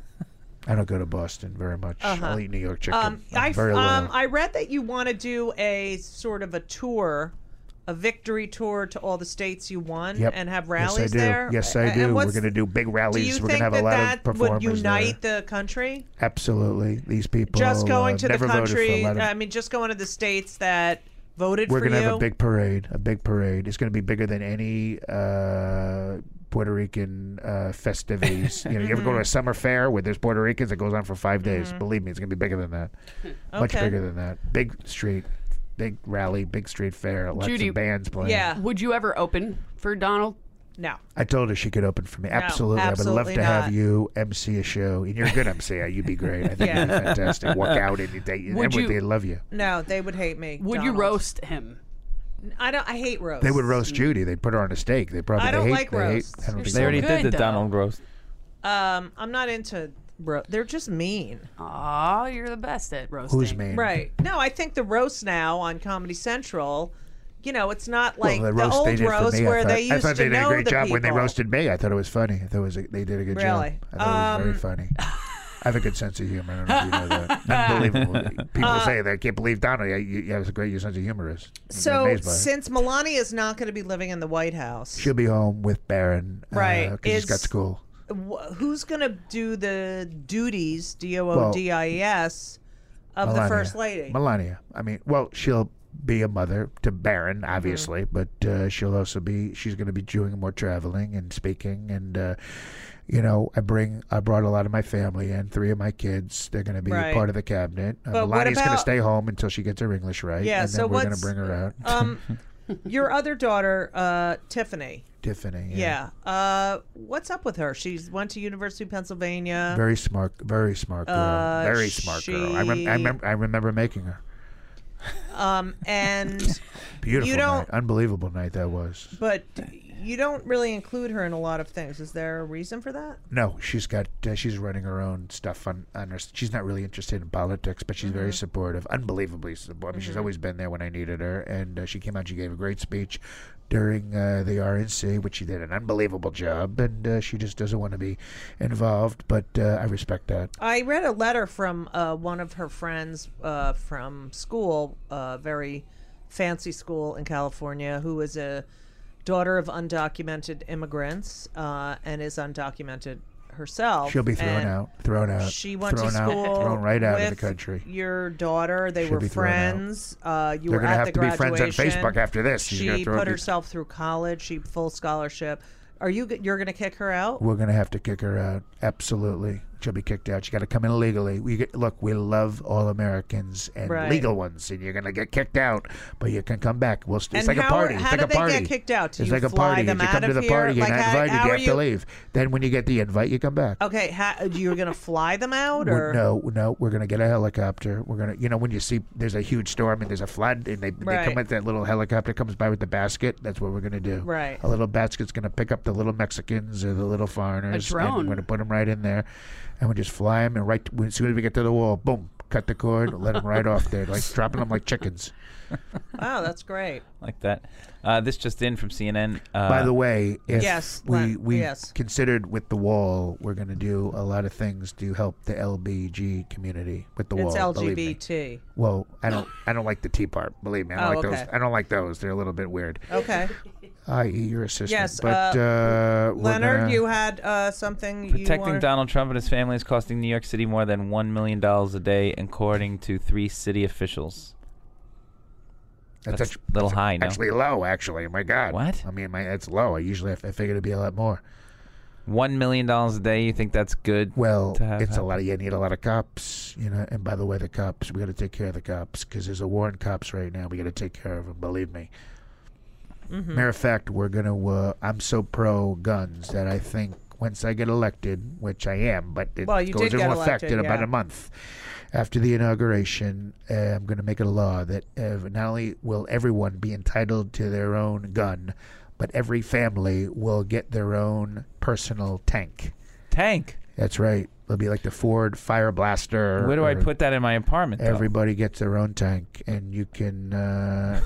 S9: I don't go to Boston very much. I'll eat New York chicken.
S2: Um,
S9: I'm
S2: I
S9: very
S2: um,
S9: loyal.
S2: I read that you want to do a sort of a tour, a victory tour to all the states you won,
S9: Yep.
S2: and have
S9: Yes,
S2: rallies
S9: I do.
S2: there.
S9: Yes, I
S2: And
S9: do. We're
S2: what's-
S9: going to do big
S2: Do
S9: rallies.
S2: you
S9: We're
S2: think
S9: going to have
S2: that
S9: a lot
S2: that
S9: of performers
S2: would unite
S9: there.
S2: the country?
S9: Absolutely, these people
S2: Just going
S9: uh,
S2: to the
S9: never voted for a
S2: country.
S9: lot of-
S2: I mean, just going to the states that voted
S9: We're
S2: for
S9: gonna
S2: you.
S9: have a big parade. A big parade. It's going to be bigger than any uh, Puerto Rican uh,
S2: [LAUGHS]
S9: festivities. you know, you ever go to a
S2: Mm-hmm.
S9: summer fair where there's Puerto Ricans? It goes on for 5 days. Believe me, it's going to be bigger
S2: [LAUGHS]
S9: than that. Much
S2: Okay.
S9: bigger than that. Big street, big rally, big street fair. Lots
S4: Judy-
S9: of bands playing.
S2: yeah.
S4: Would you ever open for Donald?
S2: No.
S9: I told her she could open for me. Absolutely. I would love
S2: absolutely
S9: to
S2: not.
S9: have you MC a show. And you're a good MC. You'd be great. I think you'd
S2: Yeah.
S9: be fantastic. Walk out and they,
S4: Would
S9: everybody,
S4: you-
S9: they'd love you.
S2: No, they would hate me.
S4: Would you
S2: Donald.
S4: roast him?
S2: I don't. I hate roast.
S9: They would roast Judy. They'd put her on a stake. They probably
S2: I don't
S9: they
S2: like
S9: hate, they hate-
S2: roasts.
S9: I don't think
S3: They already
S4: good,
S3: did the
S4: though.
S3: Donald roast.
S2: Um, I'm not into. Ro- they're just mean.
S4: Aw, you're the best at roasting.
S9: Who's mean?
S2: Right. No, I think the roast now on Comedy Central, you know, it's not
S9: Well,
S2: like
S9: the
S2: the,
S9: roast they
S2: old
S9: did
S2: roast
S9: for me,
S2: where
S9: I thought,
S2: they used
S9: I thought
S2: to
S9: they did
S2: know
S9: a great
S2: the
S9: job
S2: people.
S9: when they roasted me. I thought it was funny. I thought it was a, they did a good job.
S2: Really? Um,
S9: I thought it was very funny. I have a good sense of humor. I don't know if you
S2: [LAUGHS]
S9: know that. Unbelievable. People
S2: Uh,
S9: say that I can't believe Donald. You, you have a great your sense of humor is. I'm
S2: So
S9: amazed by it.
S2: since Melania is not going to be living in the White House,
S9: she'll be home with Barron.
S2: Right.
S9: Because she's got
S2: Is-
S9: school.
S2: wh- who's going to do the duties, D O O D I E S, of the First Lady?
S9: Melania. I mean, well, she'll be a mother to Baron,
S2: Mm-hmm.
S9: obviously, but uh, she'll also be she's going to be doing more traveling and speaking and uh, you know, I bring I brought a lot of my family in, three of my kids. They're going to be
S2: Right.
S9: part of the cabinet. Uh,
S2: But what
S9: Melania's going
S2: about-
S9: to stay home until she gets her English right,
S2: Yeah,
S9: and then
S2: so
S9: we're going to
S2: what's-
S9: bring her out.
S2: Um, your other daughter, uh, Tiffany.
S9: Tiffany,
S2: Yeah. Uh, what's up with her? She's went to University of Pennsylvania.
S9: Very smart, very smart girl,
S2: Uh,
S9: very smart girl. I, rem- I,
S2: she-
S9: remember, I remember making her
S2: Um,
S9: [LAUGHS]
S2: and
S9: beautiful
S2: You don't.
S9: night, unbelievable night that was.
S2: But you don't really include her in a lot of things. Is there a reason for that?
S9: No, she's got uh, she's running her own stuff on on her. She's not really interested in politics, but she's very
S2: Mhm.
S9: supportive, unbelievably supportive. I mean, she's
S2: Mhm.
S9: always been there when I needed her, and uh, she came out. She gave a great speech during uh, the RNC, which she did an unbelievable job, and uh, she just doesn't want to be involved. But uh, I respect that.
S2: I read a letter from uh, one of her friends uh, from school, uh, very fancy school in California, who is a daughter of undocumented immigrants uh, and is undocumented herself.
S9: She'll be thrown
S2: Oh, And
S9: out, thrown out,
S2: She went
S9: Uh, thrown
S2: to
S9: out,
S2: school,
S9: thrown right out of the
S2: with
S9: country.
S2: Your daughter, they
S9: She'll
S2: were
S9: be thrown out.
S2: friends. Uh, you
S9: They're
S2: were
S9: gonna
S2: at
S9: have
S2: the
S9: to be friends on
S2: graduation.
S9: Facebook after this. She's gonna
S2: She
S9: throw
S2: put
S9: these-
S2: herself through college. She full scholarship. Are you g- you're going to kick her out?
S9: We're gonna have to kick her out. Absolutely, she'll be kicked out. She got to come in illegally. We get, look, we love all Americans and
S2: Right.
S9: legal ones, and you're gonna get kicked out, but you can come back. We'll st- it's
S2: And
S9: like a
S2: how-
S9: party.
S2: how
S9: it's like
S2: do
S9: a
S2: they get
S9: party.
S2: kicked out? Do
S9: it's
S2: you
S9: like a
S2: fly
S9: party.
S2: them
S9: if you come
S2: out
S9: to
S2: of
S9: the
S2: here?
S9: party, you're
S2: Like,
S9: not
S2: how-
S9: invited.
S2: how
S9: you
S2: are
S9: have
S2: you-
S9: to leave. Then when you get the invite, you come back.
S2: Okay, ha- you're going to fly them out
S9: We're-
S2: or
S9: no, no, we're gonna get a helicopter. We're gonna, you know, when you see there's a huge storm and there's a flood, and they, they
S2: Right.
S9: come with that little helicopter comes by with the basket. That's what we're gonna do.
S2: Right.
S9: A little basket's gonna pick up the little Mexicans or the little foreigners.
S4: drone.
S9: And we're gonna put them right in there, and we just fly them and right as soon as we get to the wall, boom, cut the cord, let them right off there,
S2: [LAUGHS]
S9: like dropping them like chickens.
S2: Wow, that's great.
S3: like that. Uh, this just in from CNN. Uh,
S9: By the way, if
S2: Yes,
S9: we
S2: Len-
S9: we
S2: yes.
S9: considered with the wall, we're going to do a lot of things to help the LBG community with the
S2: It's
S9: wall. believe me.
S2: LGBT.
S9: Well, I don't I don't like the tea part. Believe me, I don't
S2: Oh,
S9: like
S2: okay.
S9: those. I don't like those. They're a little bit weird.
S2: Okay.
S9: I.e., your assistant.
S2: Yes,
S9: but
S2: uh,
S9: uh, we're
S2: Leonard,
S9: gonna-
S2: you had uh, something you
S3: Protecting
S2: wanted...
S3: Donald Trump and his family is costing New York City more than $1 million a day, according to three city officials.
S9: That's
S3: That's
S9: actu-
S3: a little
S9: that's
S3: high, no?
S9: actually low. Actually, my God.
S3: What?
S9: I mean, my that's low. I usually I figured it'd be a lot more.
S3: $1 million a day, you think that's good?
S9: Well,
S3: to have
S9: it's
S3: happen?
S9: a lot of you need a lot of cops, you know. And by the way, the cops, we got to take care of the cops because there's a war on cops right now. We got to take care of them. Believe me.
S2: Mm-hmm.
S9: Matter of fact, we're gonna. Uh, I'm so pro guns that I think once I get elected, which I am, but it
S2: Well, you
S9: goes
S2: did
S9: into
S2: get
S9: effect
S2: elected,
S9: in about
S2: yeah.
S9: a month after the inauguration. Uh, I'm gonna make a law that uh, not only will everyone be entitled to their own gun, but every family will get their own personal tank.
S3: Tank.
S9: That's right. It'll be like the Ford Fire Blaster.
S3: Where do I
S9: or-
S3: put that in my apartment? though?
S9: Everybody gets their own tank, and you can. Uh,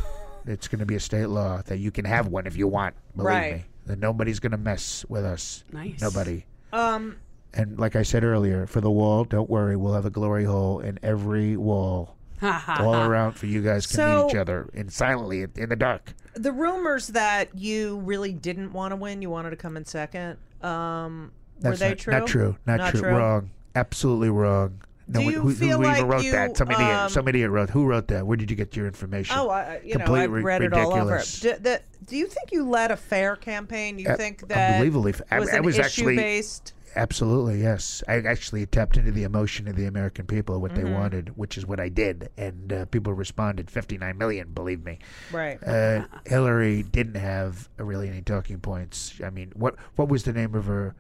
S9: it's going to be a state law that you can have one if you want. Believe
S2: Right.
S9: me, that nobody's going to mess with us.
S4: Nice.
S9: Nobody.
S2: Um,
S9: And like I said earlier, for the wall, don't worry. We'll have a glory hole in every wall, all around, for you guys can meet each
S2: So-
S9: other in silently in, in the dark.
S2: the rumors that you really didn't want to win, you wanted to come in second. Um, were
S9: That's
S2: they
S9: not,
S2: true?
S9: Not true. Not, true. Wrong. Absolutely wrong. No
S2: Do
S9: one
S2: you
S9: who,
S2: feel
S9: who
S2: like
S9: even wrote
S2: you,
S9: that. Some
S2: um,
S9: idiot. Some idiot wrote. Who wrote that? Where did you get your information?
S2: Oh, I, I- you
S9: Complete
S2: know, I've
S9: ri-
S2: read it all over.
S9: ridiculous.
S2: Do, the, do you think you led a fair campaign? You
S9: Uh,
S2: think that
S9: unbelievably f- I-
S2: was
S9: I
S2: an
S9: was actually-
S2: issue-based?
S9: Absolutely, yes. I actually tapped into the emotion of the American people, what
S2: Mm-hmm.
S9: they wanted, which is what I did, and uh, people responded. Fifty-nine million, believe me.
S2: Right.
S9: Uh, Hillary didn't have uh, really any talking points. I mean, what what was the name of her?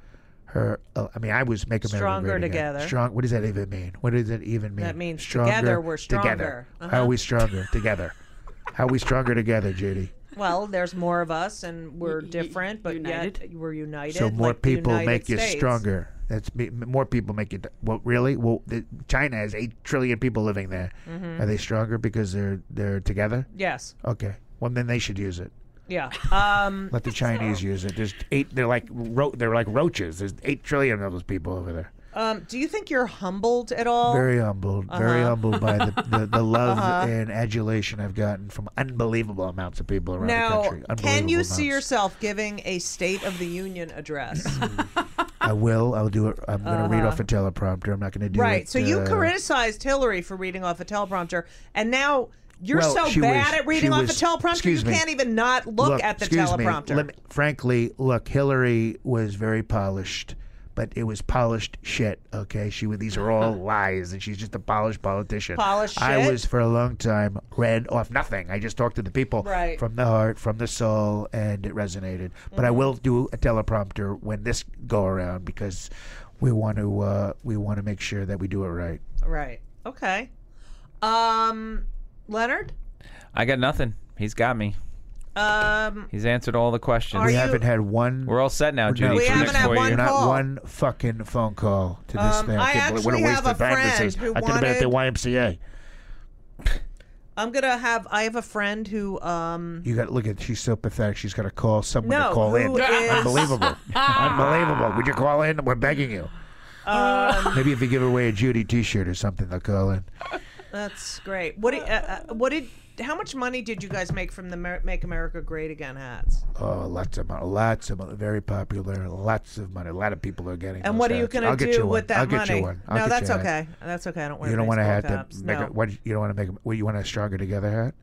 S9: Her, uh, I mean, I was make America
S2: Stronger
S9: Great Again.
S2: Together.
S9: Strong. What does that even mean? What does it even mean?
S2: That means together we're stronger. Uh-huh.
S9: Together. How are we stronger together? How are we stronger
S2: [LAUGHS]
S9: together, Judy?
S2: Well, there's more of us, and we're different, but yet
S4: united?
S2: we're united.
S9: So more
S2: like the
S9: people
S2: United
S9: make
S2: States.
S9: you stronger. That's me- more people make you. Well, really? Well, the, China has eight trillion people living there.
S2: Mm-hmm.
S9: Are they stronger because they're they're together?
S2: Yes.
S9: Okay. Well, then they should use it.
S2: Yeah. Um,
S9: Let the Chinese use it. There's eight. They're like ro- they're like roaches. There's eight trillion of those people over there.
S2: um, do you think you're humbled at all?
S9: Very humbled.
S2: Uh-huh.
S9: Very humbled by the the,
S2: [LAUGHS]
S9: the love and adulation I've gotten from unbelievable amounts of people around the
S2: now,
S9: country.
S2: can
S9: Unbelievable
S2: you see
S9: amounts.
S2: yourself giving a State of the Union address?
S9: I will. I'll do it. I'm going to read off a teleprompter. I'm not going to do it.
S2: Uh-huh. right. So you
S9: uh,
S2: criticized Hillary for reading off a teleprompter, and now you're so
S9: Well, she
S2: bad
S9: was-
S2: at reading
S9: she
S2: off
S9: was-
S2: a teleprompter you
S9: excuse me.
S2: can't even not look, at the
S9: excuse me,
S2: teleprompter.
S9: let me- frankly, look, Hillary was very polished, but it was polished shit. Okay, she would. These
S2: [LAUGHS]
S9: are all lies, and she's just a polished politician.
S2: Polished
S9: I
S2: shit?
S9: was for a long time read off nothing. I just talked to the people
S2: Right.
S9: from the heart, from the soul, and it resonated. But I
S2: Mhm.
S9: will do a teleprompter when this go around because we want to uh, we want to make sure that we do it right.
S2: Right. Okay. Um, Leonard.
S3: I got nothing. He's got me.
S2: Um,
S3: He's answered all the questions.
S2: Are
S9: we
S2: you-
S9: haven't had one.
S3: We're all set now, Judy.
S9: No,
S3: for the next four years.
S9: Not one fucking phone call to this
S2: Um,
S9: thing.
S2: I
S9: can't believe- what
S2: actually
S9: a waste
S2: have a
S9: of time this
S2: friend
S9: is.
S2: who
S9: I could have been at the YMCA.
S2: I'm gonna have. I have a friend who. Um.
S9: You got to look at. She's so pathetic. She's got to call someone
S2: No,
S9: to call in.
S2: who is- [LAUGHS]
S9: Unbelievable. Unbelievable. Would you call in? We're begging you.
S2: um,
S9: Maybe if you give away a Judy T-shirt or something, they'll call in.
S2: that's great. What? Did, uh, uh, what did? How much money did you guys make from the Mer- Make America Great Again hats?
S9: Oh, lots of money. Lots of money. Very popular. Lots of money. A lot of people are getting.
S2: And
S9: those
S2: what are you
S9: hats.
S2: gonna
S9: I'll
S2: do
S9: get you one.
S2: with that
S9: I'll
S2: money?
S9: Get you one. I'll
S2: no,
S9: get
S2: that's
S9: you a hat.
S2: okay. That's okay. I don't wear.
S9: You don't want to
S2: baseball
S9: have to
S2: caps.
S9: make.
S2: no.
S9: A, what, you don't want to make. A, what, you want a stronger together hat?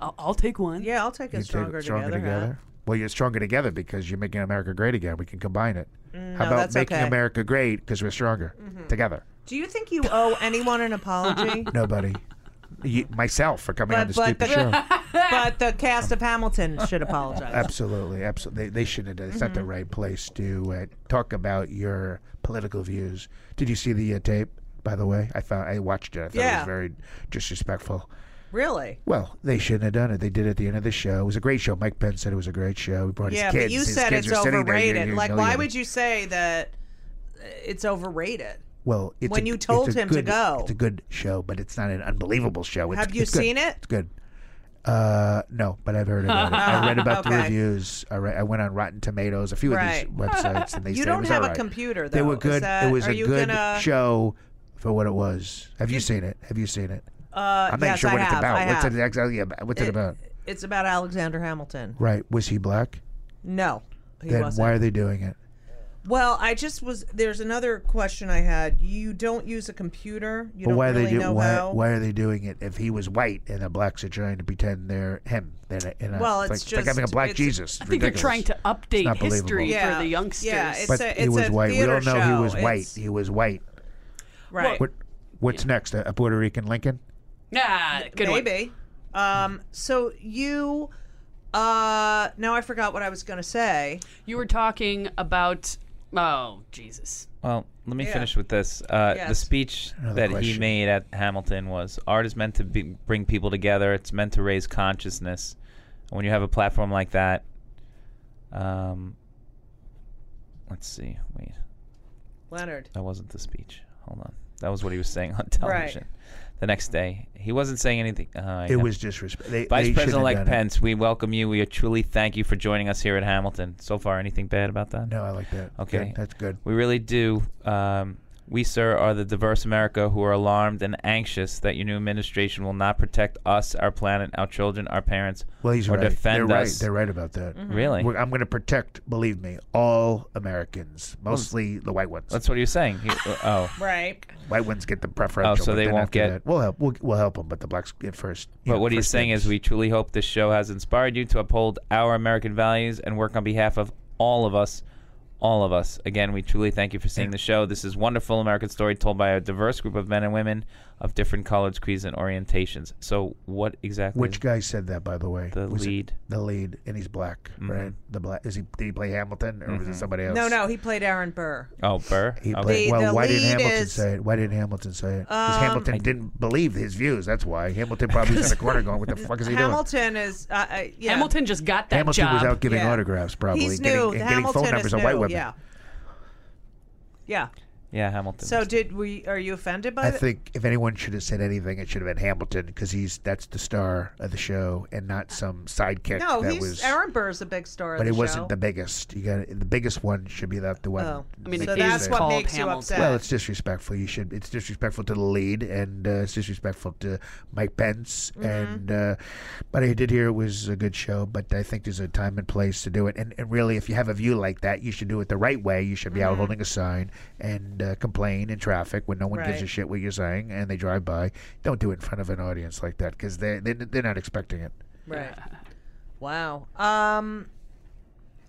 S4: I'll, I'll take one.
S2: Yeah, I'll take a
S9: You take
S2: stronger, together. hat.
S9: Well, you're stronger together because you're making America great again. We can combine it.
S2: Mm,
S9: How
S2: no,
S9: about
S2: that's
S9: making
S2: okay. Mm-hmm.
S9: America great because we're stronger together?
S2: Do you think you owe anyone an apology? [LAUGHS]
S9: Nobody, you, myself for coming on
S2: but
S9: this
S2: but
S9: stupid
S2: [LAUGHS]
S9: show.
S2: the, but the cast of Hamilton should apologize.
S9: Absolutely, absolutely. They, they should have. done It's not the
S2: Mm-hmm.
S9: right place to uh, talk about your political views. Did you see the uh, tape? By the way, I found I watched it. I thought it
S2: Yeah.
S9: was very disrespectful.
S2: Really?
S9: Well, they shouldn't have done it. They did it at the end of the show. It was a great show. Mike Pence said it was a great show. He brought
S2: Yeah,
S9: his kids.
S2: but you
S9: His
S2: said
S9: kids
S2: it's
S9: were sitting
S2: overrated.
S9: there yelling,
S2: like,
S9: yelling.
S2: why would you say that it's overrated?
S9: Well, it's
S2: When
S9: a-
S2: you
S9: it's
S2: told
S9: a
S2: him to
S9: good-
S2: go.
S9: it's a good show, but it's not an unbelievable show. It's,
S2: Have you
S9: it's good.
S2: seen it?
S9: It's good. Uh, no, but I've heard about it. I read about the
S2: [LAUGHS] Okay.
S9: reviews. I, re- I went on Rotten Tomatoes, a few
S2: Right. [LAUGHS]
S9: of these websites, and they
S2: You
S9: said it
S2: don't
S9: was
S2: have a
S9: all right.
S2: computer,
S9: They
S2: though.
S9: were
S2: Is
S9: good.
S2: that-
S9: it was
S2: are
S9: a
S2: you
S9: good
S2: gonna-
S9: show for what it was. Have you seen it? Have you seen it?
S2: Uh,
S9: I'm not
S2: yes,
S9: sure
S2: I
S9: what
S2: have.
S9: it's about.
S2: I
S9: What's
S2: have.
S9: it exactly about? What's it, about?
S2: It's about Alexander Hamilton.
S9: Right. Was he black?
S2: No, he
S9: then
S2: wasn't.
S9: why are they doing it?
S2: Well, I just was. There's another question I had. You don't use a computer. You
S9: but
S2: don't
S9: why
S2: really
S9: are they do-
S2: know
S9: why,
S2: how.
S9: why are they doing it if he was white and the blacks are trying to pretend they're him? Then it- and, uh,
S2: Well,
S9: it's,
S2: it's
S9: like, it's like having a
S2: just-
S9: black
S2: it's-
S9: Jesus.
S4: I think they're
S9: Ridiculous.
S4: trying to update
S9: believable.
S4: history
S2: Yeah,
S4: for the
S2: yeah,
S4: youngsters.
S2: it's-
S9: but
S2: a-
S9: he was
S2: a
S9: white. We
S2: theater
S9: all know he
S2: show.
S9: was white.
S2: It's-
S9: He was white.
S2: right.
S9: What? What's next? A, a Puerto Rican Lincoln?
S4: Ah, good one.
S2: Maybe. Um, so you. Uh, now I forgot what I was going to say.
S4: You were talking about oh Jesus.
S3: Well, let me
S2: Yeah.
S3: finish with this. Uh, The
S2: Yes.
S3: speech
S9: Another
S3: that he
S9: question.
S3: made at Hamilton was art is meant to be, bring people together, it's meant to raise consciousness. And when you have a platform like that, um, let's see. Wait,
S2: Leonard.
S3: that wasn't the speech. Hold on. That was what he was saying on [LAUGHS] television the next day. He wasn't saying anything. Oh, I
S9: It
S3: know.
S9: was disrespect. They,
S3: Vice
S9: they shouldn't have
S3: President-elect
S9: done it.
S3: Pence, we welcome you. We truly thank you for joining us here at Hamilton. So far, anything bad about that?
S9: No, I like that. Good.
S3: Okay.
S9: that's good.
S3: We really do. Um, we, sir, are the diverse America who are alarmed and anxious that your new administration will not protect us, our planet, our children, our parents,
S9: Well, he's
S3: or
S9: right.
S3: defend
S9: they're
S3: us.
S9: right. They're right about that.
S2: Mm-hmm.
S3: Really?
S9: We're- I'm going to protect, believe me, all Americans,
S3: Hmm.
S9: mostly the white ones.
S3: That's what he was saying. He,
S9: [LAUGHS]
S3: oh.
S2: Right.
S9: White ones get the preferential.
S3: Oh, so
S9: but
S3: they
S9: then
S3: won't
S9: after
S3: get-
S9: That, we'll help. We'll, we'll help them, but the blacks get first. you
S3: But
S9: know,
S3: what he's
S9: first
S3: saying
S9: dibs.
S3: is, we truly hope this show has inspired you to uphold our American values and work on behalf of all of us. All of us. Again, we truly thank you for seeing the show. This is wonderful American story told by a diverse group of men and women of different colors, creeds, and orientations. So, what exactly?
S9: Which
S3: is
S9: guy said that, by the way?
S3: the
S9: Was it
S3: lead? Mm-hmm.
S9: the lead, and he's black, right? The black. Is he? Did he play Hamilton, or was it somebody else?
S2: No, no, he played Aaron Burr.
S3: Oh, Burr.
S9: He
S3: Mm-hmm. Okay.
S9: played.
S2: The-
S9: well,
S2: the
S9: why didn't
S2: lead
S9: Hamilton
S2: is- um,
S9: say it? Why didn't Hamilton say it? Because Hamilton didn't believe his views. That's why Hamilton probably was in the corner going, "What the fuck is he doing?"
S2: Hamilton is. Uh, uh, yeah.
S4: Hamilton just got that
S9: Hamilton
S4: job.
S9: was out giving
S2: Yeah.
S9: autographs, probably
S2: He's
S9: getting,
S2: new.
S9: and getting
S2: Hamilton
S9: phone numbers
S2: is
S9: of
S2: new.
S9: white women.
S2: Yeah. Yeah.
S3: Yeah, Hamilton.
S2: So did we? Are you offended by
S9: I
S2: the-
S9: think if anyone should have said anything, it should have been Hamilton because he's that's the star of the show and not some sidekick
S2: No,
S9: that
S2: he's
S9: was.
S2: Aaron Burr's a big star.
S9: but
S2: of
S9: it
S2: the
S9: wasn't the
S2: show.
S9: biggest. You got the biggest one should be that the one.
S2: Oh.
S4: I mean,
S2: so
S4: it
S9: they
S4: is
S2: that's
S9: said.
S2: what
S4: called
S2: makes you
S4: Hamilton.
S2: upset.
S9: Well, it's disrespectful. You should. It's disrespectful to the lead, and uh, it's disrespectful to Mike Pence. And uh, but I did hear it was a good show. But I think there's a time and place to do it. And, and really, if you have a view like that, you should do it the right way. You should be out holding a sign and uh, complain in traffic when no one gives a
S2: Right.
S9: shit what you're saying, and they drive by. Don't do it in front of an audience like that because they they're, they're not expecting it.
S2: right. Wow. Um.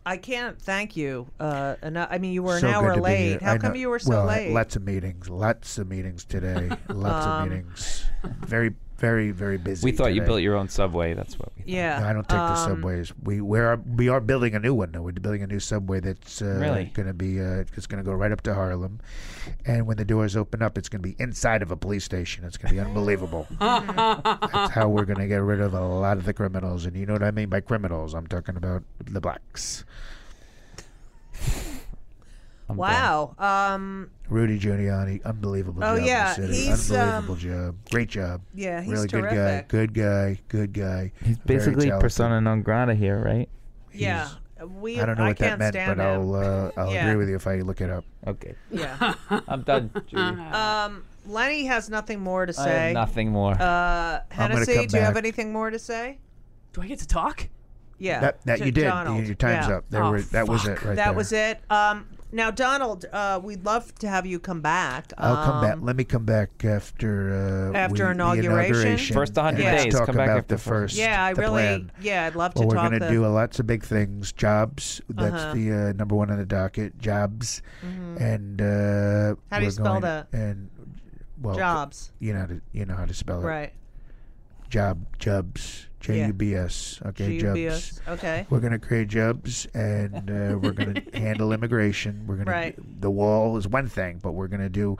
S2: I can't thank you. Uh, enough. I mean, you were an
S9: So
S2: hour
S9: good to be here.
S2: late. How
S9: I
S2: come
S9: know-
S2: you were so
S9: well,
S2: late?
S9: Lots of meetings. Lots of meetings today.
S2: [LAUGHS]
S9: lots
S2: Um,
S9: of meetings. Very, very, very busy.
S10: We thought you
S9: today.
S10: built your own subway. That's what we.
S2: Yeah.
S9: No, I don't take the
S2: Um,
S9: subways. We we are we are building a new one though. We're building a new subway that's uh,
S10: Really?
S9: going to be uh, it's going to go right up to Harlem, and when the doors open up, it's going to be inside of a police station. It's going to
S2: [LAUGHS]
S9: be unbelievable. that's how we're going to get rid of a lot of the criminals, and you know what I mean by criminals. I'm talking about the blacks.
S2: wow. Um,
S9: Rudy Giuliani, unbelievable
S2: Oh,
S9: job. in the
S2: yeah,
S9: city.
S2: he's, um,
S9: unbelievable job. Great job.
S2: yeah, he's
S9: really
S2: terrific.
S9: good guy. Good guy. Good guy. He's
S10: Basically, persona non grata here, right?
S2: yeah. We.
S9: I don't know what that
S2: can't
S9: meant,
S2: stand
S9: but
S2: him.
S9: I'll uh, I'll
S2: Yeah.
S9: agree with you if I look it up.
S10: Okay.
S2: Yeah.
S10: I'm done. Judy.
S2: Um, [LAUGHS] Lenny has nothing more to
S10: I have
S2: say.
S10: nothing more. [LAUGHS]
S2: Uh,
S9: I'm gonna
S2: Hennessy, do
S9: come
S2: you have
S9: back.
S2: anything more to say?
S4: Do I get to talk?
S2: Yeah.
S9: That, that
S2: to
S9: you did.
S2: Donald.
S9: Your time's
S2: Yeah.
S9: up. There
S4: Oh,
S9: were, that was it right
S2: that
S9: there.
S2: was it. Um, now, Donald, uh, we'd love to have you come back.
S9: I'll come back.
S2: Um,
S9: Let me come back after uh,
S2: After
S9: we- the
S2: inauguration?
S10: First 100
S9: and let's
S10: days.
S9: Talk
S10: Come
S9: about
S10: back after
S9: the first.
S2: Yeah, I
S9: the
S2: really.
S9: plan.
S2: Yeah, I'd love to
S9: Well, we're
S2: talk.
S9: going to
S2: the-
S9: do lots of big things. Jobs. That's
S2: Uh-huh. Mm-hmm.
S9: the uh, number one on the docket. Jobs. And uh,
S2: How do you
S9: we're
S2: spell
S9: going-
S2: that?
S9: And well,
S2: Jobs.
S9: You know how to you know how to spell it.
S2: right.
S9: Job. Jobs. J U B S. Okay. Jobs.
S2: GBS. Okay.
S9: We're going to create jobs and uh, we're
S2: [LAUGHS]
S9: going to handle immigration. We're going
S2: Right.
S9: to the wall is one thing, but we're going to do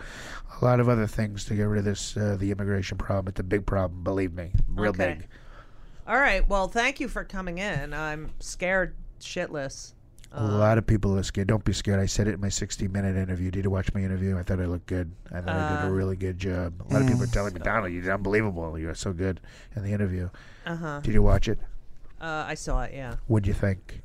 S9: a lot of other things to get rid of this uh, the immigration problem. It's a big problem, believe me, real
S2: Okay.
S9: big.
S2: All right. Well, thank you for coming in. I'm scared shitless.
S9: A lot of people are scared. Don't be scared. I said it in my 60 minute interview. Did you watch my interview? I thought I looked good. I thought
S2: Uh,
S9: I did a really good job. A lot of people are telling me, Donald, you did unbelievable. You were so good in the interview.
S2: Uh-huh.
S9: Did you watch it?
S2: Uh, I saw it. Yeah,
S9: What'd you think?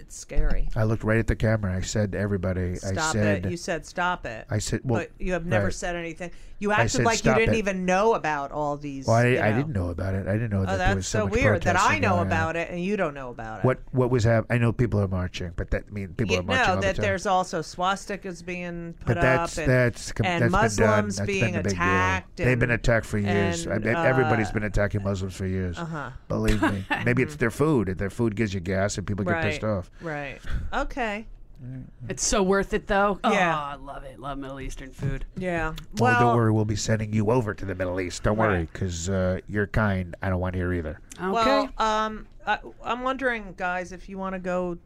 S2: it's scary.
S9: I looked right at the camera. I said to everybody, I
S2: Stop
S9: said,
S2: it. You said stop it.
S9: I said, well,
S2: but you have never
S9: right.
S2: said anything. You
S9: I
S2: acted
S9: said
S2: like you
S9: stop
S2: didn't
S9: it.
S2: even know about all these.
S9: Well, I,
S2: you
S9: I
S2: know.
S9: didn't know about it. I didn't know
S2: Oh,
S9: that there
S2: that's
S9: was so,
S2: so
S9: much
S2: weird that I
S9: protesting
S2: know
S9: going
S2: about
S9: on.
S2: it and you don't know about it.
S9: What what was happening? I know people are marching, but that mean people
S2: You
S9: are marching all
S2: know
S9: the
S2: that
S9: time.
S2: there's also swastikas being put
S9: but that's
S2: up and,
S9: that's com-
S2: and
S9: that's been done.
S2: Muslims
S9: That's
S2: being
S9: been the big deal.
S2: attacked.
S9: They've been
S2: and-
S9: attacked for years. I
S2: and,
S9: bet everybody's
S2: uh,
S9: been attacking Muslims for years.
S2: Uh-huh.
S9: Believe
S2: [LAUGHS]
S9: me. Maybe it's their food. If their food gives you gas, and people get
S2: Right.
S9: pissed off.
S2: Right. Okay.
S4: It's so worth it, though.
S2: Yeah.
S4: Oh, I love it. Love Middle Eastern food.
S2: Yeah.
S9: Well,
S2: Well,
S9: Oh, don't worry. We'll be sending you over to the Middle East. Don't worry,
S4: Right.
S9: because uh, you're kind. I don't want to hear either.
S4: Okay.
S2: well, um, I, I'm wondering, guys, if you want to go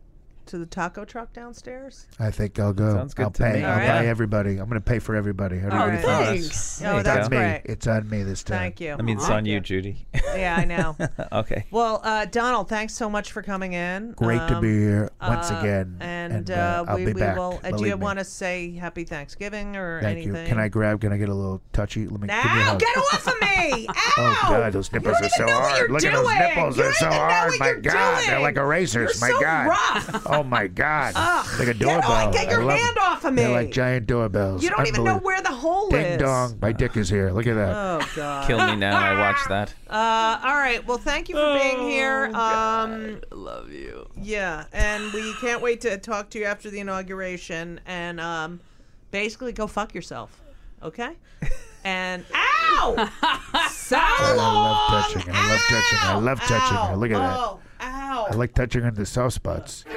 S2: to the taco truck downstairs.
S9: I think I'll go.
S10: Sounds good
S9: I'll
S10: to
S9: pay.
S10: me.
S9: I'll
S2: All right.
S9: buy everybody. I'm going to pay for everybody. How do you
S2: All
S9: already
S2: right.
S9: thought?
S4: Thanks.
S2: Oh,
S10: you
S9: It's
S2: that's
S9: on me.
S2: great.
S9: It's on me this time.
S2: Thank you.
S10: I mean, it's on you, Judy. [LAUGHS]
S2: Yeah, I
S9: [LAUGHS]
S2: know.
S10: okay.
S2: Well, uh, Donald, thanks so much for coming in.
S9: Great to
S2: Um,
S9: be here once
S2: uh,
S9: again.
S2: And, uh,
S9: I'll
S2: we,
S9: be
S2: we
S9: back.
S2: will. Uh, do
S9: believe
S2: you
S9: me.
S2: want to say Happy Thanksgiving or
S9: Thank
S2: anything?
S9: you. Can I grab? Can I get a little touchy? Let me. give me a
S2: Ow!
S9: hug.
S2: Get off of me! Ow!
S9: [LAUGHS] Oh God, those nipples
S2: don't
S9: are so
S2: even know what
S9: hard.
S2: you're
S9: Look at
S2: doing.
S9: those nipples.
S2: You
S9: they're
S2: don't
S9: so
S2: even know
S9: hard.
S2: what
S9: My
S2: you're
S9: God, they're
S2: doing.
S9: like erasers.
S2: You're
S9: my
S2: so
S9: God.
S2: rough.
S9: Oh my God.
S2: Ugh.
S9: like a
S2: Get off-
S9: doorbell.
S2: get your
S9: I love
S2: hand
S9: them.
S2: off of
S9: They're
S2: me.
S9: like giant doorbells.
S2: You don't even know
S9: Unbelievable.
S2: where the hole is.
S9: Ding dong. My dick is here. Look at that.
S2: Oh God.
S3: Kill me now. I watched that.
S2: Uh, all right. Well, thank you for being here.
S9: Oh,
S2: Um,
S4: love you.
S2: yeah, and we can't wait to talk to you after the inauguration. And um, basically, go fuck yourself.
S9: [LAUGHS]
S2: Okay. And ow! so
S9: I
S2: long.
S9: love touching. I love touching. I
S2: Ow!
S9: love touching.
S2: Ow!
S9: Look at that.
S2: oh, Ow!
S9: I like touching on the soft spots.
S11: and